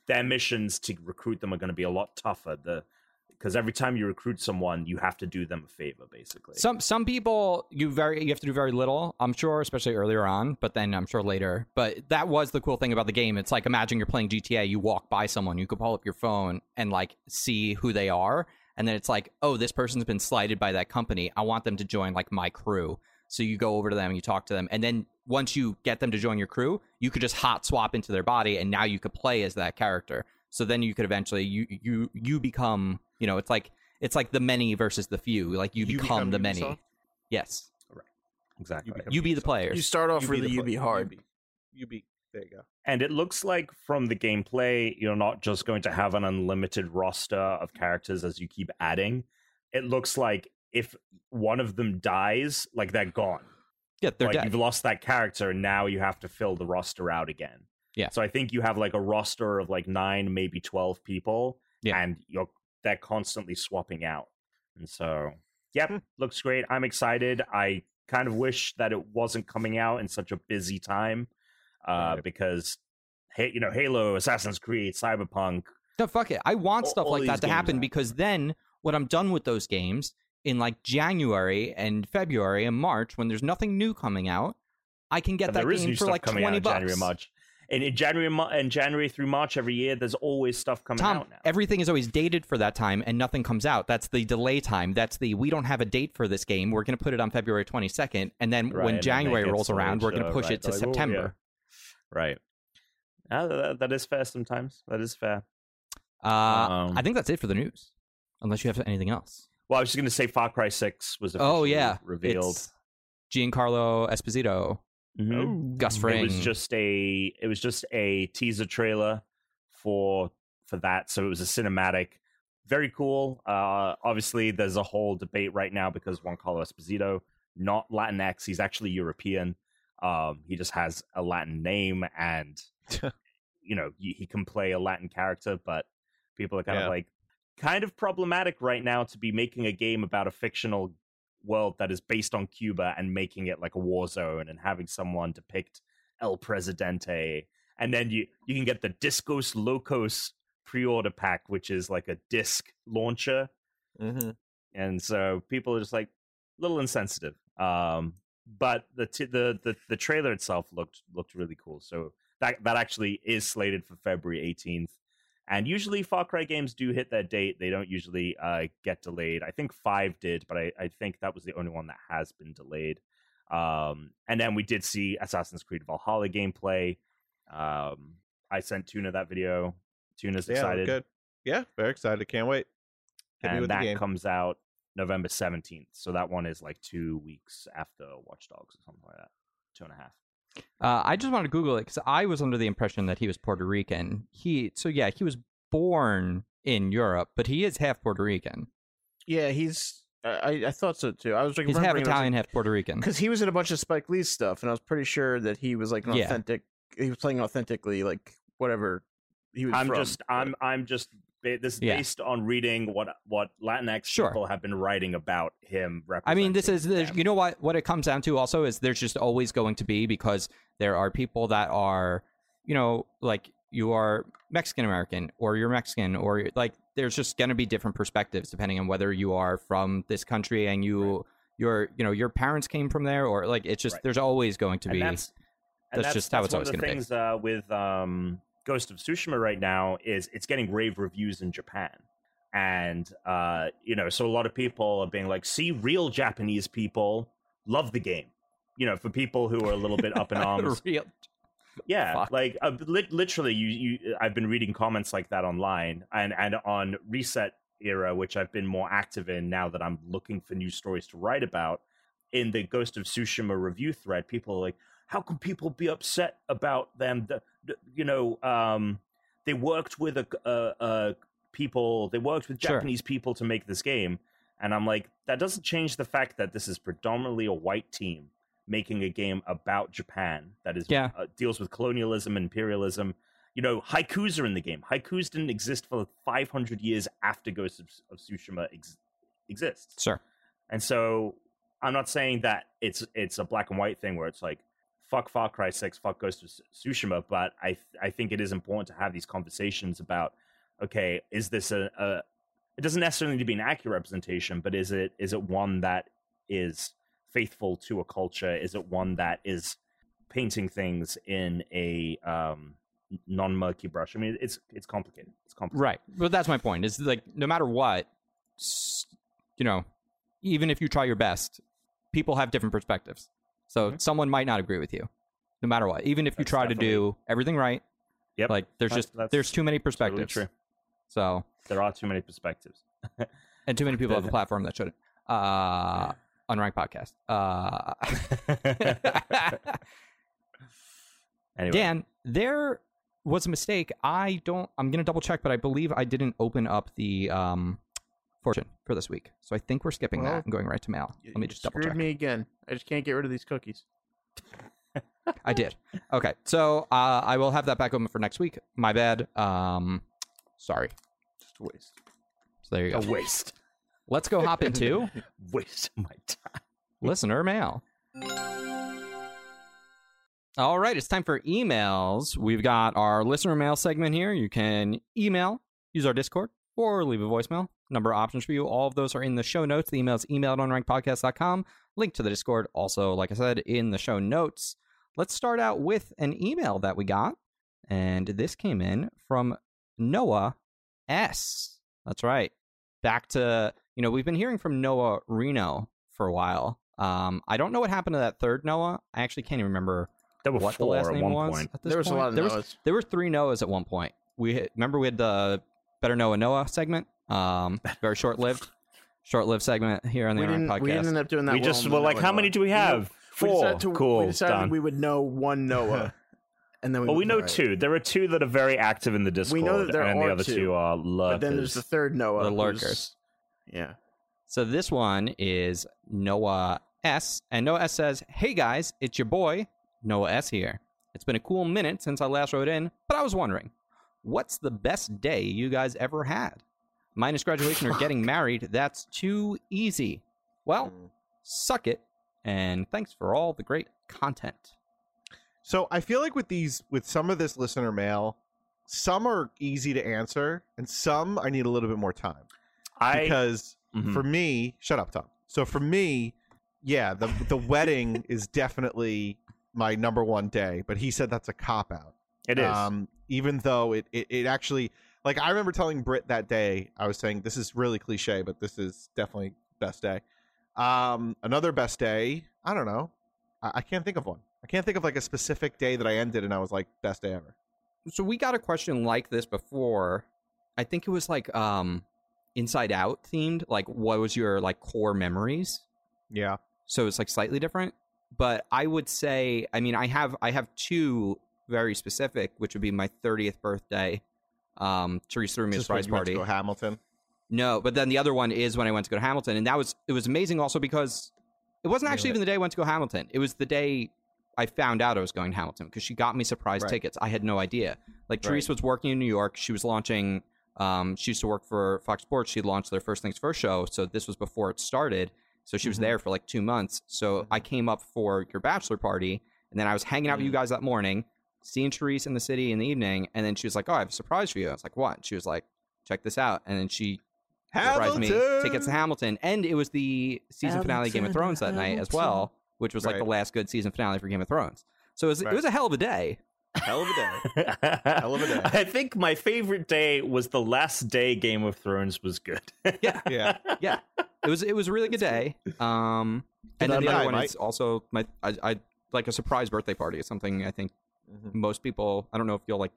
Speaker 2: their missions to recruit them are going to be a lot tougher. The because every time you recruit someone, you have to do them a favor, basically.
Speaker 1: Some some people you very you have to do very little. I'm sure, especially earlier on, but then I'm sure later. But that was the cool thing about the game. It's like imagine you're playing GTA, you walk by someone, you could pull up your phone and like see who they are, and then it's like, oh, this person's been slighted by that company. I want them to join like my crew. So you go over to them and you talk to them, and then once you get them to join your crew, you could just hot swap into their body, and now you could play as that character. So then you could eventually you you you become you know it's like it's like the many versus the few. Like you,
Speaker 3: You
Speaker 1: become,
Speaker 3: become
Speaker 1: the many.
Speaker 3: Ubisoft?
Speaker 1: Yes.
Speaker 2: exactly.
Speaker 3: become-
Speaker 1: You be the
Speaker 4: You
Speaker 1: players.
Speaker 4: start off
Speaker 3: You be
Speaker 4: really
Speaker 3: the
Speaker 4: UB
Speaker 3: player.
Speaker 4: hard.
Speaker 3: You be- You be. There you go.
Speaker 2: And it looks like from the gameplay, you're not just going to have an unlimited roster of characters as you keep adding. It looks like if one of them dies, like they're gone.
Speaker 1: Yeah, they're
Speaker 2: like
Speaker 1: dead.
Speaker 2: you've lost that character and now you have to fill the roster out again.
Speaker 1: Yeah.
Speaker 2: So I think you have like a roster of like nine, maybe twelve people.
Speaker 1: Yeah.
Speaker 2: And you're they're constantly swapping out. And so yep,
Speaker 1: Hmm.
Speaker 2: looks great. I'm excited. I kind of wish that it wasn't coming out in such a busy time. Uh
Speaker 3: Right.
Speaker 2: because hey, you know, Halo, Assassin's Creed, Cyberpunk.
Speaker 1: No, fuck it. I want
Speaker 3: All-
Speaker 1: stuff
Speaker 3: all
Speaker 1: like
Speaker 3: these
Speaker 1: that to
Speaker 3: games
Speaker 1: happen
Speaker 3: are-
Speaker 1: because then when I'm done with those games in like January and February and March, when there's nothing new coming out, I can get
Speaker 2: and
Speaker 1: that
Speaker 2: there is
Speaker 1: game
Speaker 2: new
Speaker 1: for
Speaker 2: stuff
Speaker 1: like
Speaker 2: coming out
Speaker 1: twenty
Speaker 2: in
Speaker 1: bucks.
Speaker 2: January and March. And in January and Mar- and January through March every year, there's always stuff coming
Speaker 1: Tom,
Speaker 2: out now.
Speaker 1: everything is always dated for that time and nothing comes out. That's the delay time. That's the we don't have a date for this game. We're going to put it on February 22nd. And then
Speaker 2: Right, and then
Speaker 1: when
Speaker 2: that
Speaker 1: January
Speaker 2: gets
Speaker 1: rolls around, we're going
Speaker 2: delayed,
Speaker 1: to
Speaker 2: uh,
Speaker 1: push
Speaker 2: right,
Speaker 1: it to
Speaker 2: they're like, "Oh, yeah."
Speaker 1: September.
Speaker 2: Right. Ah, that, that is fair sometimes. That is fair.
Speaker 1: Uh,
Speaker 2: Um,
Speaker 1: I think that's it for the news, unless you have anything else.
Speaker 2: Well, I was just going to say Far Cry 6 was
Speaker 1: Oh,
Speaker 2: officially
Speaker 1: yeah.
Speaker 2: revealed.
Speaker 1: It's Giancarlo Esposito,
Speaker 2: Mhm.
Speaker 1: Gus Fring.
Speaker 2: It was just a it was just a teaser trailer for for that. So it was a cinematic. Very cool. Uh obviously there's a whole debate right now because Juan Carlos Esposito, not Latinx, he's actually European. Um he just has a Latin name and you know, he he can play a Latin character, but people are kind
Speaker 3: Yeah.
Speaker 2: of like kind of problematic right now to be making a game about a fictional world that is based on Cuba and making it like a war zone and having someone depict El Presidente. And then you you can get the Discos Locos pre-order pack, which is like a disc launcher.
Speaker 3: Mm-hmm.
Speaker 2: And so people are just like a little insensitive. Um but the, t- the the the trailer itself looked looked really cool. So that that actually is slated for February 18th. And usually Far Cry games do hit their date. They don't usually uh, get delayed. I think five did, but I, I think that was the only one that has been delayed. Um, and then we did see Assassin's Creed Valhalla gameplay. Um, I sent Tuna that video. Tuna's
Speaker 3: Yeah,
Speaker 2: excited.
Speaker 3: good. Yeah, very excited. Can't wait. Hit me
Speaker 2: and
Speaker 3: with
Speaker 2: that
Speaker 3: the game.
Speaker 2: comes out November 17th. So that one is like two weeks after Watch Dogs or something like that. Two and a half.
Speaker 1: Uh, I just want to Google it because I was under the impression that he was Puerto Rican. He so yeah, he was born in Europe, but he is half Puerto Rican.
Speaker 4: Yeah, he's. I, I- I thought so too. I was like,
Speaker 1: He's half Italian, half Puerto Rican.
Speaker 4: because he was in a bunch of Spike Lee stuff, and I was pretty sure that he was like an
Speaker 1: Yeah.
Speaker 4: authentic. He was playing authentically, like whatever he was.
Speaker 2: I'm
Speaker 4: from,
Speaker 2: just
Speaker 4: but-
Speaker 2: I'm I'm just Ba- This is
Speaker 1: Yeah.
Speaker 2: based on reading what what Latinx
Speaker 1: Sure.
Speaker 2: people have been writing about him.
Speaker 1: I mean, this is
Speaker 2: representing
Speaker 1: the,
Speaker 2: them.
Speaker 1: you know what what it comes down to also is there's just always going to be because there are people that are you know like you are Mexican American or you're Mexican or you're- like there's just going to be different perspectives depending on whether you are from this country and you your you know your parents came from there or like it's just
Speaker 2: Right.
Speaker 1: there's always going to
Speaker 2: and
Speaker 1: be
Speaker 2: that's, and
Speaker 1: that's just how it's
Speaker 2: one of
Speaker 1: always
Speaker 2: the
Speaker 1: gonna be.
Speaker 2: things uh, with um, Ghost of Tsushima right now is it's getting rave reviews in Japan, and uh, you know, so a lot of people are being like, "See, real Japanese people love the game." You know, for people who are a little bit up in arms
Speaker 1: real
Speaker 2: yeah
Speaker 1: Fuck.
Speaker 2: like uh, li- literally you, you i've been reading comments like that online and and on reset era which i've been more active in now that i'm looking for new stories to write about in the ghost of tsushima review thread people are like how can people be upset about them the, the- you know um they worked with a, a, a people they worked with
Speaker 1: Sure.
Speaker 2: japanese people to make this game and i'm like that doesn't change the fact that this is predominantly a white team making a game about japan that is
Speaker 1: Yeah.
Speaker 2: uh, deals with colonialism imperialism you know haikus are in the game haikus didn't exist for 500 years after ghost of, of tsushima ex- exists
Speaker 1: sure
Speaker 2: and so I'm not saying that it's it's a black and white thing where it's like fuck Far Cry 6, fuck Ghost of Tsu- Tsushima, but I th- I think it is important to have these conversations about okay, is this a, a it doesn't necessarily need to be an accurate representation, but is it is it one that is faithful to a culture? Is it one that is painting things in a um non murky brush? I mean, it's it's complicated. It's complicated.
Speaker 1: Right. But that's my point. Is like no matter what, s- you know, even if you try your best, people have different perspectives. So
Speaker 2: Mhm.
Speaker 1: someone might not agree with you, no matter what. Even if you
Speaker 2: That's
Speaker 1: try
Speaker 2: definitely-
Speaker 1: to do everything right,
Speaker 2: Yep.
Speaker 1: like there's
Speaker 2: That's-
Speaker 1: just
Speaker 2: that's
Speaker 1: there's too many
Speaker 2: Totally
Speaker 1: perspectives.
Speaker 2: true.
Speaker 1: So
Speaker 2: There are too many perspectives.
Speaker 1: and too many people have a
Speaker 2: That-
Speaker 1: platform that shouldn't. Uh, unranked podcast. Uh,
Speaker 2: Anyway.
Speaker 1: Dan, there was a mistake. I don't. I'm gonna double check, but I believe I didn't open up the um fortune for this week. So I think we're skipping
Speaker 4: Well,
Speaker 1: that and going right to mail.
Speaker 4: You-
Speaker 1: Let me
Speaker 4: you
Speaker 1: just double
Speaker 4: screwed
Speaker 1: check.
Speaker 4: me again. I just can't get rid of these cookies.
Speaker 1: I did. Okay, so uh, I will have that back open for next week. My bad. Um, sorry.
Speaker 2: Just waste.
Speaker 1: So there you go.
Speaker 2: waste.
Speaker 1: Let's go hop into
Speaker 2: Waste of my time.
Speaker 1: listener mail. All right, it's time for emails. We've got our listener mail segment here. You can email, use our Discord, or leave a voicemail. Number of options for you. All of those are in the show notes. The email is emailed on rankedpodcast.com. Link to the Discord, also, like I said, in the show notes. Let's start out with an email that we got. And this came in from Noah S. That's right. Back to, you know, we've been hearing from Noah Reno for a while. Um, I don't know what happened to that third Noah. I actually can't even remember
Speaker 2: There were
Speaker 1: what the
Speaker 2: four
Speaker 1: last
Speaker 2: at
Speaker 1: name
Speaker 2: one
Speaker 1: was.
Speaker 2: point.
Speaker 1: at this
Speaker 4: There was a
Speaker 1: point.
Speaker 4: lot of
Speaker 1: there was-
Speaker 4: Noahs.
Speaker 1: there were three Noahs at one point. We had, remember we had the Better Noah Noah segment. Um, very short lived, short lived segment here on the
Speaker 4: We
Speaker 1: Iron
Speaker 4: didn't,
Speaker 1: Podcast.
Speaker 4: we didn't end up doing that.
Speaker 2: we just
Speaker 4: well
Speaker 2: were
Speaker 4: on the
Speaker 2: like,
Speaker 4: Noah
Speaker 2: how many
Speaker 4: Noah.
Speaker 2: do we have?
Speaker 4: We
Speaker 2: Four.
Speaker 4: decided to-
Speaker 2: cool.
Speaker 4: We decided
Speaker 2: Done.
Speaker 4: we would know one Noah, and then we.
Speaker 2: well, we
Speaker 4: went,
Speaker 2: know
Speaker 4: "All right."
Speaker 2: two. There are two that are very active in the Discord,
Speaker 4: We know that there
Speaker 2: and the
Speaker 4: are
Speaker 2: other two,
Speaker 4: two,
Speaker 2: are
Speaker 4: But
Speaker 2: lurkers.
Speaker 4: then there's the third Noah.
Speaker 1: The
Speaker 4: who's-
Speaker 1: lurkers.
Speaker 4: Yeah.
Speaker 1: So this one is Noah S. And Noah S says, Hey guys, it's your boy, Noah S here. It's been a cool minute since I last wrote in, but I was wondering, what's the best day you guys ever had? Minus graduation or getting married, that's too easy. Well,
Speaker 3: Mm.
Speaker 1: suck it, and thanks for all the great content.
Speaker 3: So I feel like with these, with some of this listener mail, some are easy to answer, and some I need a little bit more time
Speaker 2: I,
Speaker 3: because
Speaker 2: Mhm.
Speaker 3: for me, shut up, Tom. So for me, yeah, the the wedding is definitely my number one day, but he said that's a cop out.
Speaker 2: it is.
Speaker 3: Um, even though it, it it actually like I remember telling Britt that day, I was saying this is really cliche, but this is definitely best day. Um, another best day, I don't know. I, I can't think of one. I can't think of like a specific day that I ended and I was like best day ever.
Speaker 1: so we got a question like this before. I think it was like um Inside Out themed, like what was your like core memories?
Speaker 3: Yeah.
Speaker 1: so it's like slightly different but i would say i mean i have i have two very specific which would be my 30th birthday um teresa threw me a
Speaker 3: Just when
Speaker 1: surprise
Speaker 3: you went to
Speaker 1: party
Speaker 3: go Hamilton.
Speaker 1: no but then the other one is when i went to go to hamilton and that was it was amazing also because it wasn't actually
Speaker 3: Yeah.
Speaker 1: even the day i went to go hamilton it was the day i found out i was going to hamilton because she got me surprise
Speaker 3: Right.
Speaker 1: tickets i had no idea like
Speaker 3: Right.
Speaker 1: teresa was working in new york she was launching Um, she used to work for Fox Sports. She launched their First Things First show, so this was before it started. So
Speaker 3: Mm-hmm.
Speaker 1: she was there for like two months. So I came up for your bachelor party, and then I was hanging
Speaker 3: Mm.
Speaker 1: out with you guys that morning, seeing Therese in the city in the evening, and then she was like, "Oh, I have a surprise for you." I was like, "What?" She was like, "Check this out," and then she surprised me tickets to Hamilton, and it was the season finale of Game of Thrones that night as well, which was like
Speaker 3: Right.
Speaker 1: the last good season finale for Game of Thrones. So it was,
Speaker 3: Right.
Speaker 1: it was a hell of a day.
Speaker 3: Hell of a day.
Speaker 2: Hell
Speaker 3: of a day.
Speaker 2: I think my favorite day was the last day Game of Thrones was good.
Speaker 1: Yeah,
Speaker 3: Yeah.
Speaker 1: yeah. It was it was a really good day. Um, and then
Speaker 3: Good
Speaker 1: the
Speaker 3: night,
Speaker 1: other one
Speaker 3: Mike.
Speaker 1: is also my I, I like a surprise birthday party is something I think
Speaker 3: Mm-hmm.
Speaker 1: most people I don't know if you'll like.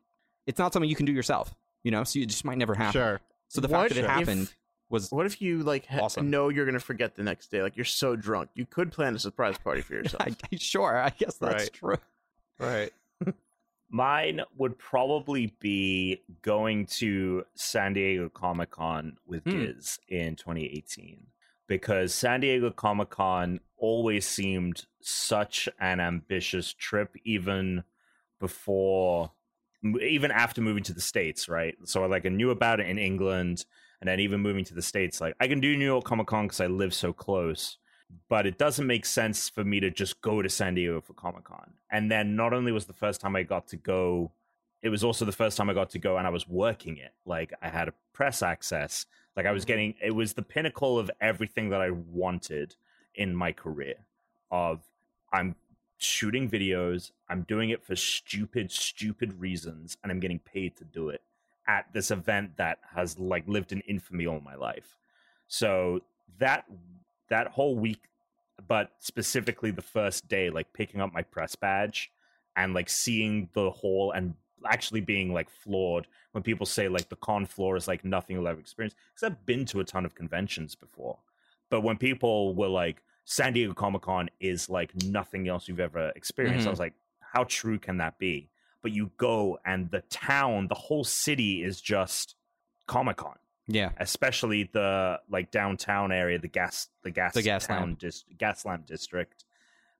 Speaker 1: It's not something you can do yourself, you know. So you just might never happen.
Speaker 3: Sure.
Speaker 1: So the
Speaker 4: What
Speaker 1: fact that it
Speaker 4: if-
Speaker 1: happened was
Speaker 4: What if you like ha-
Speaker 1: Awesome.
Speaker 4: know you're gonna forget the next day? Like you're so drunk, you could plan a surprise party for yourself.
Speaker 1: I, sure. I guess that's
Speaker 3: Right.
Speaker 1: true.
Speaker 3: Right.
Speaker 2: Mine would probably be going to San Diego Comic Con with
Speaker 1: Hmm.
Speaker 2: Giz in 2018 because San Diego Comic Con always seemed such an ambitious trip, even before, even after moving to the States, right? So, like, I knew about it in England and then even moving to the States, like, I can do New York Comic Con because I live so close but it doesn't make sense for me to just go to San Diego for Comic Con. And then not only was the first time I got to go, it was also the first time I got to go and I was working it. Like I had a press access. Like I was getting it was the pinnacle of everything that I wanted in my career of I'm shooting videos, I'm doing it for stupid, stupid reasons, and I'm getting paid to do it at this event that has like lived in infamy all my life. So that that whole week, but specifically the first day, like picking up my press badge and like seeing the hall and actually being like floored when people say like the con floor is like nothing you'll ever experience. Because I've been to a ton of conventions before, but when people were like San Diego Comic Con is like nothing else you've ever experienced, I
Speaker 1: Mhm.
Speaker 2: was like, how true can that be? But you go and the town, the whole city is just Comic Con
Speaker 1: Yeah.
Speaker 2: especially the like downtown area, the gas, the gas,
Speaker 1: The gas
Speaker 2: town
Speaker 1: lamp.
Speaker 2: dis- gas lamp district.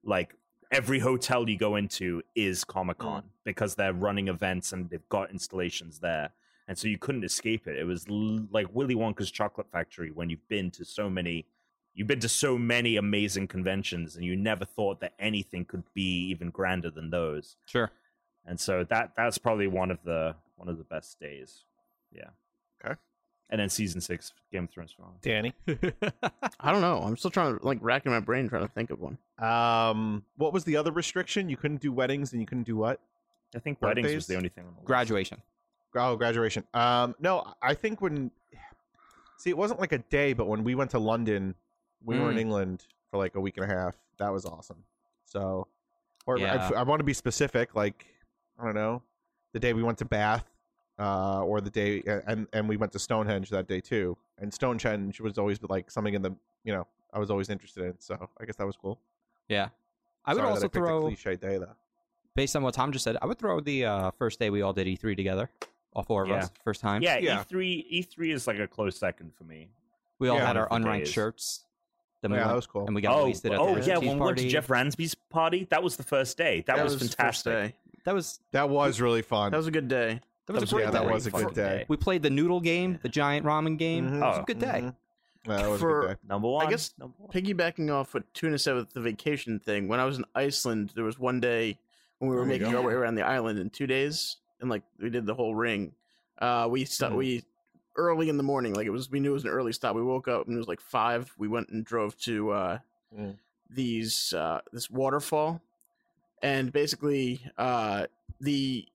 Speaker 2: Like every hotel you go into is Comic
Speaker 1: Mm.
Speaker 2: Con because they're running events and they've got installations there, and so you couldn't escape it. It was l- like Willy Wonka's Chocolate Factory when you've been to so many. You've been to so many amazing conventions, and you never thought that anything could be even grander than those.
Speaker 1: Sure.
Speaker 2: And so that that's probably one of the one of the best days. Yeah.
Speaker 3: Okay.
Speaker 2: And then season six Game of Thrones finale.
Speaker 3: Danny.
Speaker 4: I don't know. I'm still trying to like racking my brain trying to think of one.
Speaker 3: Um, what was the other restriction? You couldn't do weddings and you couldn't do what?
Speaker 2: I think weddings was
Speaker 3: Birthdays?
Speaker 2: the only thing. On the list.
Speaker 1: Graduation.
Speaker 3: Oh, graduation. Um, no, I think when see it wasn't like a day, but when we went to London, we were in
Speaker 1: Mm.
Speaker 3: England for like a week and a half. That was awesome. So, or I-
Speaker 1: Yeah.
Speaker 3: I, want to be specific. Like I don't know, the day we went to Bath, uh, or the day and and we went to Stonehenge that day too. And Stonehenge was always like something in the you know I was always interested in. So I guess that was cool.
Speaker 1: Yeah. I would
Speaker 3: Sorry that
Speaker 1: also
Speaker 3: picked a
Speaker 1: throw,
Speaker 3: cliche day though.
Speaker 1: based on what Tom just said, I would throw the uh, first day we all did E3 together, all four of
Speaker 2: Yeah.
Speaker 1: us, first time.
Speaker 2: Yeah,
Speaker 3: Yeah.
Speaker 2: E three E three is like a close second for me.
Speaker 1: We all
Speaker 3: Yeah.
Speaker 1: had our
Speaker 2: One of the
Speaker 1: unranked
Speaker 2: days.
Speaker 1: shirts. Then we
Speaker 3: yeah,
Speaker 1: went-
Speaker 3: that was cool.
Speaker 1: and we got
Speaker 2: oh,
Speaker 1: wasted at
Speaker 2: oh
Speaker 1: the
Speaker 2: yeah,
Speaker 1: Ortiz
Speaker 2: when we went
Speaker 1: party.
Speaker 2: to Jeff Ransby's party, that was the first day. That, was,
Speaker 4: the first
Speaker 2: fantastic.
Speaker 4: day.
Speaker 1: That was
Speaker 3: that was really fun.
Speaker 4: That was a good day.
Speaker 1: that was
Speaker 2: was-
Speaker 1: a great
Speaker 3: yeah, that
Speaker 1: day.
Speaker 3: was a
Speaker 2: Fucking
Speaker 3: good day.
Speaker 1: We played the noodle game, the giant ramen game.
Speaker 3: Mhm.
Speaker 1: It was a
Speaker 2: Oh.
Speaker 1: good day.
Speaker 3: Mhm. Yeah, that was a
Speaker 4: For-
Speaker 3: good day.
Speaker 2: Number one.
Speaker 4: guess
Speaker 2: number one.
Speaker 4: Piggybacking off what Tuna said with the vacation thing, when I was in Iceland, there was one day when we were
Speaker 3: There we
Speaker 4: making
Speaker 3: go.
Speaker 4: our way around the island in two days, and like we did the whole ring. Uh, we st-
Speaker 3: Mhm.
Speaker 4: we early in the morning, like it was we knew it was an early stop. We woke up and it was like five. We went and drove to uh,
Speaker 3: Mm.
Speaker 4: these uh, this waterfall, and basically uh, the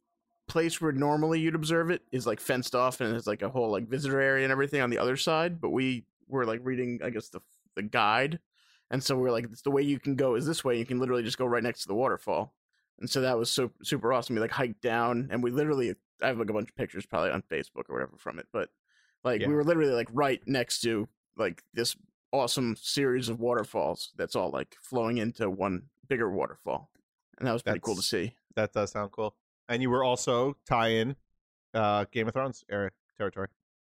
Speaker 4: place where normally you'd observe it is like fenced off and it's like a whole like visitor area and everything on the other side but we were like reading i guess the the guide and so we were like it's the way you can go is this way you can literally just go right next to the waterfall and so that was so super awesome we like hiked down and we literally i have like a bunch of pictures probably on facebook or whatever from it but like
Speaker 3: Yeah.
Speaker 4: we were literally like right next to like this awesome series of waterfalls that's all like flowing into one bigger waterfall and that was pretty cool to
Speaker 3: That's-
Speaker 4: see
Speaker 3: That does sound cool. And you were also tie-in uh, Game of Thrones era territory.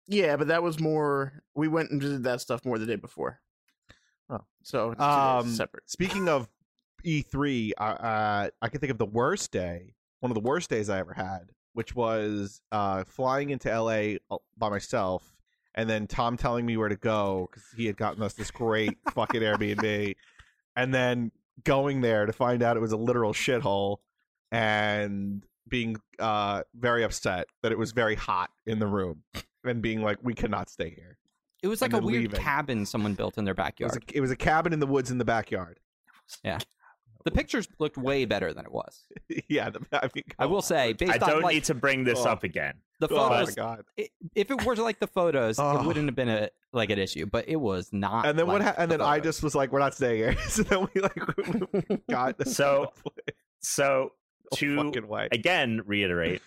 Speaker 4: Yeah, but that was more. We went and did that stuff more the day before.
Speaker 3: Oh.
Speaker 4: so it's
Speaker 3: Um,
Speaker 4: separate.
Speaker 3: Speaking of E E3, I, uh, I can think of the worst day. One of the worst days I ever had which was uh, flying into LA by myself, and then Tom telling me where to go because he had gotten us this great fucking Airbnb, and then going there to find out it was a literal shithole, and being uh, very upset that it was very hot in the room, and being like, we cannot stay here.
Speaker 1: It was like
Speaker 3: and
Speaker 1: a
Speaker 3: then
Speaker 1: weird
Speaker 3: leaving.
Speaker 1: cabin someone built in their
Speaker 3: It was, a,
Speaker 1: backyard.
Speaker 3: it was a cabin in the woods in the backyard.
Speaker 1: The pictures looked way better than it was.
Speaker 3: yeah, the, I, mean,
Speaker 1: I will say,
Speaker 2: Oh, I
Speaker 1: based on
Speaker 2: don't
Speaker 1: like
Speaker 2: need to bring this
Speaker 3: Oh.
Speaker 2: up again.
Speaker 1: the
Speaker 3: Oh my
Speaker 1: photos,
Speaker 3: god!
Speaker 1: it, if it was like the photos,
Speaker 3: Oh.
Speaker 1: it wouldn't have been a like an issue. But it was not.
Speaker 3: And then what?
Speaker 1: like
Speaker 3: Ha- and
Speaker 1: the
Speaker 3: then I
Speaker 1: photos.
Speaker 3: just was like, "We're not staying here." so then we like got
Speaker 2: So, So
Speaker 3: no
Speaker 2: to
Speaker 3: fucking way.
Speaker 2: again reiterate,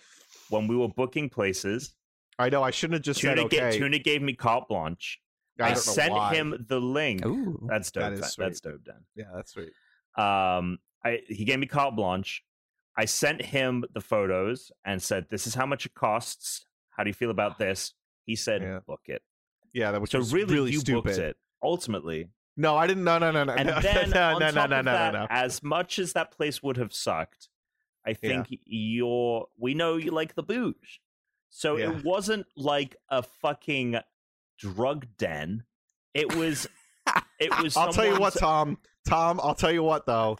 Speaker 2: when we were booking places,
Speaker 3: I know I shouldn't have just said
Speaker 2: Tuna, ga-
Speaker 3: okay.
Speaker 2: Tuna gave me carte blanche.
Speaker 3: I,
Speaker 2: I,
Speaker 3: don't know
Speaker 2: sent
Speaker 3: why.
Speaker 2: him the link.
Speaker 1: Ooh.
Speaker 2: That's dope.
Speaker 3: That
Speaker 2: That
Speaker 3: is
Speaker 2: is
Speaker 3: sweet.
Speaker 2: That's dope, Dan.
Speaker 3: Yeah, that's right.
Speaker 2: um I, he gave me carte blanche i sent him the photos and said this is how much it costs how do you feel about this he said
Speaker 3: Yeah.
Speaker 2: book it
Speaker 3: Yeah, that was
Speaker 2: so
Speaker 3: just
Speaker 2: really,
Speaker 3: really
Speaker 2: you
Speaker 3: stupid.
Speaker 2: booked it ultimately
Speaker 3: No, I didn't. No, no, no, no,
Speaker 2: and
Speaker 3: no,
Speaker 2: then
Speaker 3: no,
Speaker 2: on
Speaker 3: no, no,
Speaker 2: top
Speaker 3: no,
Speaker 2: of
Speaker 3: no,
Speaker 2: that,
Speaker 3: no, no.
Speaker 2: as much as that place would have sucked i think you're we know you like the booze so
Speaker 3: Yeah.
Speaker 2: it wasn't like a fucking drug den it was it was
Speaker 3: I'll tell you what,
Speaker 2: someone's-
Speaker 3: Tom. Tom, I'll tell you what though.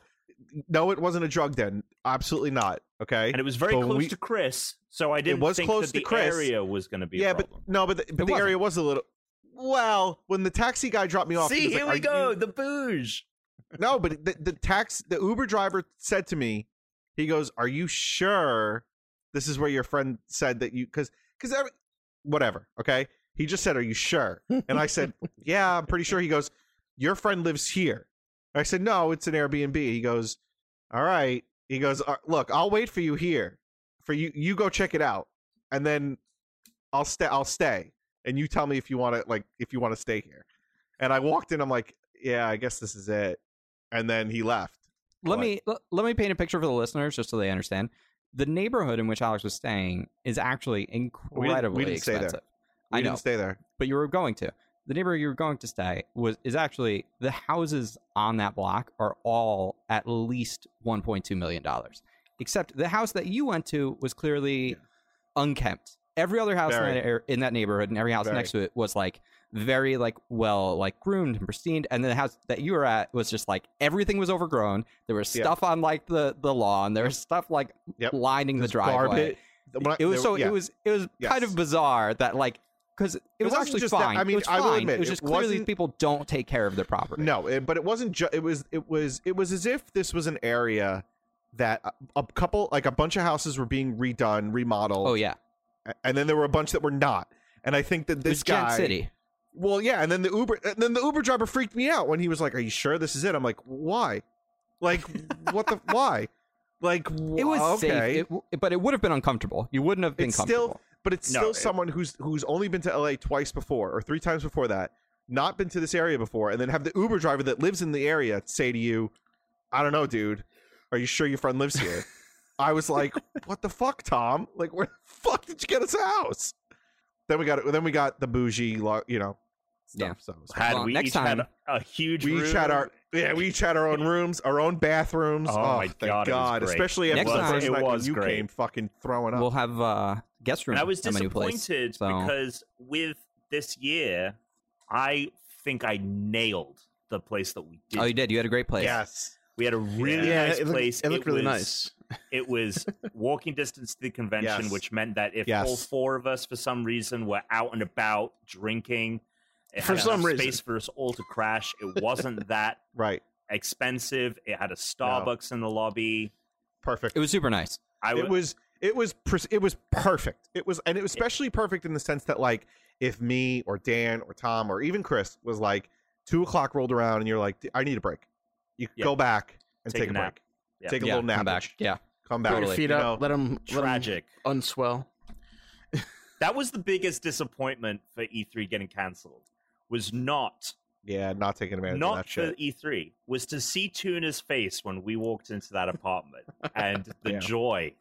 Speaker 3: No, it wasn't a drug den. Absolutely not. Okay.
Speaker 2: and it was very
Speaker 3: But
Speaker 2: close
Speaker 3: we-
Speaker 2: to Chris, so I didn't
Speaker 3: was
Speaker 2: think that
Speaker 3: close to
Speaker 2: the
Speaker 3: Chris.
Speaker 2: area was going to be.
Speaker 3: yeah,
Speaker 2: a
Speaker 3: but
Speaker 2: problem.
Speaker 3: no, but the, but the
Speaker 1: wasn't.
Speaker 3: area was a little. Well, when the taxi guy dropped me off, he
Speaker 2: see,
Speaker 3: was like,
Speaker 2: here
Speaker 3: "Are
Speaker 2: we go,
Speaker 3: you-
Speaker 2: the booge.
Speaker 3: No, but the, the tax the Uber driver said to me, he goes, "Are you sure this is where your friend said that you because because whatever okay." He just said, "Are you sure?" And I said, "Yeah, I'm pretty sure." He goes, "Your friend lives here." I said, "No, it's an Airbnb." He goes, "All right." He goes, "Uh, "Look, I'll wait for you here. For you, you go check it out, and then I'll stay. I'll stay, and you tell me if you want to like if you want to stay here." And I walked in. I'm like, "Yeah, I guess this is it." And then he left.
Speaker 1: let
Speaker 3: What?
Speaker 1: me let, let me paint a picture for the listeners just so they understand. The neighborhood in which Alex was staying is actually
Speaker 3: we
Speaker 1: incredibly
Speaker 3: didn't stay there.
Speaker 1: expensive.
Speaker 3: We
Speaker 1: I know,
Speaker 3: didn't stay there.
Speaker 1: but you were going to. The neighborhood you were going to stay was is actually the houses on that block are all at least 1.2 million dollars. Except the house that you went to was clearly
Speaker 3: Yeah.
Speaker 1: unkempt. Every other house in
Speaker 3: Very.
Speaker 1: that, ar- in that neighborhood and every house
Speaker 3: Very.
Speaker 1: next to it was like very like well like groomed and pristine and the house that you were at was just like everything was overgrown there was
Speaker 3: Yeah.
Speaker 1: stuff on like the the lawn there was stuff like
Speaker 3: Yep.
Speaker 1: lining the driveway
Speaker 3: Garbage. When I-
Speaker 1: it was
Speaker 3: there-
Speaker 1: so
Speaker 3: yeah.
Speaker 1: it was it was kind
Speaker 3: Yes.
Speaker 1: of bizarre that like because it, was
Speaker 3: wasn't
Speaker 1: actually
Speaker 3: just that-
Speaker 1: fine.
Speaker 3: I
Speaker 1: It
Speaker 3: mean,
Speaker 1: was
Speaker 3: I will
Speaker 1: fine.
Speaker 3: admit,
Speaker 1: it was
Speaker 3: it
Speaker 1: just clearly
Speaker 3: wasn't-
Speaker 1: people don't take care of their property.
Speaker 3: No, it, but it wasn't. Ju- it was. It was. It was as if this was an area that a, a couple, like a bunch of houses, were being redone, remodeled.
Speaker 1: Oh yeah,
Speaker 3: a- and then there were a bunch that were not. And I think that
Speaker 1: it was
Speaker 3: this
Speaker 1: Gent
Speaker 3: guy.
Speaker 1: City.
Speaker 3: Well, yeah, and then the Uber, and then the Uber driver freaked me out when he was like, "Are you sure this is it?" I'm like, "Why? Like, what the why? Like,
Speaker 1: It was
Speaker 3: wh-
Speaker 1: safe,
Speaker 3: okay,
Speaker 1: it w- but it would have been uncomfortable. You wouldn't have been
Speaker 3: It's still-
Speaker 1: comfortable.
Speaker 3: but it's
Speaker 2: No,
Speaker 3: still
Speaker 2: it-
Speaker 3: someone who's who's only been to LA twice before or three times before that, not been to this area before, and then have the Uber driver that lives in the area say to you, "I don't know, dude. Are you sure your friend lives here?" I was like, "What the fuck, Tom? Like, where the fuck did you get us a house?" Then we got then we got the bougie, lo- you know, stuff.
Speaker 1: Yeah.
Speaker 3: So it was fine.
Speaker 2: Had
Speaker 1: Well,
Speaker 2: we
Speaker 1: next
Speaker 2: each had
Speaker 1: time-
Speaker 2: a, a huge.
Speaker 3: we each
Speaker 2: room.
Speaker 3: had our yeah, we each had our own rooms, our own bathrooms.
Speaker 2: Oh my God,
Speaker 3: thank
Speaker 2: it was great.
Speaker 3: Especially after
Speaker 1: Next
Speaker 3: the
Speaker 1: time-
Speaker 3: first
Speaker 2: it
Speaker 3: night when
Speaker 2: was
Speaker 3: you
Speaker 2: great.
Speaker 3: came fucking throwing up.
Speaker 1: We'll have uh, guest room.
Speaker 2: And I was
Speaker 1: at my new place.
Speaker 2: disappointed
Speaker 1: so-
Speaker 2: because with this year, I think I nailed the place that we did.
Speaker 1: Oh, you did. You had a great place.
Speaker 3: yes,
Speaker 2: We had a really
Speaker 4: yeah,
Speaker 2: nice
Speaker 4: it looked,
Speaker 2: place.
Speaker 4: It looked really
Speaker 2: was,
Speaker 4: nice.
Speaker 2: It was walking distance to the convention,
Speaker 3: Yes.
Speaker 2: which meant that if
Speaker 3: Yes.
Speaker 2: all four of us, for some reason, were out and about drinking, it
Speaker 4: For
Speaker 2: had
Speaker 4: some
Speaker 2: enough
Speaker 4: reason.
Speaker 2: space for us all to crash. It wasn't that
Speaker 3: right,
Speaker 2: expensive. It had a Starbucks in the lobby.
Speaker 3: perfect.
Speaker 1: it was super nice.
Speaker 2: I
Speaker 3: It
Speaker 2: w-
Speaker 3: was it was pres- it was perfect. It was and it was especially perfect in the sense that like if me or Dan or Tom or even Chris was like two o'clock rolled around and you're like I need a break, you
Speaker 2: Yeah.
Speaker 3: go back and take,
Speaker 2: Take a
Speaker 3: a,
Speaker 2: nap.
Speaker 3: break,
Speaker 2: Yeah.
Speaker 3: take a
Speaker 1: yeah,
Speaker 3: little nap,
Speaker 1: come back. Yeah,
Speaker 3: come
Speaker 1: Put your
Speaker 3: back,
Speaker 4: Put your
Speaker 1: totally.
Speaker 4: feet
Speaker 3: you
Speaker 4: up.
Speaker 3: know?
Speaker 4: let them
Speaker 2: tragic.
Speaker 4: unswell.
Speaker 2: That was the biggest disappointment for E3 getting cancelled. Was not
Speaker 3: yeah, not taking advantage of
Speaker 2: not
Speaker 3: that
Speaker 2: for
Speaker 3: shit.
Speaker 2: E3. Was to see Tuna's face when we walked into that apartment and the
Speaker 3: Yeah.
Speaker 2: joy.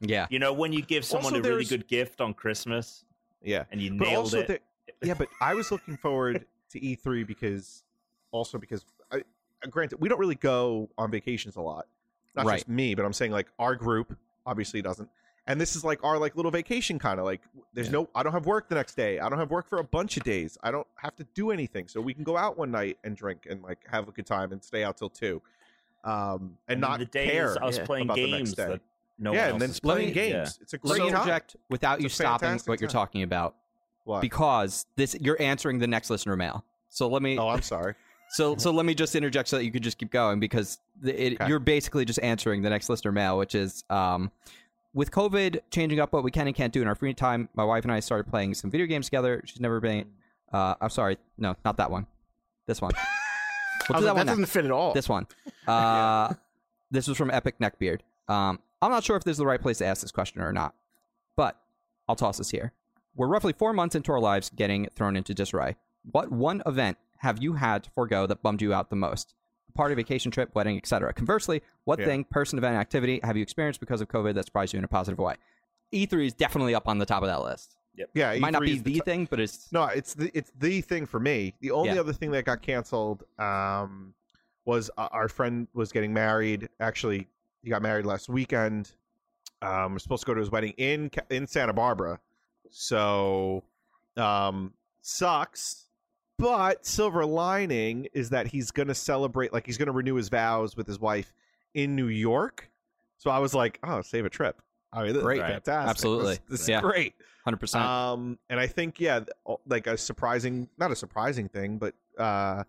Speaker 1: yeah.
Speaker 2: You know when you give someone
Speaker 3: Also,
Speaker 2: a really
Speaker 3: there's-
Speaker 2: good gift on Christmas
Speaker 3: yeah,
Speaker 2: and you
Speaker 3: but
Speaker 2: nailed
Speaker 3: also
Speaker 2: it.
Speaker 3: the- yeah, but I was looking forward to E3 because also because I, uh, granted we don't really go on vacations a lot. Not
Speaker 1: Right.
Speaker 3: just me, but I'm saying like our group obviously doesn't. and this is like our like little vacation kind of like there's no i don't have work the next day i don't have work for a bunch of days i don't have to do anything so we can go out one night and drink and like have a good time and stay out till two um
Speaker 2: then
Speaker 3: and, not
Speaker 2: the days
Speaker 3: care
Speaker 2: us
Speaker 4: yeah,
Speaker 2: playing
Speaker 3: about the next
Speaker 2: games
Speaker 3: day.
Speaker 2: that no
Speaker 3: yeah
Speaker 2: one
Speaker 3: and then
Speaker 2: else is
Speaker 3: playing
Speaker 2: playing.
Speaker 3: games
Speaker 2: Yeah.
Speaker 3: it's a
Speaker 1: Let
Speaker 3: great
Speaker 1: me
Speaker 3: time.
Speaker 1: interject without
Speaker 3: It's
Speaker 1: you
Speaker 3: a
Speaker 1: stopping what
Speaker 3: fantastic
Speaker 1: you're
Speaker 3: time.
Speaker 1: talking about
Speaker 3: What?
Speaker 1: because this you're answering the next listener mail. So let me
Speaker 3: oh i'm sorry
Speaker 4: Mm-hmm.
Speaker 1: so so let me just interject so that you can just keep going because the, it,
Speaker 3: Okay.
Speaker 1: you're basically just answering the next listener mail, which is um, with COVID changing up what we can and can't do in our free time. My wife and I started playing some video games together. She's never been. Uh, I'm sorry, no, not that one. This one. We'll
Speaker 4: I
Speaker 1: do
Speaker 4: was
Speaker 1: that
Speaker 4: like,
Speaker 1: one
Speaker 4: that
Speaker 1: next.
Speaker 4: doesn't fit at
Speaker 3: Oh.
Speaker 4: all.
Speaker 1: This one. Uh, This was from Epic Neckbeard. Um, I'm not sure if this is the right place to ask this question or not, but I'll toss this here. We're roughly four months into our lives getting thrown into disarray. What one event have you had to forego that bummed you out the most? Party, vacation, trip, wedding, etc. Conversely, what
Speaker 3: Yeah.
Speaker 1: thing, person, event, activity have you experienced because of COVID that surprised you in a positive way? E3 is definitely up on the top of that list.
Speaker 3: yeah
Speaker 1: It might not
Speaker 3: E3
Speaker 1: be
Speaker 3: Uh, E is
Speaker 1: the
Speaker 3: ti-
Speaker 1: thing, but it's
Speaker 3: No, it's the it's the thing for me. The only
Speaker 1: Yeah.
Speaker 3: other thing that got canceled um, was uh, our friend was getting married. Actually, he got married last weekend. Um, we're supposed to go to his wedding in Ca- in Santa Barbara, so um, sucks. But silver lining is that he's going to celebrate, like he's going to renew his vows with his wife in New York. So I was like, oh, save a trip. I mean, this
Speaker 1: Great.
Speaker 3: is
Speaker 2: Right.
Speaker 3: fantastic.
Speaker 1: Absolutely.
Speaker 3: this, this
Speaker 1: Yeah.
Speaker 3: is great.
Speaker 1: 100%.
Speaker 3: Um, and I think yeah, th- o- like a surprising, not a surprising thing, but uh,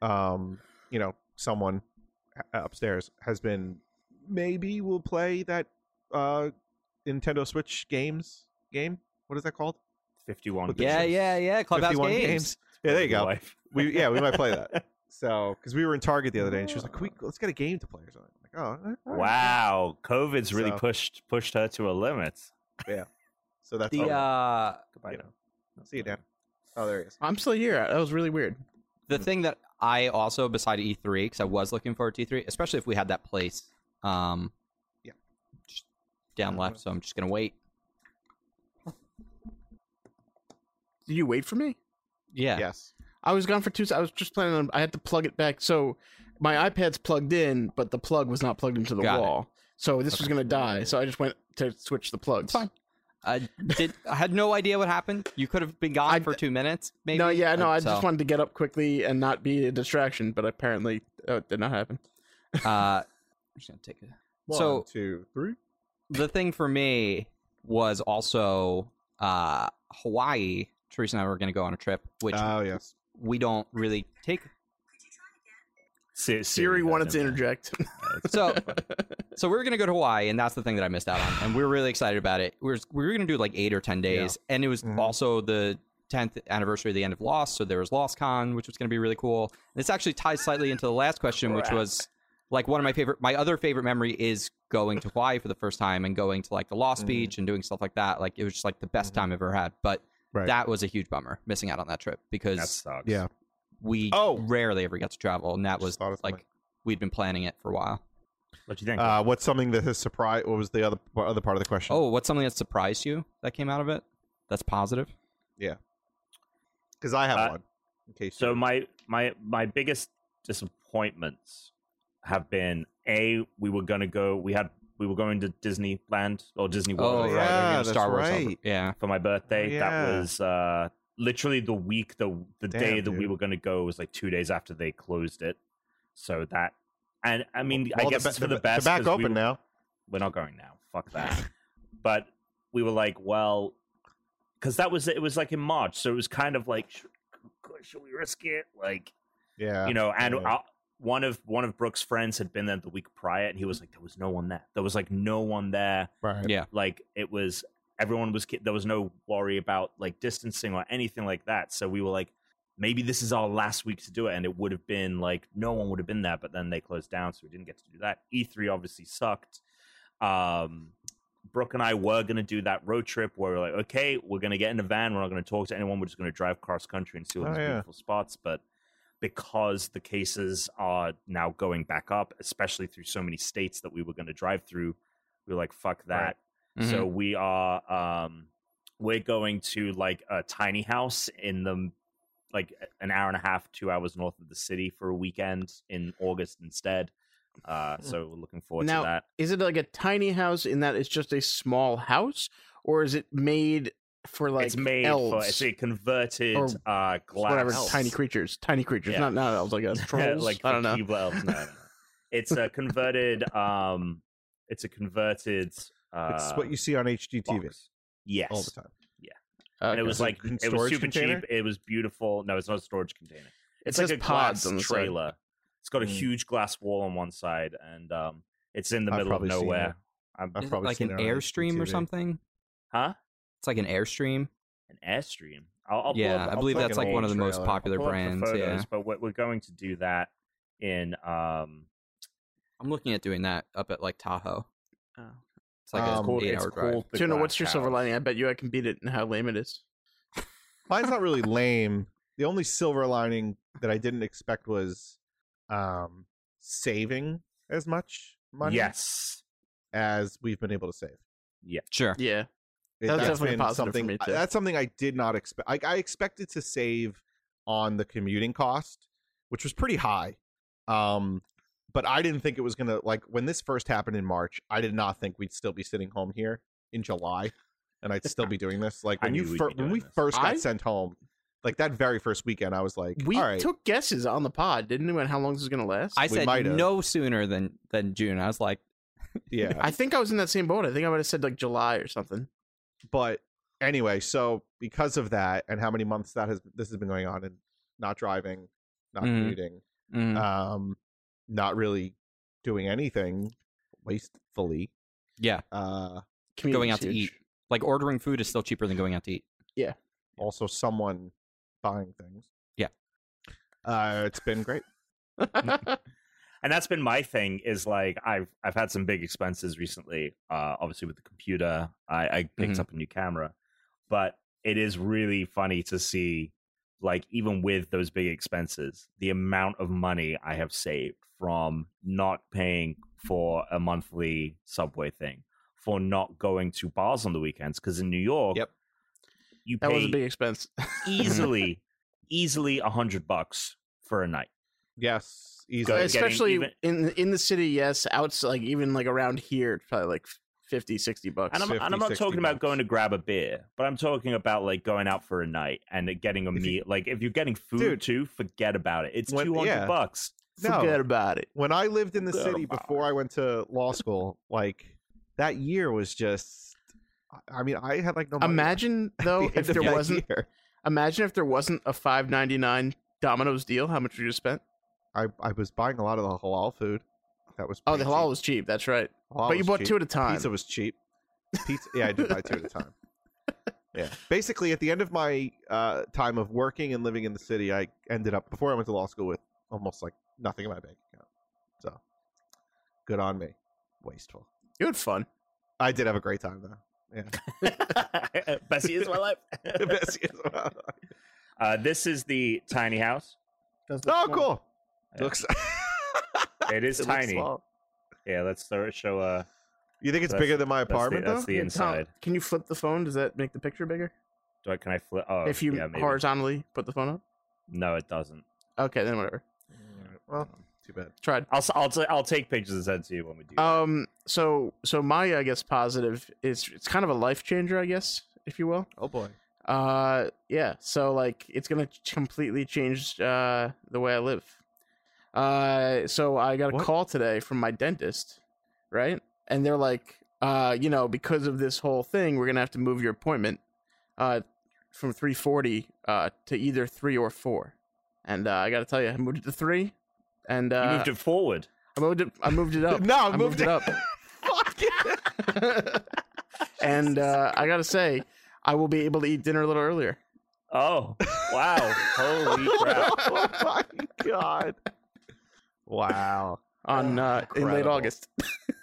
Speaker 3: um, you know, someone u- upstairs has been maybe we'll play that uh Nintendo Switch games game. What is that called?
Speaker 2: 51
Speaker 3: With the
Speaker 1: yeah,
Speaker 2: games.
Speaker 1: yeah, yeah. Clubhouse
Speaker 3: 51
Speaker 1: games.
Speaker 3: Yeah, there you
Speaker 2: Your
Speaker 3: go.
Speaker 2: life.
Speaker 3: We yeah, we might play that. So because we were in Target the other day, and she was like,
Speaker 1: Oh.
Speaker 3: Can we, "Let's get a game to play or something." I'm like, oh, all right.
Speaker 2: Wow, COVID's really
Speaker 3: So-
Speaker 2: pushed pushed her to a limit.
Speaker 3: So that's
Speaker 1: The
Speaker 3: all.
Speaker 1: uh
Speaker 2: Goodbye
Speaker 3: Yeah.
Speaker 2: now.
Speaker 3: see you, Dan. Oh, there he is.
Speaker 4: I'm still here. That was really weird.
Speaker 1: the thing that I also beside E3 because I was looking forward to E3, especially if we had that place. Um,
Speaker 3: Yeah.
Speaker 1: just down left. So I'm just gonna wait.
Speaker 4: Did you wait for me?
Speaker 1: Yeah.
Speaker 3: Yes.
Speaker 4: I was gone for two. I was just planning on. I had to plug it back. So my iPad's plugged in, but the plug was not plugged into the
Speaker 1: Got it.
Speaker 4: wall. So this was gonna die. So I just went to switch the plugs.
Speaker 1: fine. I did. I had no idea what happened. You could have been gone
Speaker 4: I-
Speaker 1: for two minutes. Maybe.
Speaker 4: No, yeah, no.
Speaker 1: Uh,
Speaker 4: I
Speaker 1: so,
Speaker 4: just wanted to get up quickly and not be a distraction, but apparently uh, it did not happen.
Speaker 1: Uh, I'm just gonna take it.
Speaker 3: One,
Speaker 1: So-
Speaker 3: two, three.
Speaker 1: the thing for me was also uh Hawaii. Teresa and I were gonna go on a trip, which
Speaker 3: Oh yes.
Speaker 1: we don't really take
Speaker 2: Si-
Speaker 4: Siri
Speaker 2: got
Speaker 4: wanted to
Speaker 2: in there.
Speaker 4: interject.
Speaker 1: So, so we were gonna go to Hawaii, and that's the thing that I missed out on. And we were really excited about it. We were we were gonna do like eight or ten days, and it was
Speaker 3: Mhm.
Speaker 1: also the tenth anniversary of the end of Lost, so there was Lost Con, which was gonna be really cool. And this actually ties slightly into the last question, which was like one of my favorite. My other favorite memory is going to Hawaii for the first time and going to like the Lost
Speaker 3: Mhm.
Speaker 1: Beach and doing stuff like that. Like it was just like the best
Speaker 3: Mhm.
Speaker 1: time I've ever had. But
Speaker 3: Right.
Speaker 1: that was a huge bummer missing out on that trip because
Speaker 2: that sucks.
Speaker 3: Yeah.
Speaker 1: we
Speaker 3: Oh.
Speaker 1: rarely ever got to travel, and that
Speaker 3: Just
Speaker 1: was
Speaker 3: thought of
Speaker 1: like
Speaker 3: something.
Speaker 1: we'd been planning it for a while.
Speaker 2: What do you think?
Speaker 3: Uh, what's something that has surprised? What was the other what other part of the question?
Speaker 1: Oh, what's something that surprised you that came out of it? That's positive.
Speaker 3: because I have
Speaker 2: uh,
Speaker 3: one. In case
Speaker 2: so
Speaker 3: you-
Speaker 2: my my my biggest disappointments have been a we were gonna go we had we were going to Disneyland or Disney World
Speaker 1: oh,
Speaker 2: rather,
Speaker 3: yeah.
Speaker 1: right.
Speaker 3: that's
Speaker 1: Star Wars.
Speaker 3: right.
Speaker 1: Yeah.
Speaker 2: for my birthday. That
Speaker 3: Yeah.
Speaker 2: was uh, literally the week the the
Speaker 3: Damn,
Speaker 2: day that we
Speaker 3: dude.
Speaker 2: were gonna go was like two days after they closed it. So that and I mean
Speaker 3: Well,
Speaker 2: I guess
Speaker 3: ba-
Speaker 2: it's for
Speaker 3: ba-
Speaker 2: the, best.
Speaker 3: They're back
Speaker 2: 'cause we
Speaker 3: open
Speaker 2: were-
Speaker 3: now.
Speaker 2: we're not going now. Fuck that. but we were like, well, because that was it was like in March, so it was kind of like, should, should we risk it? Like,
Speaker 3: Yeah.
Speaker 2: you know, and
Speaker 3: yeah.
Speaker 2: uh one of one of Brooks' friends had been there the week prior, and he was like, there was no one there. There was like no one there.
Speaker 3: right.
Speaker 1: Yeah.
Speaker 2: Like it was everyone was ki- there was no worry about like distancing or anything like that. So we were like. Maybe this is our last week to do it, and it would have been like no one would have been there, but then they closed down, so we didn't get to do that. E3 obviously sucked um Brooke and I were going to do that road trip where we're like, okay, we're going to get in a van. We're not going to talk to anyone. We're just going to drive cross country and see all
Speaker 3: Oh,
Speaker 2: these
Speaker 3: yeah.
Speaker 2: beautiful spots. But because the cases are now going back up, especially through so many states that we were going to drive through, we were like, fuck that.
Speaker 3: Right.
Speaker 1: Mm-hmm.
Speaker 2: So we are um we're going to like a tiny house in the like an hour and a half, two hours north of the city for a weekend in August instead. Uh, so we're looking forward
Speaker 4: Now-
Speaker 2: to that.
Speaker 4: Is it like a tiny house in that it's just a small house, or is it made for like
Speaker 2: it's made
Speaker 4: elves
Speaker 2: for it's a converted
Speaker 4: Or
Speaker 2: uh, glass,
Speaker 4: whatever tiny creatures, tiny creatures,
Speaker 2: Yeah.
Speaker 4: not not elves, like guess
Speaker 2: Yeah,
Speaker 4: trolls.
Speaker 2: like
Speaker 4: I don't
Speaker 2: the
Speaker 4: know.
Speaker 2: Cuba elves. No, no, no. It's a converted. Um, it's a converted. Uh,
Speaker 3: it's what you see on HGTV
Speaker 2: box. Yes,
Speaker 3: all the time.
Speaker 2: and it was
Speaker 3: Is it
Speaker 2: like
Speaker 3: in
Speaker 2: it was
Speaker 3: storage
Speaker 2: super
Speaker 3: container?
Speaker 2: cheap. It was beautiful. No, it's not a storage container. It's
Speaker 4: It
Speaker 2: like
Speaker 4: says
Speaker 2: a
Speaker 4: pods
Speaker 2: glass
Speaker 4: on the side.
Speaker 2: trailer. It's got a
Speaker 3: Mm.
Speaker 2: huge glass wall on one side, and um, it's in the
Speaker 3: I've
Speaker 2: middle of
Speaker 3: probably seen
Speaker 2: nowhere.
Speaker 3: it.
Speaker 2: I'm,
Speaker 3: I've
Speaker 1: Is it
Speaker 3: probably
Speaker 1: like
Speaker 3: seen
Speaker 1: an
Speaker 3: it on
Speaker 1: airstream or
Speaker 3: HGTV.
Speaker 1: something.
Speaker 2: huh?
Speaker 1: It's like an airstream.
Speaker 2: An airstream. I'll, I'll pull
Speaker 1: yeah,
Speaker 2: up-
Speaker 1: I
Speaker 2: I'll
Speaker 1: believe
Speaker 2: pull up
Speaker 1: that's
Speaker 2: an
Speaker 1: like one of the
Speaker 2: old
Speaker 1: most
Speaker 2: trailer. I'll
Speaker 1: popular
Speaker 2: pull up the
Speaker 1: brands.
Speaker 2: photos,
Speaker 1: Yeah,
Speaker 2: but we're, we're going to do that in um.
Speaker 1: I'm looking at doing that up at like Tahoe.
Speaker 4: Oh.
Speaker 1: It's like
Speaker 3: Um,
Speaker 1: an
Speaker 2: called-
Speaker 1: eight-hour
Speaker 2: it's
Speaker 1: drive.
Speaker 2: called The
Speaker 4: Tuna,
Speaker 2: Glass
Speaker 4: what's your silver
Speaker 2: House.
Speaker 4: lining? I bet you I can beat it and how lame it is.
Speaker 3: Mine's not really lame. The only silver lining that I didn't expect was um, saving as much money
Speaker 2: Yes.
Speaker 3: as we've been able to save.
Speaker 1: Sure.
Speaker 4: Yeah,
Speaker 3: It-
Speaker 4: That's definitely
Speaker 3: been
Speaker 4: positive for
Speaker 3: something,
Speaker 4: me, too.
Speaker 3: That's something I did not expect. I, I expected to save on the commuting cost, which was pretty high. Um, but I didn't think it was gonna like when this first happened in March. I did not think we'd still be sitting home here in July, and I'd still be doing this. Like
Speaker 2: I
Speaker 3: when
Speaker 2: knew
Speaker 3: you
Speaker 2: we'd
Speaker 3: fir-
Speaker 2: be
Speaker 3: when
Speaker 2: doing
Speaker 3: we
Speaker 2: this.
Speaker 3: first got
Speaker 4: I-
Speaker 3: sent home, like that very first weekend, I was like,
Speaker 4: we
Speaker 3: all right,
Speaker 4: took guesses on the pod, didn't we? On how long this was gonna last.
Speaker 1: I
Speaker 3: We
Speaker 1: said
Speaker 3: might have.
Speaker 1: no sooner than than June. I was like,
Speaker 3: yeah,
Speaker 4: I think I was in that same boat. I think I might have said like July or something.
Speaker 3: but anyway, so because of that and how many months that has this has been going on and not driving, not
Speaker 1: Mhm.
Speaker 3: commuting,
Speaker 1: mm,
Speaker 2: Uh,
Speaker 4: Mm-hmm.
Speaker 3: um, not really doing anything wastefully.
Speaker 1: yeah.
Speaker 3: Uh,
Speaker 1: Going
Speaker 4: Community's
Speaker 1: out to
Speaker 4: huge.
Speaker 1: eat. Like ordering food is still cheaper than going out to eat.
Speaker 3: also, someone buying things.
Speaker 1: Yeah.
Speaker 3: uh, it's been great.
Speaker 2: And that's been my thing is like I've I've had some big expenses recently. Uh obviously with the computer. I, I picked
Speaker 4: Mm-hmm.
Speaker 1: Mhm.
Speaker 2: up a new camera. But it is really funny to see like even with those big expenses, the amount of money I have saved from not paying for a monthly subway thing, for not going to bars on the weekends. Because in New York,
Speaker 3: Yep.
Speaker 2: you
Speaker 4: that was a
Speaker 2: pay
Speaker 4: big expense.
Speaker 2: easily, easily a hundred bucks for a night.
Speaker 3: Yes,
Speaker 2: Good.
Speaker 3: easily.
Speaker 2: Guys, getting
Speaker 4: especially
Speaker 2: even-
Speaker 4: in in the city yes outside like even like around here it's probably like 50 60 bucks
Speaker 2: And I'm, and
Speaker 3: 50,
Speaker 2: I'm not
Speaker 3: 60
Speaker 2: talking about
Speaker 3: bucks.
Speaker 2: going to grab a beer, but I'm talking about like going out for a night and getting a
Speaker 3: you-
Speaker 2: meal. Like if you're getting food
Speaker 3: Dude.
Speaker 2: too, forget about it. It's
Speaker 3: When-
Speaker 2: 200
Speaker 3: yeah.
Speaker 2: bucks.
Speaker 3: No.
Speaker 4: forget about it
Speaker 3: When I lived in the
Speaker 2: Good
Speaker 3: city
Speaker 2: amount.
Speaker 3: before I went to law school, like that year was just. I- I mean, I had like no. money left
Speaker 4: imagine
Speaker 3: at the
Speaker 4: though
Speaker 3: end
Speaker 4: if
Speaker 3: of
Speaker 4: there
Speaker 3: that
Speaker 4: wasn't
Speaker 3: year.
Speaker 4: imagine if there wasn't a 5.99 domino's deal how much would you have spent
Speaker 3: I I was buying a lot of the halal food. That was
Speaker 4: oh the
Speaker 3: pretty
Speaker 4: halal
Speaker 3: cheap.
Speaker 4: was cheap that's right
Speaker 3: Halal
Speaker 4: but you
Speaker 3: was
Speaker 4: bought
Speaker 3: cheap.
Speaker 4: two at a time
Speaker 3: Pizza was cheap. Pizza, yeah, I did buy two at a time. Yeah, basically, at the end of my uh, time of working and living in the city, I ended up before I went to law school with almost like nothing in my bank account. So, good on me. Wasteful.
Speaker 4: you had fun
Speaker 3: I did have a great time though.
Speaker 2: Bessie is my life.
Speaker 3: Best years of my life.
Speaker 2: uh, this is the tiny house.
Speaker 3: oh, cool.
Speaker 2: Yeah.
Speaker 3: Looks.
Speaker 2: It is
Speaker 4: It looks
Speaker 2: tiny.
Speaker 4: small.
Speaker 2: Yeah, let's throw- show uh,
Speaker 3: you think it's
Speaker 2: That's-
Speaker 3: bigger than my
Speaker 2: that's the-
Speaker 3: apartment
Speaker 2: that's the-
Speaker 3: though?
Speaker 4: Hey, Tom,
Speaker 2: inside.
Speaker 4: can you flip the phone does that make the picture bigger
Speaker 2: Do I can I flip? Oh,
Speaker 4: if you
Speaker 2: yeah, maybe.
Speaker 4: horizontally put the phone up
Speaker 2: No, it doesn't.
Speaker 4: okay then whatever
Speaker 3: Alright, Well, too bad.
Speaker 4: tried
Speaker 2: I'll s- I'll, t- I'll take pictures and send to you when we do. that.
Speaker 4: um so so my i guess positive is it's kind of a life changer i guess if you will
Speaker 3: Oh boy.
Speaker 4: Uh, yeah. So like, it's gonna ch- completely change uh the way I live. Uh, so I got a
Speaker 3: What?
Speaker 4: call today from my dentist, right? And they're like, uh, you know, because of this whole thing, we're gonna have to move your appointment, uh, from three forty uh to either three or four. And uh, I gotta tell you, I moved it to three, and
Speaker 2: you
Speaker 4: uh,
Speaker 2: moved it forward.
Speaker 4: I moved it. I moved it up.
Speaker 3: No,
Speaker 4: I moved it up.
Speaker 3: Fuck it.
Speaker 4: and uh, I gotta say, I will be able to eat dinner a little earlier.
Speaker 2: Oh, wow! Holy crap!
Speaker 3: oh my god. Wow.
Speaker 2: Ah,
Speaker 4: on uh, in late
Speaker 3: Incredible.
Speaker 4: August.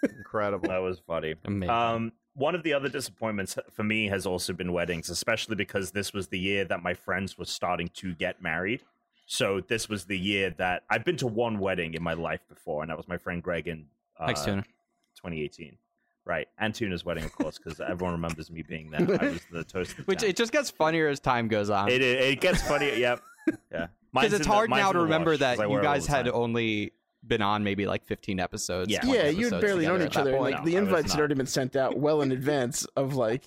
Speaker 3: Incredible.
Speaker 2: That was funny.
Speaker 1: Amazing.
Speaker 2: Um, one of the other disappointments for me has also been weddings, especially because this was the year that my friends were starting to get married. So this was the year that I've been to one wedding in my life before, and that was my friend Greg in uh,
Speaker 1: Thanks, Tuna.
Speaker 2: 2018. Right, and Tuna's wedding, of course, because everyone remembers me being there. I was the toast. Of the
Speaker 1: Which
Speaker 2: town.
Speaker 1: it just gets funnier as time goes on.
Speaker 2: it, it it gets funny. Yep, yeah. Mine's
Speaker 1: because it's
Speaker 2: in the-
Speaker 1: hard
Speaker 2: mine's
Speaker 1: now
Speaker 2: in
Speaker 1: to
Speaker 2: the
Speaker 1: remember
Speaker 2: wash, 'cause
Speaker 1: that
Speaker 2: I wear
Speaker 1: you
Speaker 2: it all
Speaker 1: guys
Speaker 2: the
Speaker 1: had
Speaker 2: time.
Speaker 1: only been on maybe like 15 episodes.
Speaker 2: Yeah.
Speaker 1: 20
Speaker 4: yeah, you'd
Speaker 1: episodes
Speaker 4: barely
Speaker 1: together
Speaker 4: known
Speaker 1: at
Speaker 4: each
Speaker 1: that
Speaker 4: other. and,
Speaker 1: point. Oh,
Speaker 2: No,
Speaker 4: like the
Speaker 2: I was
Speaker 4: invites had
Speaker 2: not.
Speaker 4: already been sent out well in advance of like,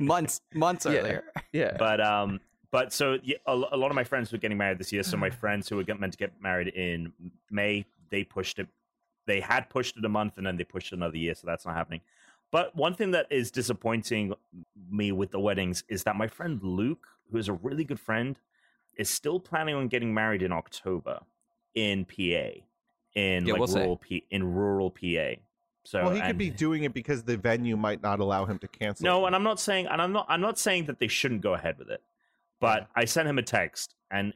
Speaker 1: months months
Speaker 4: Yeah.
Speaker 1: earlier.
Speaker 4: yeah,
Speaker 2: but um but so yeah, a, lo- a lot of my friends were getting married this year so
Speaker 1: Mm.
Speaker 2: my friends who were get, meant to get married in may they pushed it they had pushed it a month and then they pushed it another year so that's not happening but one thing that is disappointing me with the weddings is that my friend luke who is a really good friend is still planning on getting married in october in pa in
Speaker 1: Yeah,
Speaker 2: like
Speaker 1: we'll see.
Speaker 2: rural P, in rural pa so
Speaker 3: well, he could
Speaker 2: and-
Speaker 3: be doing it because the venue might not allow him to cancel.
Speaker 2: no, and I'm not saying, and I'm not, I'm not saying that they shouldn't go ahead with it. But I sent him a text, and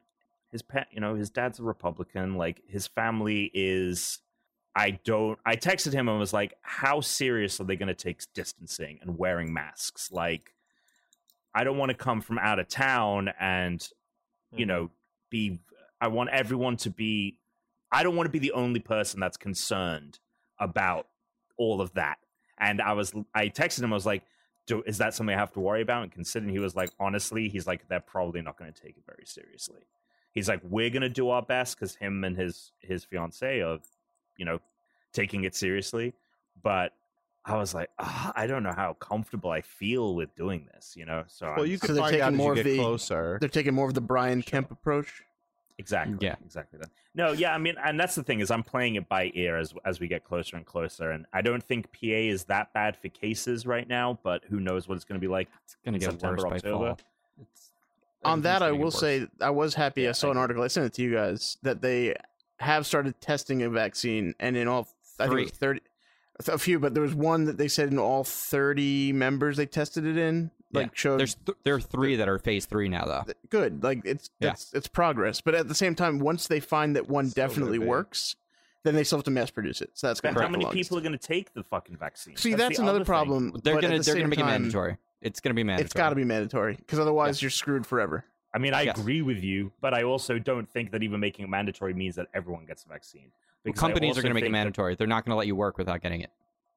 Speaker 2: his pet, you know, his dad's a Republican. Like his family is. I don't. I texted him and was like, "How serious are they going to take distancing and wearing masks? Like, I don't want to come from out of town and, you know, be. I want everyone to be. I don't want to be the only person that's concerned about all of that. And I was, I texted him. I was like, do, is that something I have to worry about and consider? And he was like, honestly, he's like, they're probably not going to take it very seriously. He's like, we're going to do our best because him and his his fiance are, you know, taking it seriously. But I was like, ah, I don't know how comfortable I feel with doing this, you know. So
Speaker 3: Well,
Speaker 2: I'm-
Speaker 3: you
Speaker 4: So
Speaker 3: could
Speaker 4: they're
Speaker 3: find
Speaker 4: taking
Speaker 3: out as
Speaker 4: more
Speaker 3: you
Speaker 4: of
Speaker 3: get
Speaker 4: the-
Speaker 3: closer.
Speaker 4: they're taking more of the Brian Kemp approach.
Speaker 2: Exactly.
Speaker 1: Yeah.
Speaker 2: Exactly. That. No. Yeah. I mean, and that's the thing is, I'm playing it by ear as as we get closer and closer, and I don't think PA is that bad for cases right now, but who knows what it's going to be like.
Speaker 1: It's gonna get
Speaker 2: September,
Speaker 1: worse by
Speaker 2: October.
Speaker 1: fall. It's,
Speaker 4: on that
Speaker 1: everything's
Speaker 4: i
Speaker 1: gonna get
Speaker 4: will
Speaker 1: worse.
Speaker 4: say i was happy i
Speaker 2: Yeah,
Speaker 4: saw
Speaker 2: I
Speaker 4: an
Speaker 2: agree.
Speaker 4: article i sent it to you guys that they have started testing a vaccine and in all i think it was 30 a few but there was one that they said in all 30 members they tested it in
Speaker 1: Yeah,
Speaker 4: like showed
Speaker 1: there's th- there are three that are phase three now though.
Speaker 4: th- good like it's
Speaker 1: Yeah.
Speaker 4: that's it's progress but at the same time once they find that one
Speaker 3: Still gonna
Speaker 4: definitely
Speaker 3: be.
Speaker 4: works then they still have to mass produce it so that's
Speaker 2: But
Speaker 4: going to
Speaker 2: how many people are going to take the fucking vaccine?
Speaker 4: see that's,
Speaker 2: the
Speaker 4: another
Speaker 2: other thing.
Speaker 4: problem
Speaker 1: They're
Speaker 4: but at
Speaker 1: gonna
Speaker 4: the
Speaker 1: they're gonna
Speaker 4: same
Speaker 1: make it
Speaker 4: time,
Speaker 1: mandatory. It's gonna be mandatory.
Speaker 4: it's got to be mandatory because otherwise you're screwed forever
Speaker 2: I mean, I
Speaker 1: Yes.
Speaker 2: agree with you, but I also don't think that even making it mandatory means that everyone gets the vaccine. Because I
Speaker 1: companies are
Speaker 2: also
Speaker 1: going to make it
Speaker 2: think that-
Speaker 1: mandatory. They're not going to let you work without getting it.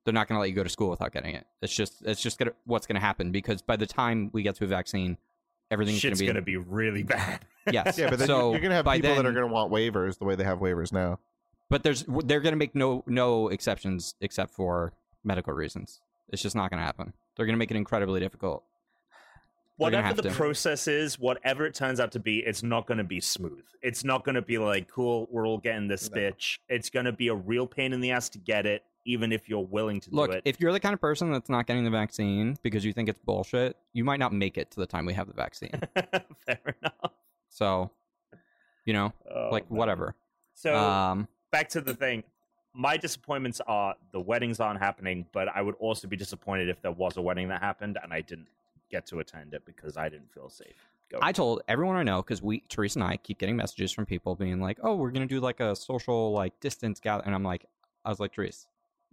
Speaker 1: They're not going to let you go to school without getting it. It's just it's just gonna, what's going to happen because by the time we get to a vaccine, everything's going
Speaker 2: Shit's
Speaker 1: to be
Speaker 2: going to be really bad.
Speaker 1: yes.
Speaker 3: yeah, but then
Speaker 1: so
Speaker 3: you- you're gonna have
Speaker 1: by
Speaker 3: people that
Speaker 1: then-
Speaker 3: are gonna want waivers the way they have waivers now.
Speaker 1: But there's they're going to make no no exceptions except for medical reasons. It's just not going to happen. They're going to make it incredibly difficult. They're gonna
Speaker 2: whatever the
Speaker 1: have to.
Speaker 2: process is, whatever it turns out to be, it's not going to be smooth. It's not going to be like, cool, we're all getting this
Speaker 3: No.
Speaker 2: bitch. It's going to be a real pain in the ass to get it, even if you're willing to
Speaker 1: Look,
Speaker 2: do it.
Speaker 1: if you're the kind of person that's not getting the vaccine because you think it's bullshit, you might not make it to the time we have the vaccine.
Speaker 2: Fair enough.
Speaker 1: so, you know,
Speaker 2: Oh,
Speaker 1: like
Speaker 2: man.
Speaker 1: whatever.
Speaker 2: So
Speaker 1: um,
Speaker 2: back to the thing. My disappointments are the weddings aren't happening, but I would also be disappointed if there was a wedding that happened and I didn't get to attend it because I didn't feel safe. Go.
Speaker 1: I told everyone I know because we Teresa and I keep getting messages from people being like, "Oh, we're gonna do like a social like distance gather," and I'm like, I was like, Teresa,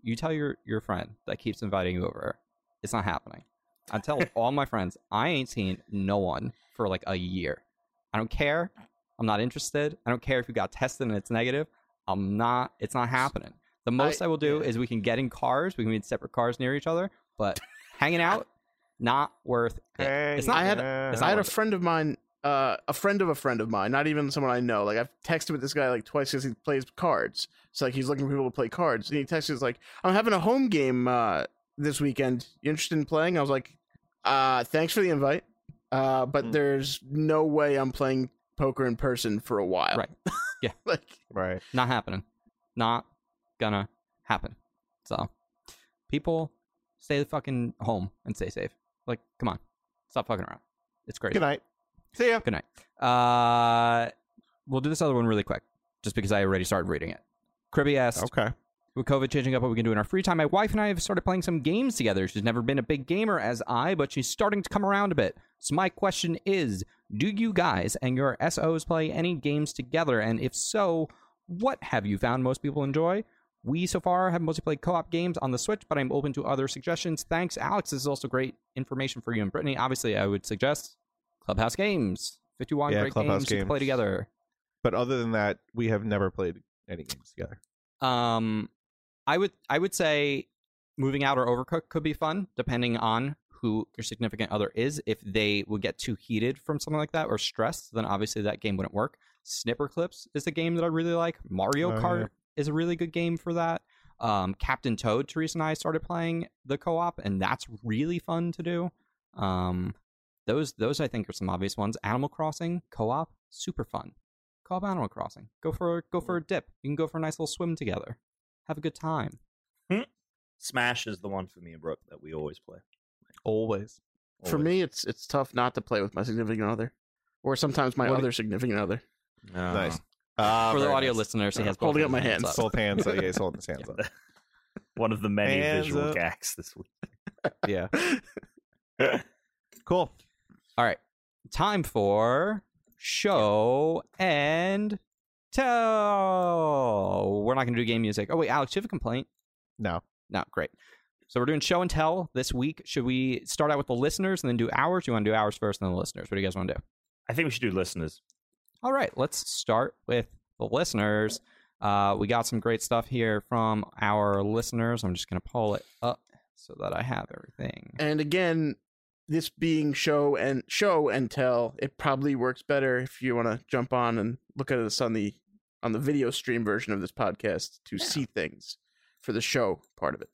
Speaker 1: you tell your your friend that keeps inviting you over, it's not happening. I tell all my friends I ain't seen no one for like a year. I don't care. I'm not interested. I don't care if you got tested and it's negative. I'm not. It's not happening. The most I, will do
Speaker 4: yeah.
Speaker 1: is we can get in cars. We can be in separate cars near each other, but hanging out, not worth it. It's not.
Speaker 4: I had-
Speaker 1: it's
Speaker 4: I
Speaker 1: not
Speaker 4: had a
Speaker 1: worth it.
Speaker 4: friend of mine, uh, a friend of a friend of mine, not even someone I know. Like I've texted with this guy like twice because he plays cards. So like he's looking for people to play cards, and he texted us like, "I'm having a home game uh, this weekend. You interested in playing?" I was like, uh, "Thanks for the invite, uh, but
Speaker 3: Mm.
Speaker 4: there's no way I'm playing poker in person for a while."
Speaker 1: Right. Yeah.
Speaker 4: like
Speaker 3: right.
Speaker 1: not happening. Not gonna happen. So people stay the fucking home and stay safe. Like, come on. Stop fucking around. It's crazy.
Speaker 3: Good night. See ya.
Speaker 1: Good night. Uh we'll do this other one really quick, just because I already started reading it. Cribby asked
Speaker 3: Okay.
Speaker 1: with COVID changing up what we can do in our free time, my wife and I have started playing some games together. She's never been a big gamer as I, but she's starting to come around a bit. So my question is, do you guys and your SOs play any games together? And if so, what have you found most people enjoy? We so far have mostly played co-op games on the Switch, but I'm open to other suggestions. Thanks, Alex. This is also great information for you and Brittany. Obviously, I would suggest Clubhouse Games. 51
Speaker 3: Yeah,
Speaker 1: great
Speaker 3: Clubhouse
Speaker 1: games, you can play
Speaker 3: Games.
Speaker 1: together.
Speaker 3: But other than that, we have never played any games together.
Speaker 1: Um, I would I would say moving out or overcooked could be fun, depending on who your significant other is. If they would get too heated from something like that or stressed, then obviously that game wouldn't work. Snipper Clips is a game that I really like. Mario
Speaker 3: Oh,
Speaker 1: Kart
Speaker 3: yeah.
Speaker 1: is a really good game for that. Um, Captain Toad, Teresa and I started playing the co-op, and that's really fun to do. Um, those those I think are some obvious ones. Animal Crossing co-op, super fun. Co-op Animal Crossing. Go for go for a dip. You can go for a nice little swim together. Have a good time.
Speaker 5: Smash is the one for me and Brooke that we always play.
Speaker 3: Always.
Speaker 4: For
Speaker 5: Always.
Speaker 4: me, it's it's tough not to play with my significant other, or sometimes my
Speaker 1: What-
Speaker 4: other significant other.
Speaker 5: Uh,
Speaker 3: Nice. Uh,
Speaker 1: for the
Speaker 3: very
Speaker 1: audio
Speaker 3: nice.
Speaker 1: listeners, he
Speaker 4: Ah, Uh,
Speaker 1: has both
Speaker 4: holding
Speaker 1: of
Speaker 4: up my
Speaker 1: his
Speaker 4: hands.
Speaker 1: up.
Speaker 3: Both hands. uh, yeah, he's holding his hands up.
Speaker 5: yeah. one of the many
Speaker 3: Hands
Speaker 5: visual
Speaker 3: up.
Speaker 5: gags this week.
Speaker 3: Yeah. Cool.
Speaker 1: All right, time for show and tell. We're not going to do game music. Oh wait, Alex, do you have a complaint?
Speaker 3: No.
Speaker 1: No, great. So we're doing show and tell this week. Should we start out with the listeners and then do ours? You want to do ours first and then the listeners? What do you guys want to do?
Speaker 2: I think we should do listeners.
Speaker 1: All right, let's start with the listeners. Uh, we got some great stuff here from our listeners. I'm just going to pull it up so that I have everything.
Speaker 4: And again, this being show and show and tell, it probably works better if you want to jump on and look at us on the on the video stream version of this podcast to see things for the show part of it.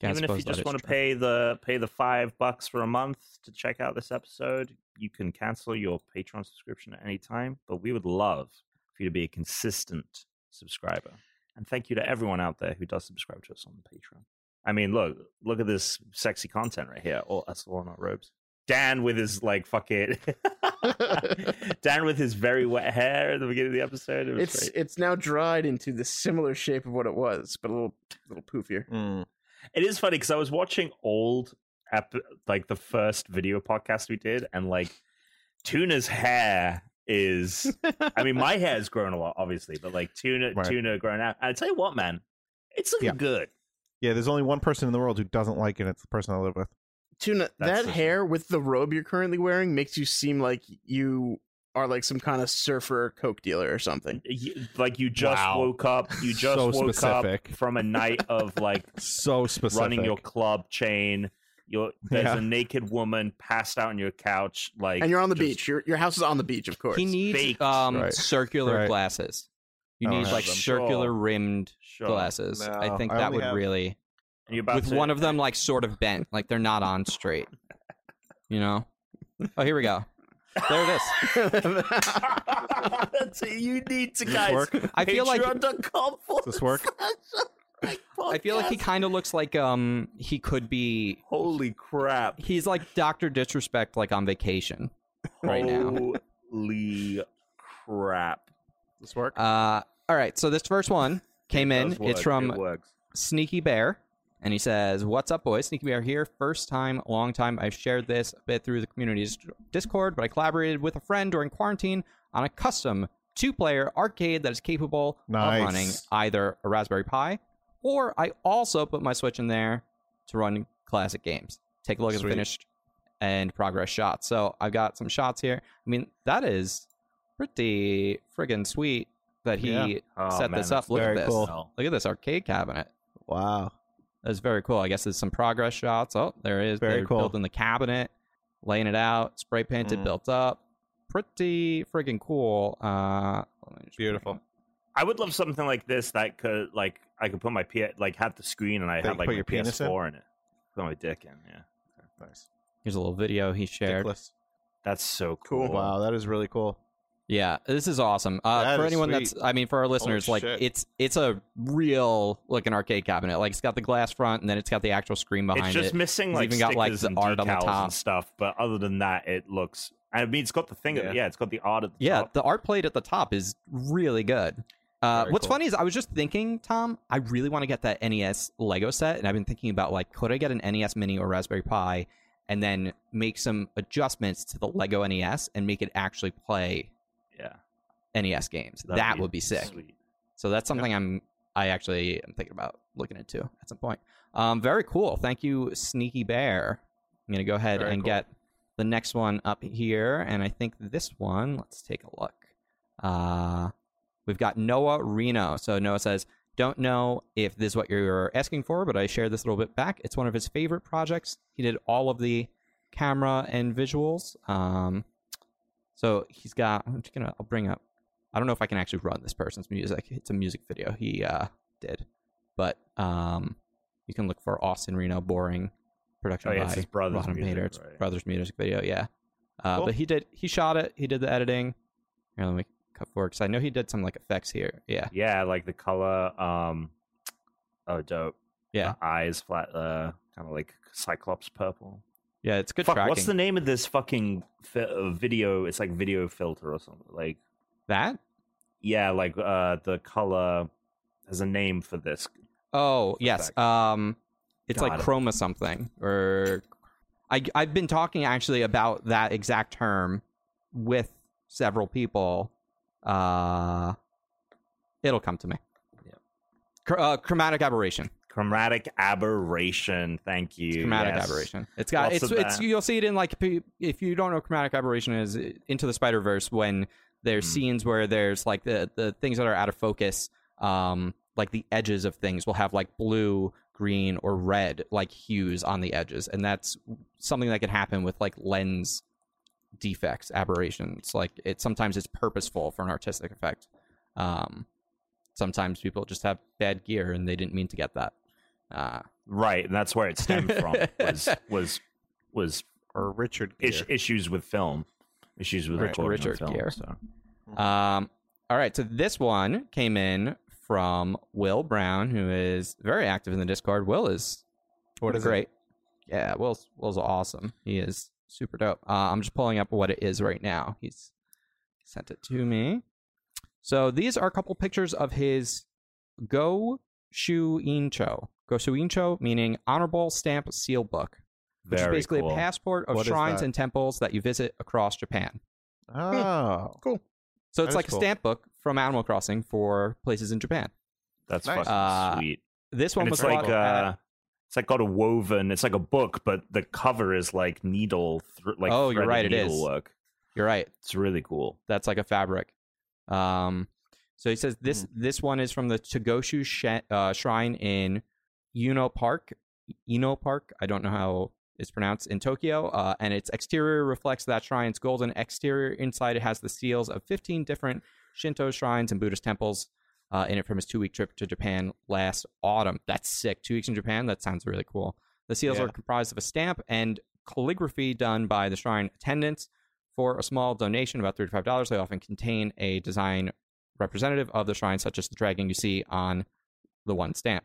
Speaker 1: Yeah, I
Speaker 5: Even if you
Speaker 1: suppose that
Speaker 5: just
Speaker 1: is
Speaker 5: want to
Speaker 1: true.
Speaker 5: pay the pay the five bucks for a month to check out this episode, you can cancel your Patreon subscription at any time. But we would love for you to be a consistent subscriber. And thank you to everyone out there who does subscribe to us on the Patreon. I mean, look, look at this sexy content right here. All us all in our robes. Dan with his like fuck it. Dan with his very wet hair at the beginning of the episode. It was
Speaker 4: It's
Speaker 5: great.
Speaker 4: it's now dried into the similar shape of what it was, but a little little poofier.
Speaker 3: Mm.
Speaker 2: It is funny because I was watching old, ep- like the first video podcast we did, and like Tuna's hair is. I mean, my hair's grown a lot, obviously, but like Tuna,
Speaker 3: Right.
Speaker 2: Tuna grown out. And I tell you what, man, it's looking
Speaker 3: Yeah.
Speaker 2: good.
Speaker 3: Yeah, there's only one person in the world who doesn't like it. It's the person I live with.
Speaker 4: Tuna,
Speaker 2: That's
Speaker 4: that
Speaker 2: the-
Speaker 4: hair with the robe you're currently wearing makes you seem like you are like some kind of surfer coke dealer or something.
Speaker 2: You- Like you just
Speaker 3: Wow.
Speaker 2: woke up. You just
Speaker 3: So
Speaker 2: woke
Speaker 3: specific.
Speaker 2: up from a night of like
Speaker 3: So specific.
Speaker 2: running your club chain. You're, there's
Speaker 3: Yeah.
Speaker 2: a naked woman passed out on your couch, like,
Speaker 4: And you're on the
Speaker 2: just-
Speaker 4: beach. Your your house is on the beach, of course.
Speaker 1: He needs
Speaker 2: baked,
Speaker 1: um
Speaker 3: right.
Speaker 1: circular
Speaker 3: Right.
Speaker 1: glasses. You
Speaker 3: I don't
Speaker 1: need
Speaker 3: have
Speaker 1: like
Speaker 2: them.
Speaker 1: circular
Speaker 2: Sure.
Speaker 1: rimmed
Speaker 2: Sure.
Speaker 1: glasses. I
Speaker 3: No,
Speaker 1: think
Speaker 3: I
Speaker 1: that
Speaker 3: only
Speaker 1: would
Speaker 3: have-
Speaker 1: really
Speaker 2: And you're about
Speaker 1: with
Speaker 2: to-
Speaker 1: one of them like sort of bent, like they're not on straight. You know? Oh, here we go. There it is.
Speaker 2: That's what you need to
Speaker 3: Does this
Speaker 2: guys.
Speaker 3: work?
Speaker 1: I feel like-
Speaker 2: Patreon.com forward
Speaker 3: Does this work?
Speaker 2: slash like
Speaker 1: I feel like he
Speaker 2: podcast.
Speaker 1: kind of looks like um he could be
Speaker 2: Holy crap!
Speaker 1: he's like Doctor Disrespect like on vacation right now.
Speaker 2: Holy crap!
Speaker 3: This work?
Speaker 1: Uh all right, so this first one came
Speaker 2: It
Speaker 1: in.
Speaker 2: Oh. does
Speaker 1: It's
Speaker 2: work,
Speaker 1: from
Speaker 2: It works.
Speaker 1: Sneaky Bear, and he says, "What's up, boys? Sneaky Bear here. First time, long time. I've shared this a bit through the community's Discord, but I collaborated with a friend during quarantine on a custom two-player arcade that is capable
Speaker 3: Nice.
Speaker 1: of running either a Raspberry Pi, or I also put my Switch in there to run classic games. Take a look at
Speaker 3: Sweet.
Speaker 1: the finished and progress shots. So I've got some shots here. I mean, that is pretty friggin' sweet that he."
Speaker 3: Yeah.
Speaker 2: Oh,
Speaker 1: Set
Speaker 2: man,
Speaker 1: this up.
Speaker 2: that's
Speaker 1: Look at
Speaker 3: very
Speaker 1: this.
Speaker 3: cool.
Speaker 1: Look at this arcade cabinet.
Speaker 3: wow.
Speaker 1: That's very cool. I guess there's some progress shots. Oh, there is.
Speaker 3: Very
Speaker 1: They're
Speaker 3: cool.
Speaker 1: Built in the cabinet, laying it out, spray painted,
Speaker 3: Mm.
Speaker 1: built up. Pretty friggin' cool. Uh, let me just bring
Speaker 3: Beautiful.
Speaker 1: it up.
Speaker 2: I would love something like this that could, like, I could put my P, like, have the screen and I
Speaker 3: That you
Speaker 2: had like
Speaker 3: put
Speaker 2: my
Speaker 3: your penis in?
Speaker 2: PS4 in? it. Put my dick in. Yeah,
Speaker 3: Nice.
Speaker 1: Here's a little video he shared.
Speaker 3: Dickless.
Speaker 2: that's so
Speaker 4: Cool.
Speaker 2: cool.
Speaker 3: Wow, that is really cool.
Speaker 1: Yeah, this is awesome. Uh,
Speaker 3: That
Speaker 1: for
Speaker 3: is
Speaker 1: anyone that's,
Speaker 3: sweet.
Speaker 1: I mean, for our listeners, like
Speaker 3: shit.
Speaker 1: it's it's a real looking arcade cabinet. Like it's got the glass front, and then it's got the actual screen behind
Speaker 2: It's just
Speaker 1: it.
Speaker 2: missing
Speaker 1: It's
Speaker 2: like
Speaker 1: even
Speaker 2: stickers
Speaker 1: got, like, the
Speaker 2: and
Speaker 1: art on the
Speaker 2: decals
Speaker 1: top.
Speaker 2: and stuff, but other than that, it looks. I mean, it's got the thing. Yeah,
Speaker 3: Yeah.
Speaker 2: it's got the art at the
Speaker 1: Yeah,
Speaker 2: top.
Speaker 1: the art plate at the top is really good. Uh,
Speaker 3: Very
Speaker 1: what's
Speaker 3: cool.
Speaker 1: funny is I was just thinking, Tom, I really want to get that NES Lego set, and I've been thinking about like, could I get an NES Mini or Raspberry Pi, and then make some adjustments to the Lego NES and make it actually play
Speaker 2: Yeah,
Speaker 1: NES games.
Speaker 2: that'd
Speaker 1: that
Speaker 2: be
Speaker 1: would be sick.
Speaker 2: sweet.
Speaker 1: So that's something I'm I actually am thinking about looking into at some point. Um, very cool. Thank you, Sneaky Bear. I'm gonna go ahead
Speaker 3: Very
Speaker 1: and
Speaker 3: cool.
Speaker 1: get the next one up here, and I think this one. Let's take a look. Uh, we've got Noah Reno. So Noah says, "Don't know if this is what you're asking for, but I shared this a little bit back. It's one of his favorite projects. He did all of the camera and visuals. Um, so he's got. I'm just gonna. I'll bring up I don't know if I can actually run this person's music. It's a music video he uh, did, but um, you can look for Austin Reno boring production
Speaker 2: Oh, yeah,
Speaker 1: by
Speaker 2: it's his brother's
Speaker 1: Rodham
Speaker 2: music,
Speaker 1: Hader. It's
Speaker 2: right.
Speaker 1: brother's music video, yeah. Uh,
Speaker 3: Cool.
Speaker 1: But he did he shot it. He did the editing. Here, let me cut forward because I know he did some like effects here. Yeah,
Speaker 2: Yeah, like the color. Um, oh, dope.
Speaker 1: Yeah.
Speaker 2: The eyes flat. Uh, kind of like Cyclops purple.
Speaker 1: yeah, it's good
Speaker 2: Fuck,
Speaker 1: tracking.
Speaker 2: what's the name of this fucking fi- uh, video? It's like video filter or something. Like,
Speaker 1: that?
Speaker 2: yeah, like uh, the color has a name for this.
Speaker 1: Oh yes.
Speaker 2: effect.
Speaker 1: Um, it's like
Speaker 2: Got it.
Speaker 1: chroma something or I I've been talking actually about that exact term with several people. Uh, it'll come to me.
Speaker 2: Yeah.
Speaker 1: Chr- uh, chromatic aberration.
Speaker 2: Chromatic aberration. Thank you.
Speaker 1: Chromatic
Speaker 2: yes.
Speaker 1: aberration. It's got
Speaker 2: Lots
Speaker 1: it's
Speaker 2: of
Speaker 1: it's
Speaker 2: that.
Speaker 1: you'll see it in like pe- if you don't know what chromatic aberration is into the Spider Verse when there's
Speaker 2: Hmm.
Speaker 1: scenes where there's like the the things that are out of focus, um, like the edges of things will have like blue, green, or red like hues on the edges, and that's something that can happen with like lens defects, aberrations. Like it sometimes it's purposeful for an artistic effect. Um, sometimes people just have bad gear and they didn't mean to get that. Uh,
Speaker 2: Right, and that's where it stemmed from. was was was
Speaker 3: or Richard
Speaker 2: is-
Speaker 3: Gere.
Speaker 2: issues with film, issues with
Speaker 1: Right,
Speaker 2: recording of
Speaker 1: Richard
Speaker 2: film.
Speaker 1: Gere.
Speaker 2: So.
Speaker 1: Um, all right, so this one came in from Will Brown, who is very active in the Discord. Will is
Speaker 3: What
Speaker 1: a
Speaker 3: is it?
Speaker 1: great. Yeah, Will's Will's awesome. He is super dope. Uh, I'm just pulling up what it is right now. He's sent it to me. So these are a couple pictures of his Go Shu Incho. Go Shu Incho meaning honorable stamp seal book, which
Speaker 2: Very
Speaker 1: is basically
Speaker 2: cool.
Speaker 1: a passport of
Speaker 3: What is
Speaker 1: shrines
Speaker 3: that?
Speaker 1: and temples that you visit across Japan.
Speaker 3: Oh,
Speaker 4: Cool.
Speaker 1: So
Speaker 3: That
Speaker 1: it's
Speaker 3: is
Speaker 1: like
Speaker 3: cool.
Speaker 1: a stamp book from Animal Crossing for places in Japan.
Speaker 2: That's
Speaker 3: Nice.
Speaker 2: fucking
Speaker 1: Uh,
Speaker 2: sweet.
Speaker 1: This one
Speaker 2: And
Speaker 1: was
Speaker 2: it's like
Speaker 1: bought at-
Speaker 2: uh, it's like got a woven. It's like a book, but the cover is like needle, thr like
Speaker 1: Oh, you're
Speaker 2: threaded
Speaker 1: right, it
Speaker 2: needle
Speaker 1: is.
Speaker 2: work.
Speaker 1: you're right.
Speaker 2: It's really cool.
Speaker 1: That's like a fabric. Um, so he says this
Speaker 2: Hmm.
Speaker 1: this one is from the Togoshu sh- uh, Shrine in Uno Park. Uno Park. I don't know how it's pronounced in Tokyo. Uh, and its exterior reflects that shrine's golden exterior. Inside, it has the seals of 15 different Shinto shrines and Buddhist temples. Uh, in it from his two week trip to Japan last autumn. That's sick. Two weeks in Japan. That sounds really cool. The seals
Speaker 3: Yeah.
Speaker 1: are comprised of a stamp and calligraphy done by the shrine attendants. For a small donation, about $35, they often contain a design representative of the shrine, such as the dragon you see on the one stamp.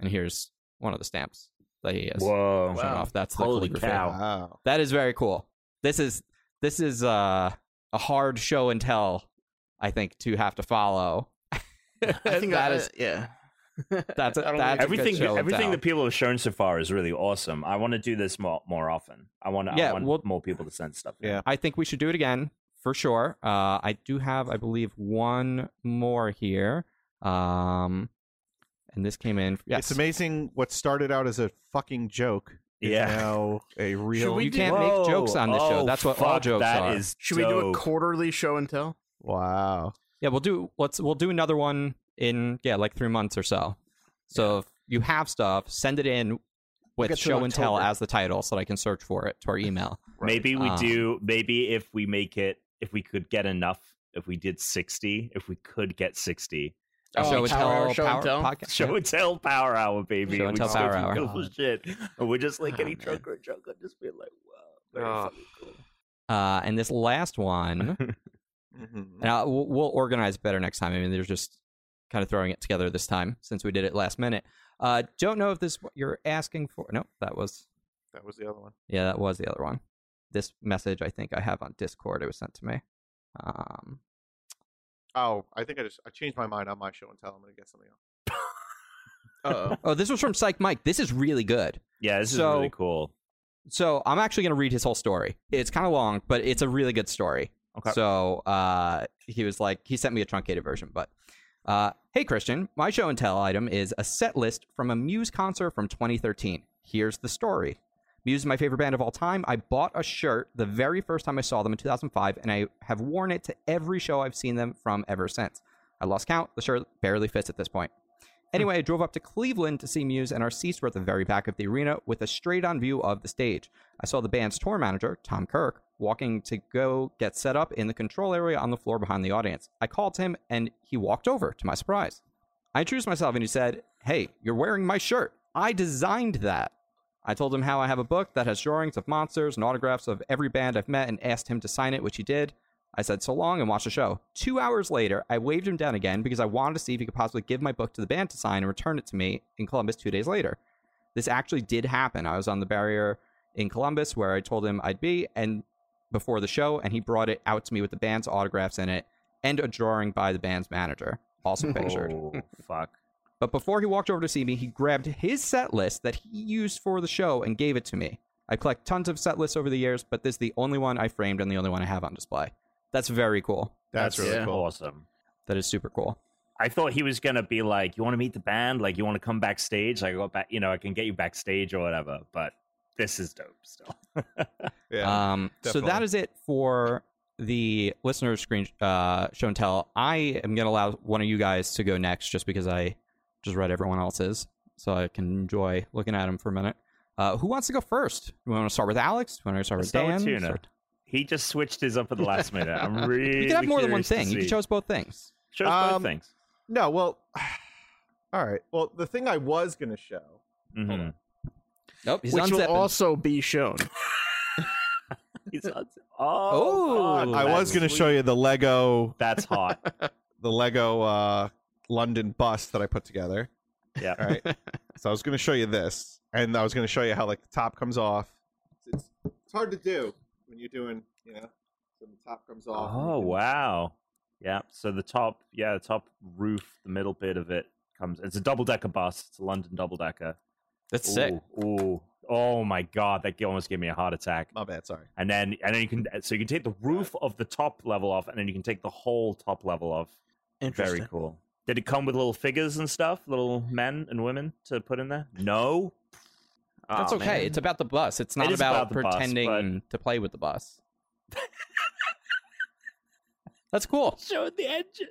Speaker 1: And here's one of the stamps that he has.
Speaker 2: Whoa!
Speaker 1: shown off. That's the
Speaker 2: Holy
Speaker 1: calligraphy.
Speaker 2: cow.
Speaker 3: Wow.
Speaker 1: That is very cool. This is this is uh, a hard show and tell, I think, to have to follow.
Speaker 4: I think
Speaker 1: that
Speaker 4: I-
Speaker 1: is
Speaker 4: yeah.
Speaker 1: that's a,
Speaker 4: I don't think-
Speaker 1: that's a good
Speaker 2: Everything,
Speaker 1: show and
Speaker 2: everything
Speaker 1: tell.
Speaker 2: that people have shown so far is really awesome. I want to do this more, more often. I want,
Speaker 1: Yeah,
Speaker 2: I want
Speaker 1: well-
Speaker 2: more people to send stuff. in.
Speaker 3: Yeah.
Speaker 1: I think we should do it again for sure. Uh, I do have, I believe, one more here. Um, and this came in. Yes,
Speaker 3: It's amazing what started out as a fucking joke is
Speaker 2: Yeah.
Speaker 3: now a real.
Speaker 4: we
Speaker 1: you
Speaker 4: do-
Speaker 1: can't
Speaker 2: Whoa.
Speaker 1: make jokes on this show.
Speaker 2: Oh,
Speaker 1: That's what all
Speaker 2: fuck,
Speaker 1: jokes
Speaker 2: that
Speaker 1: are.
Speaker 2: is
Speaker 4: Should we do a
Speaker 2: dope.
Speaker 4: quarterly show and tell?
Speaker 3: wow.
Speaker 1: Yeah, we'll do. Let's we'll do another one in yeah, like three months or so. So if you have stuff, send it in with
Speaker 3: get to
Speaker 1: show and tell
Speaker 3: October.
Speaker 1: as the title, so that I can search for it to our email.
Speaker 2: Maybe we
Speaker 1: Um,
Speaker 2: do. Maybe if we make it, if we could get enough, if we did sixty, if we could get sixty,
Speaker 1: Our
Speaker 4: Oh,
Speaker 1: show and
Speaker 4: Power Hour
Speaker 1: tell
Speaker 4: Show and Tell?
Speaker 1: podcast.
Speaker 2: show and tell power hour, baby.
Speaker 1: Show and
Speaker 2: We
Speaker 1: tell
Speaker 2: just go
Speaker 1: power
Speaker 2: through
Speaker 1: hour.
Speaker 2: cool shit, and we're just like
Speaker 4: Oh,
Speaker 2: getting
Speaker 4: man.
Speaker 2: drunker and drunker, just being like, wow, very
Speaker 4: Oh.
Speaker 2: fucking cool.
Speaker 1: Uh, and this last one,
Speaker 3: Mhm.
Speaker 1: and i we'll, we'll organize better next time. I mean, they're just kind of throwing it together this time since we did it last minute. Uh, don't know if this what you're asking for. No, that was
Speaker 3: That was the other one.
Speaker 1: Yeah, that was the other one. This message I think I have on Discord. It was sent to me. Um,
Speaker 3: Oh, I think I just I changed my mind on my show and tell. I'm gonna get something else.
Speaker 4: Uh-oh.
Speaker 1: oh, this was from Psych Mike. This is really good.
Speaker 2: Yeah, this is
Speaker 1: So-
Speaker 2: really cool.
Speaker 1: So I'm actually going to read his whole story. It's kind of long, but it's a really good story.
Speaker 2: Okay.
Speaker 1: So uh, he was like, he sent me a truncated version, but. Uh, hey Christian, my show and tell item is a set list from a Muse concert from 2013. Here's the story. Muse is my favorite band of all time. I bought a shirt the very first time I saw them in 2005, and I have worn it to every show I've seen them from ever since. I lost count. The shirt barely fits at this point. Anyway, I drove up to Cleveland to see Muse, and our seats were at the very back of the arena with a straight on view of the stage. I saw the band's tour manager, Tom Kirk, walking to go get set up in the control area on the floor behind the audience. I called him and he walked over to my surprise. I introduced myself and he said, Hey, you're wearing my shirt. I designed that. I told him how I have a book that has drawings of monsters and autographs of every band I've met and asked him to sign it, which he did. I said so long and watched the show. Two hours later, I waved him down again because I wanted to see if he could possibly give my book to the band to sign and return it to me in Columbus two days later. This actually did happen. I was on the barrier in Columbus where I told him I'd be and before the show, and he brought it out to me with the band's autographs in it and a drawing by the band's manager, also pictured.
Speaker 2: Oh, fuck.
Speaker 1: But before he walked over to see me, he grabbed his set list that he used for the show and gave it to me. I collect tons of set lists over the years, but this is the only one I framed and the only one I have on display. That's very cool.
Speaker 3: That's, really
Speaker 4: yeah.
Speaker 3: cool.
Speaker 2: Awesome.
Speaker 1: That is super cool.
Speaker 2: I thought he was gonna be like, "You want to meet the band? Like, you want to come backstage? Like, I got back, you know, I can get you backstage or whatever." But this is dope. Still,
Speaker 3: Yeah.
Speaker 1: um, so that
Speaker 3: definitely.
Speaker 1: is it for the listener screen uh, show and tell. I am going to allow one of you guys to go next just because I just read everyone else's. So I can enjoy looking at them for a minute. Uh, who wants to go first? Do we want to start with Alex? Do we want to start with
Speaker 2: Let's start
Speaker 1: Dan?
Speaker 2: with Tuna.
Speaker 1: Start-
Speaker 2: he just switched his up at the last minute. I'm really.
Speaker 1: You can have more than one
Speaker 2: curious to
Speaker 1: thing. You can
Speaker 2: see.
Speaker 1: show us both things.
Speaker 2: Show us both
Speaker 3: Um,
Speaker 2: things.
Speaker 3: no, well, all right. Well, the thing I was gonna show.
Speaker 2: Mhm.
Speaker 3: on.
Speaker 1: Nope, he's
Speaker 4: which will
Speaker 1: unzipping.
Speaker 4: also be shown.
Speaker 2: He's on-
Speaker 1: Oh,
Speaker 2: Oh,
Speaker 1: Ooh,
Speaker 3: I
Speaker 2: that's
Speaker 3: was gonna
Speaker 2: sweet.
Speaker 3: show you the Lego,
Speaker 2: That's hot.
Speaker 3: the Lego uh, London bus that I put together.
Speaker 2: Yeah.
Speaker 3: All right. so I was gonna show you this, and I was gonna show you how like the top comes off. It's, it's hard to do when you're doing, you know, when the top comes off. and you
Speaker 2: Oh
Speaker 3: can-
Speaker 2: wow. Yeah. So the top, yeah, the top roof, the middle bit of it comes. It's a double decker bus. It's a London double decker.
Speaker 1: That's sick.
Speaker 2: Ooh, ooh. Oh my god, that almost gave me a heart attack.
Speaker 3: My bad. Sorry.
Speaker 2: And then and then you can so you can take the roof of the top level off, and then you can take the whole top level off. Very cool. Did it come with little figures and stuff, little men and women to put in there? No.
Speaker 1: That's
Speaker 2: Aw,
Speaker 1: okay.
Speaker 2: Oh, man.
Speaker 1: It's about the bus. It's not
Speaker 2: is
Speaker 1: about,
Speaker 2: about the bus,
Speaker 1: pretending to play with the bus. That's cool.
Speaker 2: showing the engine.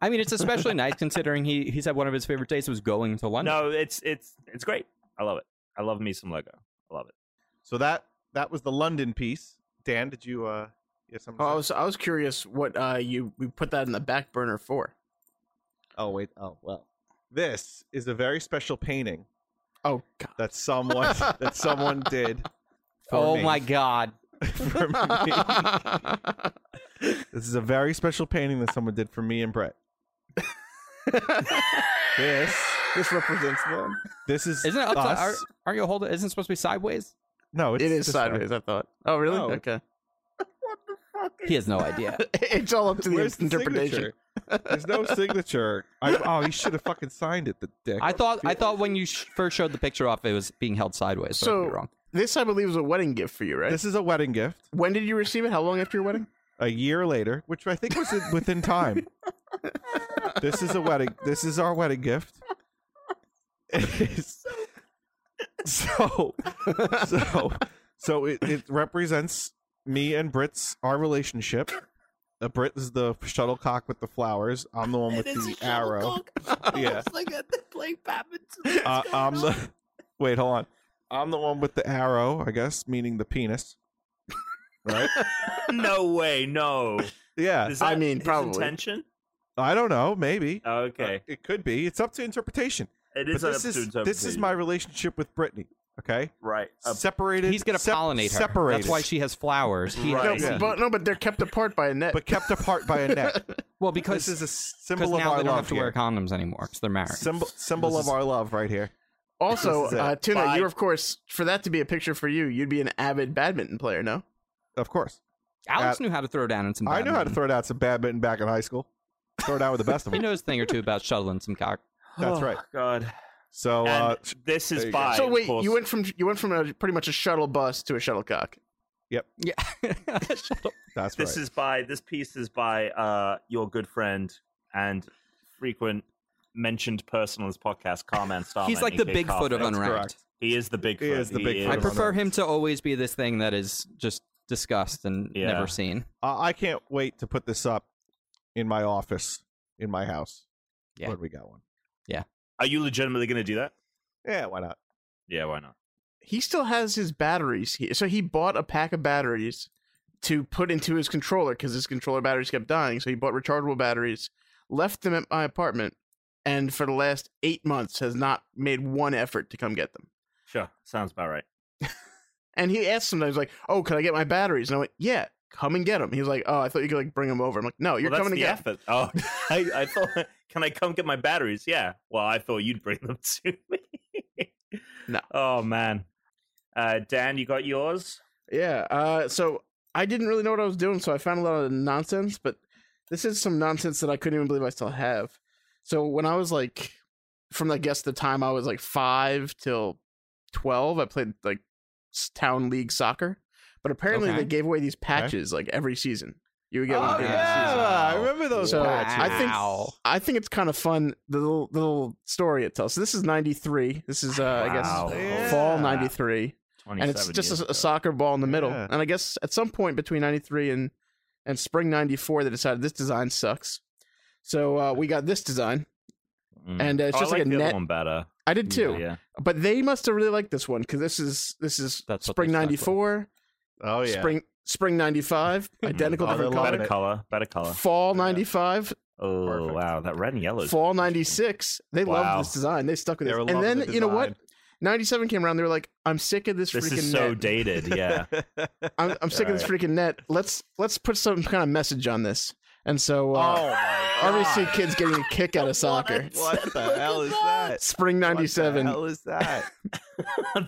Speaker 1: I mean, it's especially nice considering he he said one of his favorite days was going to London.
Speaker 2: No, it's it's it's great. I love it. I love me some Lego. I love it.
Speaker 3: So that that was the London piece. Dan, did you uh? You have something
Speaker 4: Oh,
Speaker 3: to say?
Speaker 4: I was I was curious what uh you we put that in the back burner for.
Speaker 3: Oh wait. Oh well. This is a very special painting
Speaker 4: Oh God.
Speaker 3: that someone that someone did. for
Speaker 1: oh
Speaker 3: me.
Speaker 1: my god.
Speaker 3: For me. This is a very special painting that someone did for me and Brett. this
Speaker 4: this represents them.
Speaker 3: this is
Speaker 1: Isn't it
Speaker 3: us.
Speaker 1: upside? Are, aren't you holding? Isn't it supposed to be sideways?
Speaker 3: No, it's
Speaker 4: It is
Speaker 3: this way.
Speaker 4: sideways. I thought. Oh really?
Speaker 3: No.
Speaker 4: Okay.
Speaker 1: He has no idea.
Speaker 4: it's all up to the
Speaker 3: Where's the
Speaker 4: interpretation.
Speaker 3: signature? There's no signature. I, oh, he should have fucking signed it. The dick.
Speaker 1: I thought I thought when you sh- first showed the picture off, it was being held sideways. So, I could
Speaker 4: So-
Speaker 1: be wrong.
Speaker 4: This I believe is a wedding gift for you, right?
Speaker 3: This is a wedding gift.
Speaker 4: when did you receive it? How long after your wedding?
Speaker 3: A year later, which I think was in- within time. this is a wedding. This is our wedding gift. It is- so, so, so it, it represents me and Brit's our relationship. Uh, Brit is the shuttlecock with the flowers. I'm the one with the arrow. Yeah.
Speaker 4: It's like that playing
Speaker 3: Uh, I'm the. Wait, hold on. I'm the one with the arrow, I guess, meaning the penis. Right?
Speaker 2: no way, no.
Speaker 3: Yeah.
Speaker 2: Is
Speaker 4: I
Speaker 2: that
Speaker 4: mean,
Speaker 2: his
Speaker 4: probably.
Speaker 2: intention? Oh,
Speaker 3: I don't know. Maybe. Uh,
Speaker 2: Okay,
Speaker 3: It could be. It's up to interpretation.
Speaker 2: it
Speaker 3: But
Speaker 2: is. an
Speaker 3: this is
Speaker 2: episode
Speaker 3: this is
Speaker 2: preview.
Speaker 3: my relationship with Brittany. Okay,
Speaker 2: right. Uh,
Speaker 3: separated.
Speaker 1: He's gonna
Speaker 3: sep-
Speaker 1: pollinate her.
Speaker 3: Separated.
Speaker 1: That's why she has flowers. He
Speaker 2: Right.
Speaker 1: has
Speaker 2: No,
Speaker 1: seed.
Speaker 4: But no, but they're kept apart by a net.
Speaker 3: but kept apart by a net.
Speaker 1: well,
Speaker 3: this
Speaker 1: because
Speaker 3: is a
Speaker 1: because
Speaker 3: symbol of
Speaker 1: now
Speaker 3: our
Speaker 1: they don't
Speaker 3: love
Speaker 1: have to
Speaker 3: here.
Speaker 1: wear condoms anymore because they're married.
Speaker 3: symbol symbol
Speaker 1: This
Speaker 3: of
Speaker 1: is-
Speaker 3: our love right here.
Speaker 4: also,
Speaker 3: This is it.
Speaker 4: uh, Tuna,
Speaker 2: Bye.
Speaker 4: you're of course for that to be a picture for you, you'd be an avid badminton player, no?
Speaker 3: Of course,
Speaker 1: Alex knew how to throw down in some.
Speaker 3: I knew how to
Speaker 1: badminton.
Speaker 3: throw down some badminton back in high school. Throw it down with the best of
Speaker 1: He
Speaker 3: them.
Speaker 1: knows a thing or two about shuttling some cock.
Speaker 3: That's
Speaker 2: oh,
Speaker 3: right.
Speaker 2: God,
Speaker 3: So
Speaker 2: and
Speaker 3: uh, sh-
Speaker 2: this
Speaker 3: there
Speaker 2: is
Speaker 3: you go.
Speaker 2: by.
Speaker 4: so
Speaker 2: of
Speaker 4: wait,
Speaker 2: course.
Speaker 4: you went from you went from a, pretty much a shuttle bus to a shuttlecock.
Speaker 1: Yeah. Shuttle-
Speaker 3: that's
Speaker 2: This
Speaker 3: right.
Speaker 2: is by. This piece is by uh, your good friend and frequent mentioned person on this podcast, Carman Starman.
Speaker 1: He's like the
Speaker 2: aka
Speaker 1: Bigfoot of
Speaker 2: Carfax.
Speaker 1: Unwrapped.
Speaker 3: correct.
Speaker 2: He is the Bigfoot.
Speaker 3: He is the Bigfoot
Speaker 1: I
Speaker 3: of
Speaker 2: is-
Speaker 1: prefer him to always be this thing that is just discussed and
Speaker 2: Yeah.
Speaker 1: never seen.
Speaker 3: Uh, I can't wait to put this up in my office in my house
Speaker 1: Yeah.
Speaker 3: when we got one.
Speaker 2: Are you legitimately going to do that?
Speaker 3: Yeah, why not?
Speaker 2: Yeah, why not?
Speaker 4: He still has his batteries here, so he bought a pack of batteries to put into his controller because his controller batteries kept dying. So he bought rechargeable batteries, left them at my apartment, and for the last eight months has not made one effort to come get them.
Speaker 5: Sure, sounds about right.
Speaker 4: And he asked sometimes like, "Oh, can I get my batteries?" And I went, "Yeah, come and get them." He was like, "Oh, I thought you could like bring them over." I'm like, "No, you're
Speaker 5: well, that's
Speaker 4: coming to
Speaker 5: the
Speaker 4: get 'em."
Speaker 5: effort. Oh, I, I thought, can I come get my batteries? Yeah. Well, I thought you'd bring them to me.
Speaker 4: No.
Speaker 5: Oh man, uh, Dan, you got yours.
Speaker 4: Yeah. Uh, so I didn't really know what I was doing, so I found a lot of nonsense. But this is some nonsense that I couldn't even believe I still have. So when I was like, from I guess the time I was like five till twelve, I played like s- town league soccer. But apparently
Speaker 1: Okay.
Speaker 4: they gave away these patches like every season. You would get one
Speaker 3: Oh,
Speaker 4: during the season.
Speaker 3: yeah. I remember those
Speaker 4: So
Speaker 3: patches.
Speaker 4: I think I think it's kind of fun the little, the little story it tells. So this is '93. This is uh,
Speaker 5: Wow.
Speaker 4: I guess
Speaker 3: Yeah.
Speaker 4: fall '93 and it's
Speaker 5: 27
Speaker 4: just
Speaker 5: years
Speaker 4: a,
Speaker 5: ago.
Speaker 4: a soccer ball in the middle.
Speaker 3: Yeah.
Speaker 4: And I guess at some point between '93 and and spring '94, they decided this design sucks. So uh, we got this design,
Speaker 5: Mm.
Speaker 4: and uh, it's
Speaker 5: Oh,
Speaker 4: just like,
Speaker 5: I like
Speaker 4: a
Speaker 5: the other
Speaker 4: net.
Speaker 5: one better.
Speaker 4: I did too,
Speaker 5: Yeah.
Speaker 4: but they must have really liked this one because this is this is
Speaker 1: That's what
Speaker 4: spring
Speaker 1: they stuck with.
Speaker 4: '94,
Speaker 3: Oh yeah.
Speaker 4: spring spring '95, identical
Speaker 3: Oh, they love
Speaker 4: different color,
Speaker 5: Better
Speaker 3: it.
Speaker 5: color. Better color.
Speaker 4: fall
Speaker 3: Yeah.
Speaker 4: '95,
Speaker 5: Oh
Speaker 3: Perfect.
Speaker 5: wow, that red and yellow. is
Speaker 4: fall
Speaker 5: interesting.
Speaker 4: '96. They
Speaker 5: Wow.
Speaker 4: loved this design. They stuck with
Speaker 3: They
Speaker 4: it.
Speaker 3: were
Speaker 4: and
Speaker 3: loving
Speaker 4: then
Speaker 3: the
Speaker 4: you know what?
Speaker 3: design.
Speaker 4: '97 came around. They were like, "I'm sick of this,
Speaker 5: This
Speaker 4: freaking
Speaker 5: is so
Speaker 4: net.
Speaker 5: dated. Yeah.
Speaker 4: I'm, I'm sick of this freaking net. Let's let's put some kind of message on this. And so uh, RBC kids getting a kick out of soccer.
Speaker 3: Oh, What the hell is that?
Speaker 4: Spring
Speaker 3: What the
Speaker 4: '97.
Speaker 3: hell is that?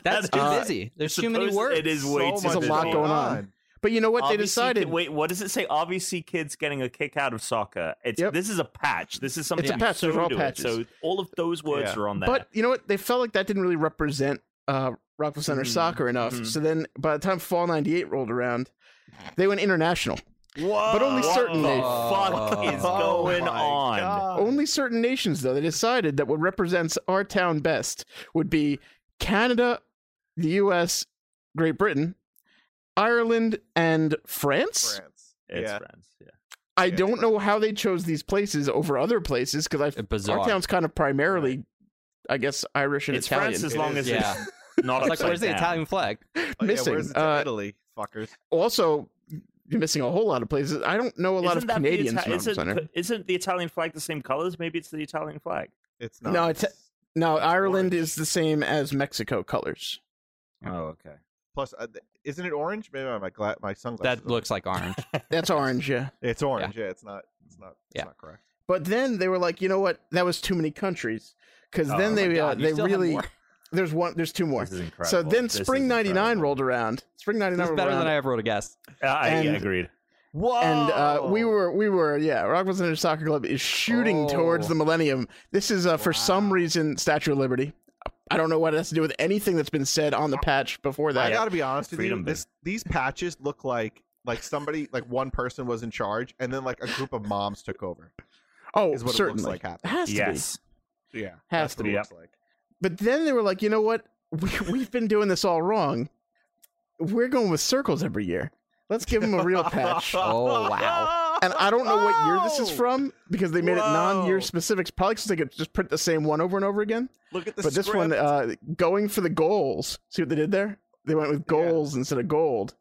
Speaker 1: That's too
Speaker 4: Uh,
Speaker 1: busy. There's too many
Speaker 5: Suppose
Speaker 1: words.
Speaker 5: It is way
Speaker 4: much
Speaker 5: too
Speaker 4: a lot
Speaker 5: busy.
Speaker 4: going on. But you know what? They
Speaker 5: RBC
Speaker 4: decided
Speaker 5: Kid, wait, what does it say? Obviously, kids getting a kick out of soccer. It's
Speaker 4: Yep.
Speaker 5: this is a patch. This is something
Speaker 4: It's a
Speaker 5: you
Speaker 4: patch.
Speaker 5: sew
Speaker 4: They're all
Speaker 5: to it.
Speaker 4: patches.
Speaker 5: So all of those words
Speaker 3: Yeah.
Speaker 5: are on there.
Speaker 4: But you know what? They felt like that didn't really represent uh, Rockwell Center
Speaker 3: Mm-hmm.
Speaker 5: Mhm.
Speaker 4: soccer enough.
Speaker 5: Mhm.
Speaker 4: So then, by the time fall '98 rolled around, they went international.
Speaker 5: Whoa,
Speaker 4: but only
Speaker 5: what
Speaker 4: certain
Speaker 5: the
Speaker 1: names.
Speaker 5: fuck is
Speaker 1: Oh
Speaker 5: going
Speaker 3: my
Speaker 5: on?
Speaker 3: God.
Speaker 4: Only certain nations, though, they decided that what represents our town best would be Canada, the U.S., Great Britain, Ireland, and France.
Speaker 3: France.
Speaker 5: It's
Speaker 3: Yeah.
Speaker 5: friends. Yeah.
Speaker 4: I
Speaker 3: Yeah.
Speaker 4: don't know how they chose these places over other places because I
Speaker 1: Bizarre.
Speaker 4: our town's kind of primarily, I guess, Irish and
Speaker 5: It's
Speaker 4: Italian.
Speaker 5: France as
Speaker 3: It
Speaker 5: long
Speaker 3: is,
Speaker 5: as
Speaker 1: yeah.
Speaker 5: it's not
Speaker 1: It's like,
Speaker 5: upside
Speaker 1: where's the
Speaker 5: down.
Speaker 1: Italian flag?
Speaker 3: Oh, yeah,
Speaker 4: missing.
Speaker 3: where's it to
Speaker 4: uh,
Speaker 3: Italy, fuckers?
Speaker 4: also, you're missing a whole lot of places. I don't know a lot
Speaker 5: isn't
Speaker 4: of
Speaker 5: that the
Speaker 4: Canadians.
Speaker 5: Ita-
Speaker 4: from
Speaker 5: isn't,
Speaker 4: Center.
Speaker 5: isn't the Italian flag the same colors? Maybe it's the Italian flag.
Speaker 3: It's
Speaker 4: no,
Speaker 3: not.
Speaker 4: it's- No,
Speaker 3: it's
Speaker 4: Ireland
Speaker 3: orange.
Speaker 4: is the same as Mexico colors.
Speaker 5: Oh, okay.
Speaker 3: Plus, uh, th- isn't it orange? Maybe my gla- my sunglasses.
Speaker 1: That
Speaker 3: are-
Speaker 1: looks like orange.
Speaker 4: That's orange, yeah.
Speaker 3: It's orange. Yeah, it's not. It's not. It's
Speaker 1: Yeah.
Speaker 3: not correct.
Speaker 4: But then they were like, you know what? That was too many countries because
Speaker 5: Oh
Speaker 4: then they
Speaker 1: my God,
Speaker 4: uh,
Speaker 1: you
Speaker 4: they
Speaker 1: still have
Speaker 4: really
Speaker 1: more.
Speaker 4: there's one there's two more.
Speaker 5: This is incredible.
Speaker 4: So then
Speaker 5: This is
Speaker 4: spring '99
Speaker 5: incredible.
Speaker 4: rolled around. Spring '99
Speaker 1: It's
Speaker 4: rolled
Speaker 1: better
Speaker 4: around.
Speaker 1: than I ever would have guessed.
Speaker 5: Uh, I
Speaker 4: And-
Speaker 5: agreed.
Speaker 3: Whoa!
Speaker 4: and uh, we
Speaker 3: Oh.
Speaker 4: were we were yeah rockwell center soccer club is shooting
Speaker 1: Oh.
Speaker 4: towards the millennium this is uh, for some
Speaker 1: Wow.
Speaker 4: reason statue of liberty i don't know what it has to do with anything that's been said on the patch before
Speaker 3: I
Speaker 4: that
Speaker 3: gotta be honest with
Speaker 5: Freedom
Speaker 3: you.
Speaker 5: Day.
Speaker 3: This, these patches look like like somebody like one person was in charge, and then like a group of moms took over.
Speaker 4: oh
Speaker 3: Is what
Speaker 4: certainly
Speaker 3: it looks like happened.
Speaker 4: has to
Speaker 5: Yes.
Speaker 3: Yeah, has
Speaker 4: Has to
Speaker 3: what it
Speaker 5: be.
Speaker 3: looks like.
Speaker 4: be but then they were like you know what we, we've been doing this all wrong we're going with circles every year let's give them a real patch
Speaker 1: Oh, wow.
Speaker 4: and i don't know what year this is
Speaker 3: Oh!
Speaker 4: from because they made it non-year
Speaker 3: Whoa.
Speaker 4: specifics probably because they could just print the same one over and over again
Speaker 3: Look at this.
Speaker 4: but this one uh going for the goals see what they did there they went with goals instead of gold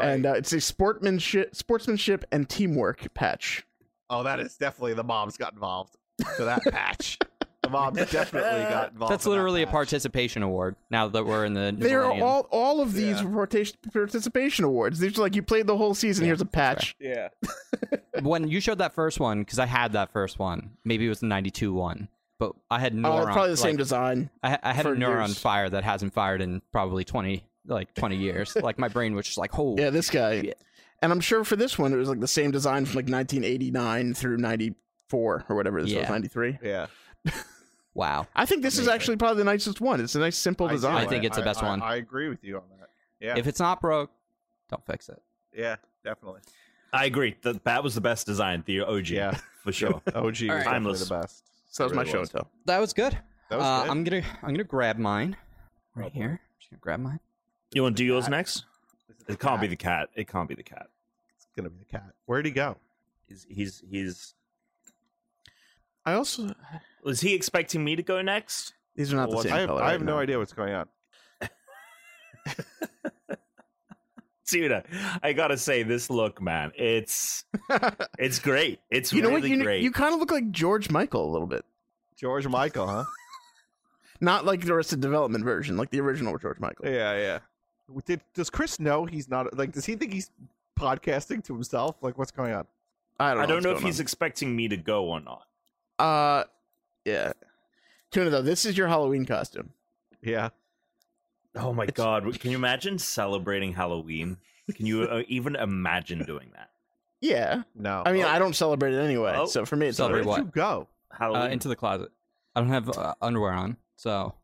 Speaker 4: and uh, it's a sportsmanship sportsmanship and teamwork patch
Speaker 3: oh, that is definitely the moms got involved. So that patch, the moms definitely got involved.
Speaker 1: That's
Speaker 3: in that
Speaker 1: literally a
Speaker 3: patch.
Speaker 1: participation award. Now that we're in the new
Speaker 4: they are
Speaker 1: millennium.
Speaker 4: all all of these
Speaker 3: Yeah.
Speaker 4: were partic- participation awards these are like you played the whole season
Speaker 1: Yeah,
Speaker 4: here's a patch
Speaker 3: Yeah.
Speaker 1: when you showed that first one because I had that first one. Maybe it was the '92 one, but I had
Speaker 4: oh
Speaker 1: neuron.
Speaker 4: it's probably the same
Speaker 1: like,
Speaker 4: design
Speaker 1: I, I had a
Speaker 4: for
Speaker 1: neuron
Speaker 4: years.
Speaker 1: fire that hasn't fired in probably 20 like 20 years. like my brain was just like, oh,
Speaker 4: yeah this guy
Speaker 1: shit.
Speaker 4: and i'm sure for this one it was like the same design from like 1989 through 94 or whatever this was
Speaker 1: Yeah.
Speaker 4: 93
Speaker 3: Yeah.
Speaker 1: wow.
Speaker 4: i think this is
Speaker 3: Amazing.
Speaker 4: actually probably the nicest one it's a nice simple
Speaker 3: do.
Speaker 4: design
Speaker 1: I think it's the best
Speaker 3: I-
Speaker 1: one.
Speaker 3: I agree with you on that. Yeah.
Speaker 1: If it's not broke, don't fix it.
Speaker 3: yeah. Definitely.
Speaker 5: I agree. That that was the best design. The OG.
Speaker 3: Yeah.
Speaker 5: For sure.
Speaker 3: OG was
Speaker 1: All right.
Speaker 3: definitely
Speaker 5: Timeless.
Speaker 3: the best.
Speaker 4: so that was
Speaker 3: It
Speaker 4: my
Speaker 3: really
Speaker 4: show
Speaker 3: was.
Speaker 4: and tell
Speaker 1: That was good.
Speaker 3: That was
Speaker 1: uh,
Speaker 3: good.
Speaker 1: I'm gonna I'm gonna grab mine right
Speaker 3: Oh, boy.
Speaker 1: here. I'm just gonna grab mine.
Speaker 5: you want to do yours next?
Speaker 3: This is
Speaker 5: It can't be
Speaker 3: cat.
Speaker 5: the cat. It can't be the cat.
Speaker 3: It's gonna be the cat. Where'd he go?
Speaker 5: He's he's he's.
Speaker 4: i also
Speaker 5: Was he expecting me to go next?
Speaker 4: these are not the
Speaker 5: Well,
Speaker 4: same
Speaker 3: I have,
Speaker 4: color
Speaker 3: I
Speaker 4: right
Speaker 3: have no
Speaker 4: now.
Speaker 3: idea what's going on.
Speaker 5: Tuna, I gotta say, this look, man, it's it's great. It's
Speaker 4: you know
Speaker 5: really
Speaker 4: what? You
Speaker 5: great.
Speaker 4: you kind of look like George Michael a little bit.
Speaker 3: George Michael, huh?
Speaker 4: Not like the Arrested Development version, like the original George Michael.
Speaker 3: Yeah, yeah. Did does Chris know he's not like? Does he think he's podcasting to himself? Like, what's going on?
Speaker 4: I don't. Know
Speaker 5: I don't
Speaker 4: what's
Speaker 5: know if
Speaker 4: going
Speaker 5: he's expecting me to go or not.
Speaker 4: on. Uh, yeah. Tuna though, this is your Halloween costume.
Speaker 3: Yeah,
Speaker 5: Oh my
Speaker 4: It's-
Speaker 5: god! Can you imagine celebrating Halloween? Can you uh, even imagine doing that?
Speaker 4: Yeah.
Speaker 3: no.
Speaker 4: I mean,
Speaker 5: Oh.
Speaker 4: I don't celebrate it anyway,
Speaker 5: Oh.
Speaker 4: so for me, it's
Speaker 3: where
Speaker 1: Celebrate
Speaker 3: did
Speaker 4: alright.
Speaker 1: what?
Speaker 3: you go?
Speaker 5: Halloween
Speaker 1: Uh, into the closet. I don't have uh, underwear on, so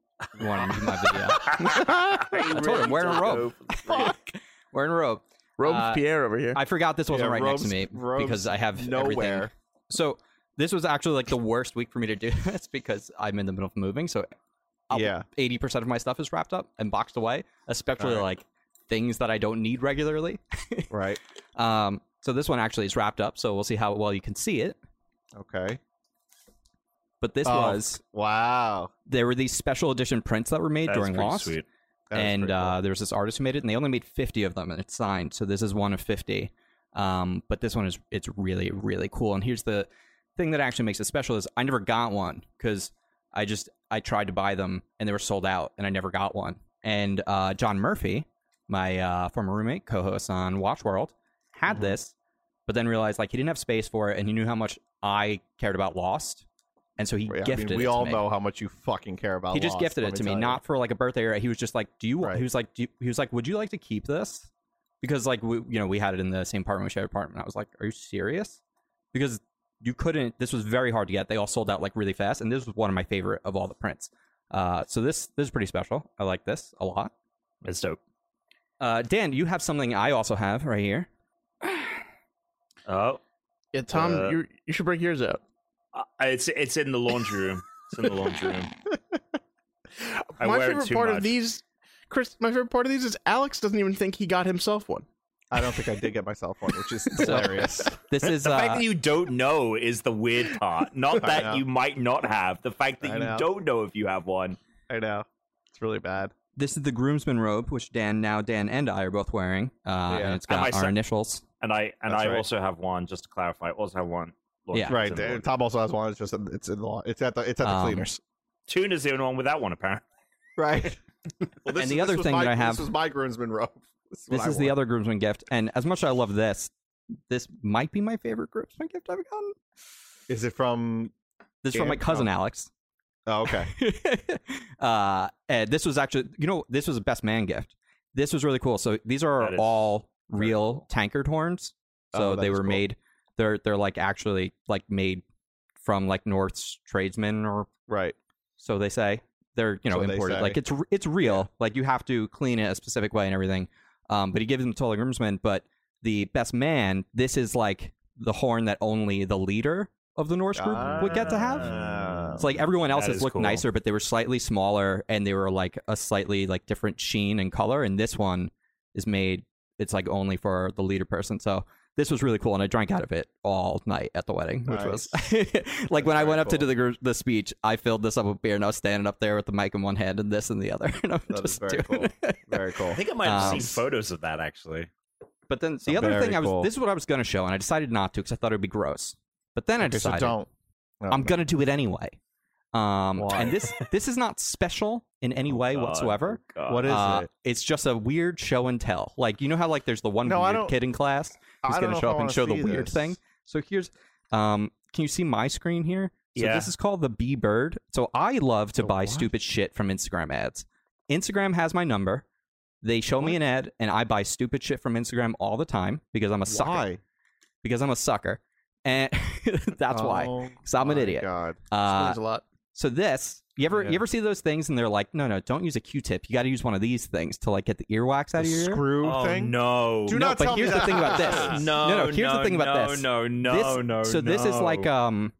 Speaker 1: you want to do my video? I told him, wear a robe. Fuck, wearing a robe.
Speaker 4: Robe
Speaker 1: Uh,
Speaker 4: Pierre over here.
Speaker 1: I forgot this wasn't
Speaker 3: Yeah,
Speaker 1: right next to me
Speaker 3: robes- robes
Speaker 1: because I have everything.
Speaker 3: Nowhere.
Speaker 1: So this was actually like the worst week for me to do this because I'm in the middle of moving. So
Speaker 3: Yeah.
Speaker 1: eighty percent of my stuff is wrapped up and boxed away, especially like things that I don't need regularly.
Speaker 3: Right.
Speaker 1: Um, so this one actually is wrapped up, so we'll see how well you can see it.
Speaker 3: Okay.
Speaker 1: But this
Speaker 3: Oh.
Speaker 1: was
Speaker 3: Wow.
Speaker 1: there were these special edition prints that were made
Speaker 5: That's
Speaker 1: during
Speaker 5: pretty
Speaker 1: Lost,
Speaker 5: sweet.
Speaker 3: That is
Speaker 1: and
Speaker 3: pretty
Speaker 1: uh, there was this artist who made it, and they only made fifty of them, and it's signed. So this is one of fifty. Um, but this one is it's really really cool. And here's the thing that actually makes it special is I never got one because I just I tried to buy them and they were sold out, and I never got one. And uh, John Murphy, my uh, former roommate, co-host on Watch World, had
Speaker 3: Mm-hmm.
Speaker 1: this, but then realized like he didn't have space for it, and he knew how much I cared about Lost, and so he
Speaker 3: cool. Yeah, I mean,
Speaker 1: gifted.
Speaker 3: we
Speaker 1: it to
Speaker 3: all
Speaker 1: me
Speaker 3: know how much you fucking care about.
Speaker 1: he just
Speaker 3: Lost,
Speaker 1: gifted
Speaker 3: let
Speaker 1: it to me,
Speaker 3: tell you.
Speaker 1: not for like a birthday or he was just like, "Do you?" want
Speaker 3: Right.
Speaker 1: He was like, Do you, "He was like, would you like to keep this?" Because like we, you know, we had it in the same apartment, we shared apartment. I was like, "Are you serious?" Because you couldn't. This was very hard to get. They all sold out like really fast, and this was one of my favorite of all the prints. Uh, so this this is pretty special. I like this a lot.
Speaker 5: It's dope.
Speaker 1: Uh, Dan, you have something I also have right here.
Speaker 5: Oh,
Speaker 4: yeah, Tom,
Speaker 5: uh,
Speaker 4: you you should break yours out.
Speaker 5: uh, it's it's in the laundry room. It's in the laundry room. I
Speaker 4: my
Speaker 5: wear it
Speaker 4: favorite
Speaker 5: too
Speaker 4: part of
Speaker 5: much.
Speaker 4: these, Chris. My favorite part of these is Alex doesn't even think he got himself one.
Speaker 3: I don't think I did get myself one, which is hilarious.
Speaker 1: This is
Speaker 5: The
Speaker 1: uh,
Speaker 5: fact that you don't know is the weird part.
Speaker 3: I
Speaker 5: Not
Speaker 3: know.
Speaker 5: that you might not have. The fact that
Speaker 3: I
Speaker 5: you
Speaker 3: know.
Speaker 5: don't know if you have one.
Speaker 3: I know. It's really bad.
Speaker 1: this is the groomsman robe, which Dan now Dan and I are both wearing, uh,
Speaker 3: Yeah.
Speaker 1: and it's
Speaker 5: And
Speaker 1: got
Speaker 5: my
Speaker 1: our
Speaker 5: son-
Speaker 1: initials.
Speaker 5: And I and
Speaker 3: That's
Speaker 5: I
Speaker 3: right.
Speaker 5: also have one. Just to clarify, I also have one. Laundry
Speaker 1: Yeah.
Speaker 5: room's
Speaker 3: right.
Speaker 5: in the
Speaker 3: uh,
Speaker 5: laundry
Speaker 3: Tom also has one. It's just in- it's in the law. It's at the it's at the
Speaker 1: Um,
Speaker 3: cleaners.
Speaker 5: Tuna's the only one without one, apparently.
Speaker 3: Right. Well,
Speaker 1: And the other
Speaker 3: was
Speaker 1: thing
Speaker 3: my-
Speaker 1: that I have-
Speaker 3: This was my groomsman robe. This is, what
Speaker 1: This
Speaker 3: I
Speaker 1: is the
Speaker 3: wore.
Speaker 1: other groomsman gift, and as much as I love this, this might be my favorite groomsman gift I've gotten.
Speaker 3: Is it from?
Speaker 1: This is from my
Speaker 3: Damn,
Speaker 1: cousin Alex.
Speaker 3: Oh, okay.
Speaker 1: uh, and this was actually, you know, this was a best man gift. This was really cool. So these are
Speaker 5: That is
Speaker 1: all
Speaker 5: very
Speaker 1: real
Speaker 5: cool.
Speaker 1: tankard horns. So
Speaker 3: Oh, that
Speaker 1: they
Speaker 3: is
Speaker 1: were
Speaker 3: cool.
Speaker 1: made. They're they're like actually like made from like North's tradesmen or
Speaker 3: Right.
Speaker 1: so they say they're you know
Speaker 3: So they
Speaker 1: imported
Speaker 3: say.
Speaker 1: like it's it's real like you have to clean it a specific way and everything um but he gives them to all the groomsmen but the best man this is like the horn that only the leader of the norse group would get to have
Speaker 2: Oh.
Speaker 5: Ah.
Speaker 1: it's like everyone else
Speaker 5: That
Speaker 1: has
Speaker 5: is
Speaker 1: looked
Speaker 5: cool.
Speaker 1: nicer but they were slightly smaller and they were like a slightly like different sheen and color and this one is made it's like only for the leader person so this was really cool and i drank out of it all night at the wedding which was like when I
Speaker 3: very
Speaker 1: went up to
Speaker 3: cool.
Speaker 1: do the gr- the speech, I filled this up with beer and I was standing up there with the mic in one hand and this in the other. And I'm
Speaker 3: That is
Speaker 1: just
Speaker 3: very cool.
Speaker 1: doing it.
Speaker 3: Very cool.
Speaker 5: I think I might have
Speaker 1: Um,
Speaker 5: seen photos of that actually.
Speaker 1: But then
Speaker 3: So
Speaker 1: the other
Speaker 3: very
Speaker 1: thing I was
Speaker 3: cool.
Speaker 1: this is what I was going to show and I decided not to because I thought it would be gross. But then I
Speaker 3: Okay, so
Speaker 1: decided
Speaker 3: don't. oh, No,
Speaker 1: I'm
Speaker 3: no.
Speaker 1: going to do it anyway. Um,
Speaker 3: Why?
Speaker 1: and this this is not special in any way
Speaker 5: God,
Speaker 1: whatsoever.
Speaker 5: oh God.
Speaker 3: What is
Speaker 1: Uh,
Speaker 3: it?
Speaker 1: It's just a weird show and tell. Like you know how like there's the one
Speaker 3: No, I
Speaker 1: weird
Speaker 3: don't-
Speaker 1: kid in class
Speaker 3: I
Speaker 1: who's
Speaker 3: don't
Speaker 1: going
Speaker 3: know
Speaker 1: to
Speaker 3: if
Speaker 1: show
Speaker 3: I
Speaker 1: up and
Speaker 3: wanna
Speaker 1: show the
Speaker 3: see
Speaker 1: weird
Speaker 3: this.
Speaker 1: thing. So here's, um, can you see my screen here? So
Speaker 5: Yeah.
Speaker 1: this is called the Bee Bird. So I love to
Speaker 3: The
Speaker 1: buy
Speaker 3: what?
Speaker 1: stupid shit from Instagram ads. Instagram has my number. They show me an ad, and I buy stupid shit from Instagram all the time because I'm a sucker.
Speaker 3: Why?
Speaker 1: Because I'm a sucker, and that's why.
Speaker 3: Oh,
Speaker 1: Because I'm an
Speaker 3: my
Speaker 1: idiot.
Speaker 3: God.
Speaker 1: Uh,
Speaker 4: Explains a lot.
Speaker 1: so this, you ever
Speaker 3: Yeah.
Speaker 1: you ever see those things, and they're like, no, no, don't use a Q-tip. You got to use one of these things to like get the earwax out
Speaker 3: The
Speaker 1: of your ear.
Speaker 3: screw
Speaker 5: Oh
Speaker 3: thing.
Speaker 5: no!
Speaker 3: Do
Speaker 1: No,
Speaker 3: not
Speaker 1: but
Speaker 3: tell me
Speaker 1: here's the
Speaker 3: that.
Speaker 1: thing about this.
Speaker 5: no,
Speaker 1: no, here's the
Speaker 5: no,
Speaker 1: thing about
Speaker 5: no,
Speaker 1: this.
Speaker 5: No, no,
Speaker 1: This-
Speaker 5: no.
Speaker 1: so this is like
Speaker 5: no.
Speaker 1: um,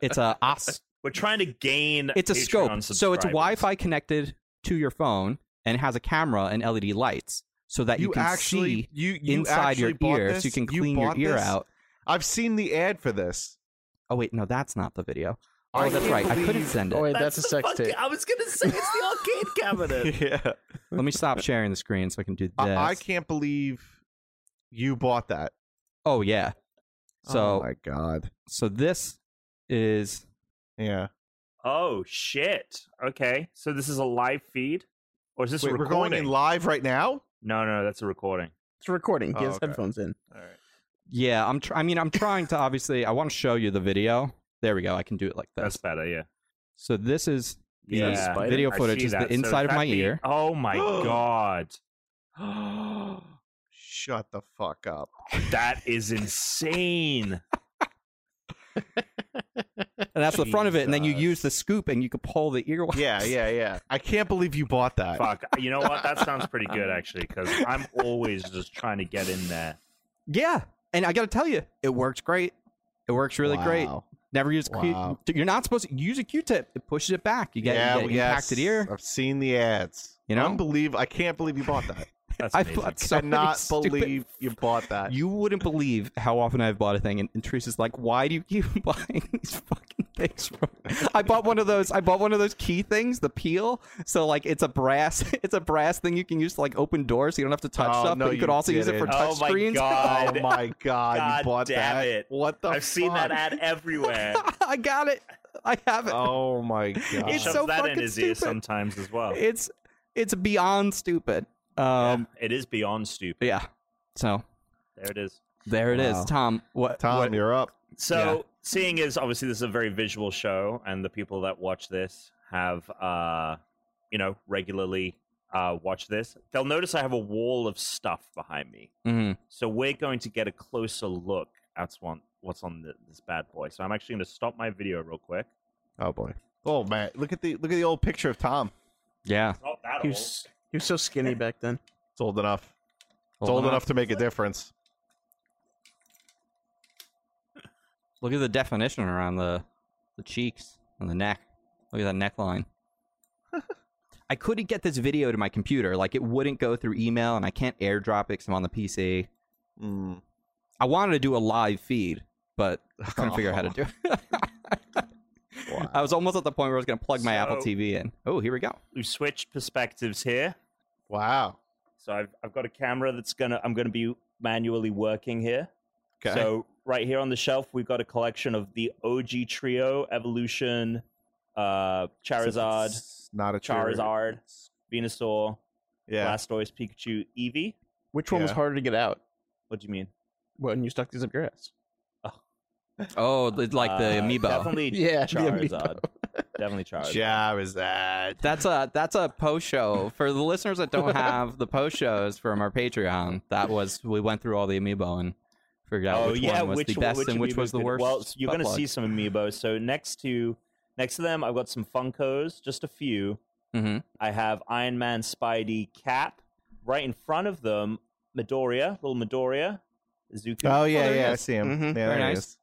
Speaker 1: it's a os-
Speaker 5: we're trying to gain.
Speaker 1: it's a scope.
Speaker 5: Patreon
Speaker 1: So it's
Speaker 5: subscribers.
Speaker 1: Wi-Fi connected to your phone and has a camera and LED lights so that you,
Speaker 3: you
Speaker 1: can
Speaker 3: actually
Speaker 1: see
Speaker 3: you, you
Speaker 1: inside your
Speaker 3: actually bought
Speaker 1: ear, so you
Speaker 3: this?
Speaker 1: can clean your
Speaker 3: bought
Speaker 1: ear
Speaker 3: this?
Speaker 1: out.
Speaker 3: I've seen the ad for this.
Speaker 1: Oh wait, no, that's not the video. Oh, that's right. I couldn't send
Speaker 4: Oh,
Speaker 1: it.
Speaker 4: wait, that's, a sex tape.
Speaker 2: I was gonna say it's the arcade cabinet.
Speaker 3: yeah.
Speaker 1: Let me stop sharing the screen so I can do this.
Speaker 3: I, I can't believe you bought that.
Speaker 1: oh yeah.
Speaker 3: oh
Speaker 1: So
Speaker 3: my god.
Speaker 1: so this is
Speaker 3: Yeah.
Speaker 2: Oh shit. Okay, so this is a live feed, or is this
Speaker 3: Wait,
Speaker 2: a
Speaker 3: we're
Speaker 2: recording?
Speaker 3: going in live right now?
Speaker 2: No, no, that's a recording.
Speaker 4: It's recording. He
Speaker 3: Oh,
Speaker 4: has
Speaker 3: okay.
Speaker 4: headphones in.
Speaker 3: All right.
Speaker 1: yeah. I'm. Tr- I mean, I'm trying to obviously. I want to show you the video. There we go. I can do it like
Speaker 2: That's
Speaker 1: this.
Speaker 2: better. Yeah.
Speaker 1: So this is the
Speaker 2: Yeah.
Speaker 4: spider?
Speaker 1: video
Speaker 2: I
Speaker 1: footage
Speaker 2: see
Speaker 1: is
Speaker 2: that.
Speaker 1: the
Speaker 2: So
Speaker 1: inside of
Speaker 2: that
Speaker 1: my
Speaker 2: be-
Speaker 1: ear.
Speaker 2: Oh my god.
Speaker 3: Shut the fuck up.
Speaker 2: That is insane.
Speaker 1: and that's the front of it. And then you
Speaker 3: Jesus.
Speaker 1: use the scoop and you can pull the ear.
Speaker 3: Yeah, yeah, yeah. I can't believe you bought that.
Speaker 2: Fuck. You know what? That sounds pretty good actually, because I'm always just trying to get in there.
Speaker 1: Yeah. And I got to tell you, it works great. It works really great.
Speaker 3: Wow.
Speaker 1: Never use Q-
Speaker 3: Wow.
Speaker 1: you're not supposed to use a Q-tip. It pushes it back. You get,
Speaker 3: yeah,
Speaker 1: you get
Speaker 3: yes.
Speaker 1: impacted ear.
Speaker 3: I've seen the ads.
Speaker 1: You
Speaker 2: Oh,
Speaker 1: know?
Speaker 3: Unbelievable. I can't believe you bought that.
Speaker 2: That's
Speaker 1: I
Speaker 2: amazing.
Speaker 1: bought so many
Speaker 3: Cannot
Speaker 1: stupid-
Speaker 3: believe you bought that.
Speaker 1: You wouldn't believe how often I've bought a thing, and, and Teresa's like, "Why do you keep buying these fucking things?" From? I bought one of those. I bought one of those key things, the peel. So like, it's a brass. It's a brass thing you can use to like open doors. So you don't have to touch
Speaker 3: Oh,
Speaker 1: stuff,
Speaker 3: no,
Speaker 1: but you could
Speaker 3: you
Speaker 1: also use it for
Speaker 3: didn't.
Speaker 1: touch
Speaker 2: Oh my
Speaker 1: screens.
Speaker 3: oh
Speaker 2: god.
Speaker 3: my god, you
Speaker 2: God
Speaker 3: bought
Speaker 2: damn
Speaker 3: that.
Speaker 2: it.
Speaker 3: What the
Speaker 2: I've seen that
Speaker 3: fuck?
Speaker 2: ad everywhere.
Speaker 1: I got it. I have it.
Speaker 3: Oh my god.
Speaker 2: He
Speaker 1: It's
Speaker 2: shoves
Speaker 1: so
Speaker 2: that in
Speaker 1: fucking
Speaker 2: his ear
Speaker 1: stupid.
Speaker 2: sometimes as well.
Speaker 1: It's it's beyond stupid.
Speaker 2: Yeah,
Speaker 1: Um,
Speaker 2: it is beyond stupid.
Speaker 1: yeah. So
Speaker 2: There it is.
Speaker 1: there it is,
Speaker 3: Wow.
Speaker 1: Tom. What?
Speaker 3: Tom,
Speaker 1: what-
Speaker 3: you're up.
Speaker 2: So, seeing is obviously this is a very visual show, and the people that watch this have, uh, you know, regularly uh, watch this. They'll notice I have a wall of stuff behind me.
Speaker 1: Mhm.
Speaker 2: So we're going to get a closer look at one, what's on the, this bad boy. So I'm actually going to stop my video real quick.
Speaker 3: Oh boy. Oh man, look at the look at the old picture of Tom.
Speaker 1: Yeah.
Speaker 2: It's not that
Speaker 4: He
Speaker 2: old.
Speaker 4: was, he was so skinny back then.
Speaker 3: It's old enough. It's old, enough to make a difference.
Speaker 1: Look at the definition around the the cheeks and the neck. Look at that neckline. I couldn't get this video to my computer. Like it wouldn't go through email, and I can't AirDrop it 'cause I'm on the PC.
Speaker 3: Mm.
Speaker 1: I wanted to do a live feed, but I couldn't figure out how to do it. I was almost at the point where I was going to plug my Apple
Speaker 2: Oh. So-
Speaker 1: TV in. Oh, here we go.
Speaker 2: We've switched perspectives here.
Speaker 3: Wow.
Speaker 2: So I've, I've got a camera that's going to, I'm going to be manually working here.
Speaker 3: Okay.
Speaker 2: So right here on the shelf, we've got a collection of the OG trio: Evolution, uh, Charizard,
Speaker 3: It's not a trigger.
Speaker 2: Charizard, Venusaur,
Speaker 3: Yeah.
Speaker 2: Blastoise, Pikachu, Eevee.
Speaker 4: Which one was
Speaker 3: Yeah.
Speaker 4: harder to get out
Speaker 2: What do you mean?
Speaker 4: when you stuck these up your ass?
Speaker 1: Oh, it's like the
Speaker 2: Uh,
Speaker 1: amiibo.
Speaker 2: Definitely
Speaker 4: Yeah, the amiibo.
Speaker 1: uh,
Speaker 2: Charizard. definitely
Speaker 3: Oh,
Speaker 2: Charizard.
Speaker 3: Charizard.
Speaker 1: That's a that's a post show for the listeners that don't have the post shows from our Patreon. That was we went through all the amiibo and figured out
Speaker 2: oh
Speaker 1: which
Speaker 2: yeah,
Speaker 1: one was
Speaker 2: which
Speaker 1: the
Speaker 2: one-
Speaker 1: best and which
Speaker 2: amiibo's
Speaker 1: was the
Speaker 2: good?
Speaker 1: worst.
Speaker 2: Well, you're
Speaker 1: butt
Speaker 2: going to
Speaker 1: plug.
Speaker 2: see some amiibo. So next to next to them, I've got some Funkos, just a few.
Speaker 1: Mhm.
Speaker 2: I have Iron Man, Spidey, Cap. Right in front of them, Midoriya, little Midoriya, Zuko.
Speaker 3: Oh yeah,
Speaker 1: there he
Speaker 3: yeah, I
Speaker 1: is.
Speaker 3: see him.
Speaker 4: Mhm.
Speaker 3: Yeah,
Speaker 1: Very
Speaker 3: there he
Speaker 1: nice.
Speaker 3: is.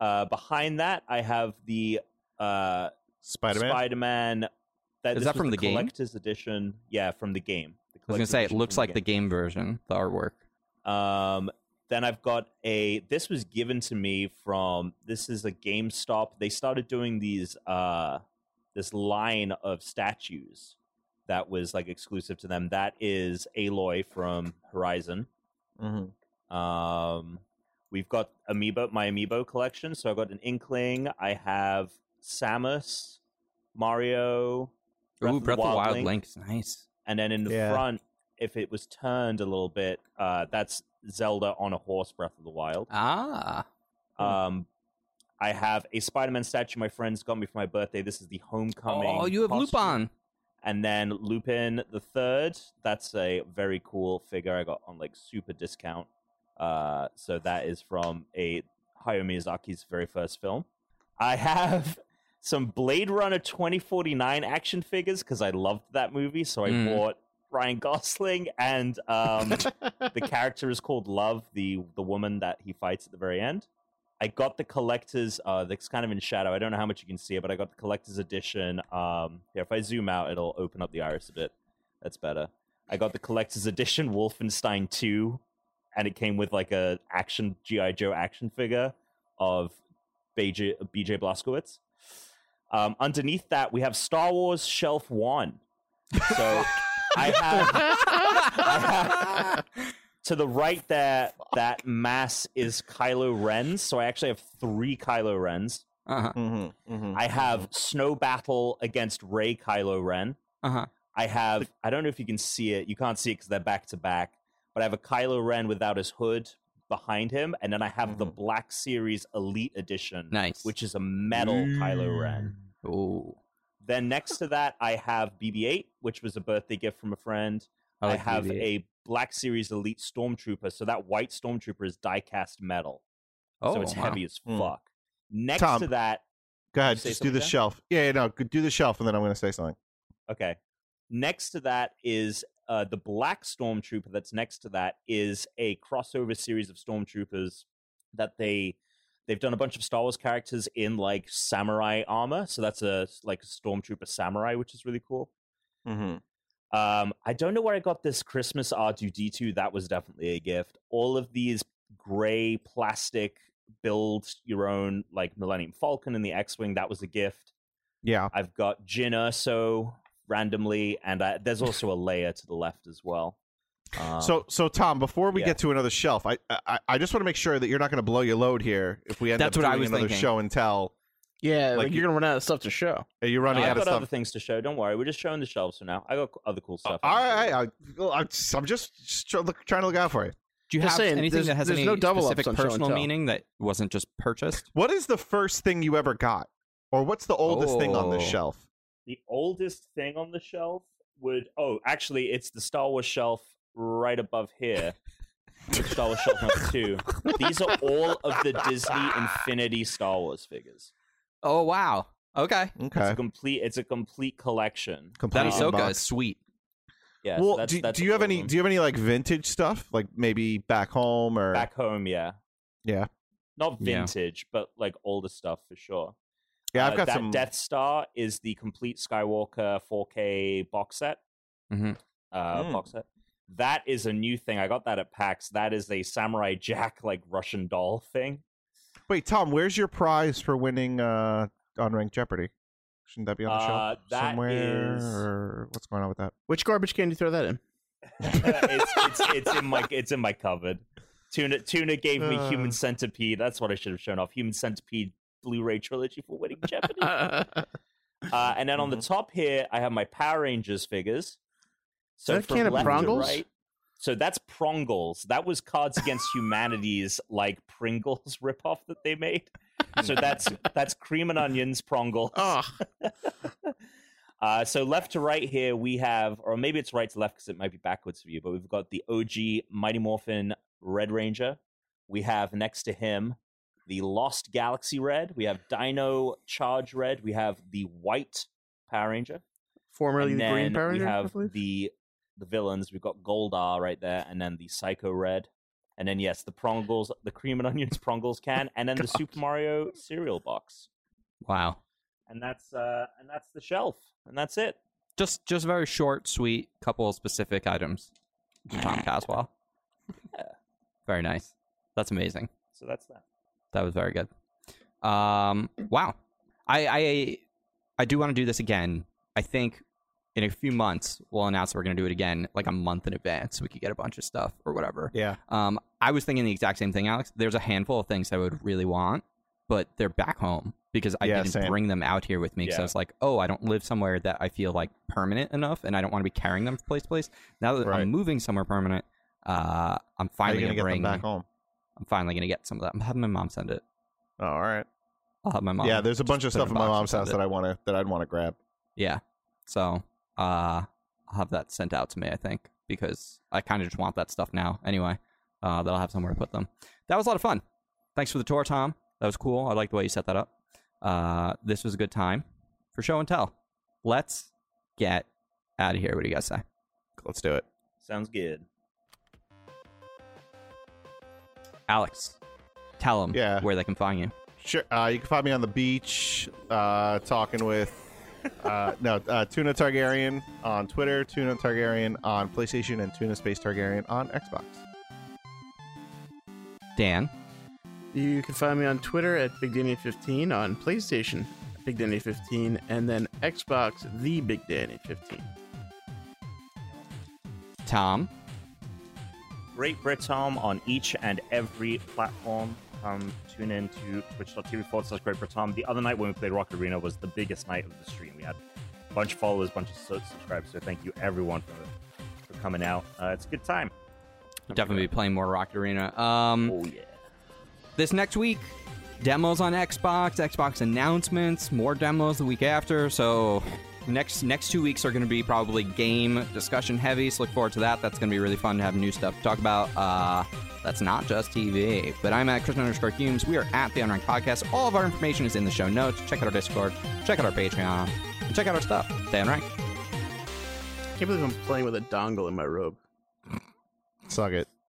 Speaker 2: Uh, behind that, I have the uh,
Speaker 3: Spider-Man.
Speaker 2: Spider-Man. That,
Speaker 1: Is
Speaker 2: this
Speaker 1: that
Speaker 2: was
Speaker 1: from the game?
Speaker 2: collector's edition? Yeah, from the game.
Speaker 1: I was
Speaker 2: The
Speaker 1: gonna
Speaker 2: collector's
Speaker 1: say it
Speaker 2: edition
Speaker 1: looks
Speaker 2: from
Speaker 1: like the game version, the artwork.
Speaker 2: Um, then I've got a. This was given to me from. This is a GameStop. They started doing these. Uh, this line of statues that was like exclusive to them. That is Aloy from Horizon.
Speaker 3: Mhm.
Speaker 2: Um, we've got amiibo, my amiibo collection. So I've got an Inkling. I have Samus, Mario,
Speaker 1: Ooh, Breath of the Wild
Speaker 2: Link.
Speaker 1: Link's nice.
Speaker 2: and then in the
Speaker 3: Yeah.
Speaker 2: front, if it was turned a little bit, uh, that's Zelda on a horse. Breath of the Wild.
Speaker 1: Ah,
Speaker 2: Um, I have a Spider-Man statue my friends got me for my birthday. This is the homecoming.
Speaker 1: oh, you have
Speaker 2: costume.
Speaker 1: Lupin.
Speaker 2: And then Lupin the Third. That's a very cool figure I got on like super discount. Uh, so that is from a Hayao Miyazaki's very first film. I have some Blade Runner 2049 action figures because I loved that movie, so I
Speaker 1: Mm.
Speaker 2: bought Ryan Gosling and um, the character is called Love, the the woman that he fights at the very end. I got the collector's. Uh, that's kind of in shadow. I don't know how much you can see it, but I got the collector's edition. Um, yeah, if I zoom out, it'll open up the iris a bit. That's better. I got the collector's edition Wolfenstein 2, and it came with like a action GI Joe action figure of BJ BJ Blazkowicz. Um, underneath that, we have Star Wars Shelf One. So I have to the right there. That mass is Kylo Ren's. So I actually have three Kylo Ren's.
Speaker 1: Uh-huh.
Speaker 3: Mm-hmm, mm-hmm.
Speaker 2: I have Snow Battle against Ray Kylo Ren.
Speaker 1: Uh-huh.
Speaker 2: I have I don't know if you can see it. You can't see it because they're back to back. But I have a Kylo Ren without his hood behind him, and then I have
Speaker 1: Mm.
Speaker 2: the Black Series Elite Edition,
Speaker 1: Nice.
Speaker 2: which is a metal Kylo Ren.
Speaker 1: Mm. Ooh.
Speaker 2: Then next to that, I have BB-8, which was a birthday gift from a friend. I,
Speaker 1: like
Speaker 2: have
Speaker 1: BB-8.
Speaker 2: a Black Series Elite Stormtrooper, so that white Stormtrooper is die-cast metal,
Speaker 1: Oh,
Speaker 2: so it's
Speaker 1: wow.
Speaker 2: heavy as
Speaker 3: Mm.
Speaker 2: fuck. Next
Speaker 3: Tom.
Speaker 2: to that,
Speaker 3: Go ahead,
Speaker 2: say
Speaker 3: just do
Speaker 2: something,
Speaker 3: the
Speaker 2: Dan?
Speaker 3: shelf. Yeah, yeah, no, g- do the shelf, and then I'm going to say something.
Speaker 2: Okay. Next to that is uh, the black stormtrooper. That's next to that is a crossover series of stormtroopers that they they've done a bunch of Star Wars characters in like samurai armor. So that's a s- like a stormtrooper samurai, which is really cool.
Speaker 3: Mm-hmm.
Speaker 2: Um, I don't know where I got this Christmas R2D2. That was definitely a gift. All of these gray plastic build your own like Millennium Falcon and the X-wing. That was a gift.
Speaker 3: Yeah.
Speaker 2: I've got Jin Urso randomly, and I, there's also a layer to the left as well. Um,
Speaker 3: So, so Tom, before we
Speaker 2: yeah.
Speaker 3: get to another shelf, I, I, I just want to make sure that you're not going to blow your load here. If we end
Speaker 1: That's
Speaker 3: up
Speaker 1: what I
Speaker 3: doing
Speaker 1: was
Speaker 3: another
Speaker 1: thinking.
Speaker 3: show and tell,
Speaker 4: Yeah,
Speaker 3: Like
Speaker 4: like, you're gonna run out of stuff to show.
Speaker 3: Are you
Speaker 2: I've
Speaker 3: running out
Speaker 2: got
Speaker 3: of
Speaker 2: other
Speaker 3: stuff?
Speaker 2: things to show. Don't worry, we're just showing the shelves for now. I got co- other cool stuff.
Speaker 3: All right, Uh, I, well, I'm just, I'm just, just try- look- trying to look out for it.
Speaker 1: Do you
Speaker 4: Just
Speaker 1: have
Speaker 4: saying,
Speaker 1: anything
Speaker 4: there's-
Speaker 1: that has
Speaker 4: there's
Speaker 1: any
Speaker 4: no double-ups
Speaker 1: specific
Speaker 4: on show and
Speaker 1: personal
Speaker 4: tell.
Speaker 1: meaning that wasn't just purchased?
Speaker 3: What is the first thing you ever got, or what's the oldest thing on this
Speaker 1: Oh.
Speaker 3: shelf?
Speaker 2: The oldest thing on the shelf would oh, actually, it's the Star Wars shelf right above here. It's Star Wars shelf number two. These are all of the Disney Infinity Star Wars figures.
Speaker 1: Oh wow. Okay.
Speaker 2: It's
Speaker 3: Okay,
Speaker 2: a complete. It's a complete collection.
Speaker 3: complete
Speaker 1: That Ahsoka is
Speaker 3: unbox.
Speaker 1: sweet.
Speaker 2: Yeah. so
Speaker 3: Well,
Speaker 2: that's-
Speaker 3: do,
Speaker 2: that's
Speaker 3: do you have
Speaker 2: all of
Speaker 3: any?
Speaker 2: them.
Speaker 3: Do you have any like vintage stuff, like maybe back home or?
Speaker 2: back home? Yeah.
Speaker 3: Yeah.
Speaker 2: Not
Speaker 1: Yeah.
Speaker 2: vintage, but like older stuff for sure.
Speaker 3: yeah,
Speaker 2: Uh,
Speaker 3: I've got
Speaker 2: that
Speaker 3: some.
Speaker 2: Death Star is the complete Skywalker 4K box set.
Speaker 1: Mhm.
Speaker 2: Uh,
Speaker 3: Mm.
Speaker 2: Box set. That is a new thing. I got that at PAX. That is a Samurai Jack like Russian doll thing.
Speaker 3: Wait, Tom, where's your prize for winning uh, on Ranked Jeopardy? Shouldn't that be on the
Speaker 2: Uh,
Speaker 3: shelf
Speaker 2: that
Speaker 3: somewhere?
Speaker 2: is-
Speaker 3: Or what's going on with that?
Speaker 4: Which garbage can you throw that in?
Speaker 2: it's, it's it's in my it's in my cupboard. Tuna Tuna gave me
Speaker 3: Uh.
Speaker 2: Human Centipede. That's what I should have shown off. Human Centipede Blu-ray trilogy for winning Jeopardy. Uh, and then on the
Speaker 4: Mm-hmm.
Speaker 2: top here, I have my Power Rangers figures. So
Speaker 4: that a
Speaker 2: from
Speaker 4: can of
Speaker 2: left
Speaker 4: Prongles?
Speaker 2: to right. So that's Prongles. That was Cards Against Humanity's like Pringles ripoff that they made. So that's that's cream and onions Prongles.
Speaker 4: oh,
Speaker 2: Uh, so left to right here, we have, or maybe it's right to left because it might be backwards for you, but we've got the OG Mighty Morphin Red Ranger. We have next to him the Lost Galaxy Red. We have Dino Charge Red. We have the White Power Ranger.
Speaker 4: formerly
Speaker 2: And
Speaker 4: the
Speaker 2: then
Speaker 4: Green Power
Speaker 2: we
Speaker 4: Ranger, I
Speaker 2: have
Speaker 4: believe?
Speaker 2: the the villains. We've got Goldar right there, and then the Psycho Red, and then yes, the Prongles, the cream and onions Prongles can, and then the Super Mario cereal box.
Speaker 1: Wow.
Speaker 2: And that's uh, and that's the shelf, and that's it.
Speaker 1: Just just very short, sweet, couple of specific items. from Tom Caswell. Very nice. That's amazing.
Speaker 2: So that's that.
Speaker 1: That was very good. Um, wow. I I I do want to do this again. I think in a few months we'll announce that we're going to do it again, like a month in advance, so we could get a bunch of stuff or whatever.
Speaker 3: Yeah.
Speaker 1: Um, I was thinking the exact same thing, Alex. There's a handful of things I would really want, but they're back home because I
Speaker 3: Yeah,
Speaker 1: didn't
Speaker 3: same.
Speaker 1: bring them out here with me. So
Speaker 2: Yeah.
Speaker 1: it's like, oh, I don't live somewhere that I feel like permanent enough, and I don't want to be carrying them from place to place. Now that
Speaker 3: Right.
Speaker 1: I'm moving somewhere permanent, uh, I'm
Speaker 3: How are
Speaker 1: finally
Speaker 3: you
Speaker 1: gonna,
Speaker 3: gonna get
Speaker 1: bring.
Speaker 3: them back home?
Speaker 1: I'm finally gonna get some of that. I'm having my mom send it.
Speaker 3: Oh, all right.
Speaker 1: I'll have my mom.
Speaker 3: yeah, there's a
Speaker 1: just
Speaker 3: bunch of
Speaker 1: put it
Speaker 3: stuff
Speaker 1: in
Speaker 3: in
Speaker 1: a
Speaker 3: my
Speaker 1: box and
Speaker 3: mom's
Speaker 1: send
Speaker 3: house
Speaker 1: it.
Speaker 3: that I want to that I'd want to grab.
Speaker 1: Yeah. So uh, I'll have that sent out to me, I think, because I kind of just want that stuff now anyway. Uh, that I'll have somewhere to put them. That was a lot of fun. Thanks for the tour, Tom. That was cool. I like the way you set that up. Uh, this was a good time for show and tell. Let's get out of here. What do you guys say?
Speaker 3: Let's do it.
Speaker 2: Sounds good.
Speaker 1: Alex, tell them
Speaker 3: Yeah.
Speaker 1: where they can find you.
Speaker 3: Sure. Uh, you can find me on the beach, uh, talking with uh, no uh, Tuna Targaryen on Twitter, Tuna Targaryen on PlayStation, and Tuna Space Targaryen on Xbox.
Speaker 1: Dan,
Speaker 4: You can find me on Twitter at BigDanny15, on PlayStation Big Danny 15, and then Xbox The Big Danny 15.
Speaker 1: Tom,
Speaker 3: Oh
Speaker 2: Great Brit Home on each and every platform. Um, tune in to twitch.tv forward slash Great Brit Home. The other night when we played Rock Arena was the biggest night of the stream. We had a bunch of followers, bunch of su- subscribers. So thank you everyone for, for coming out. Uh, it's a good time.
Speaker 1: definitely be playing more Rocket Arena. Um,
Speaker 2: Oh yeah.
Speaker 1: this next week demos on xbox xbox announcements more demos the week after so next next two weeks are going to be probably game discussion heavy so look forward to that that's going to be really fun to have new stuff to talk about uh that's not just tv but i'm at christian underscore humes we are at the unranked podcast all of our information is in the show notes check out our discord check out our patreon and check out our stuff stay unranked
Speaker 4: I can't believe I'm playing with a dongle in my robe.
Speaker 3: Suck it.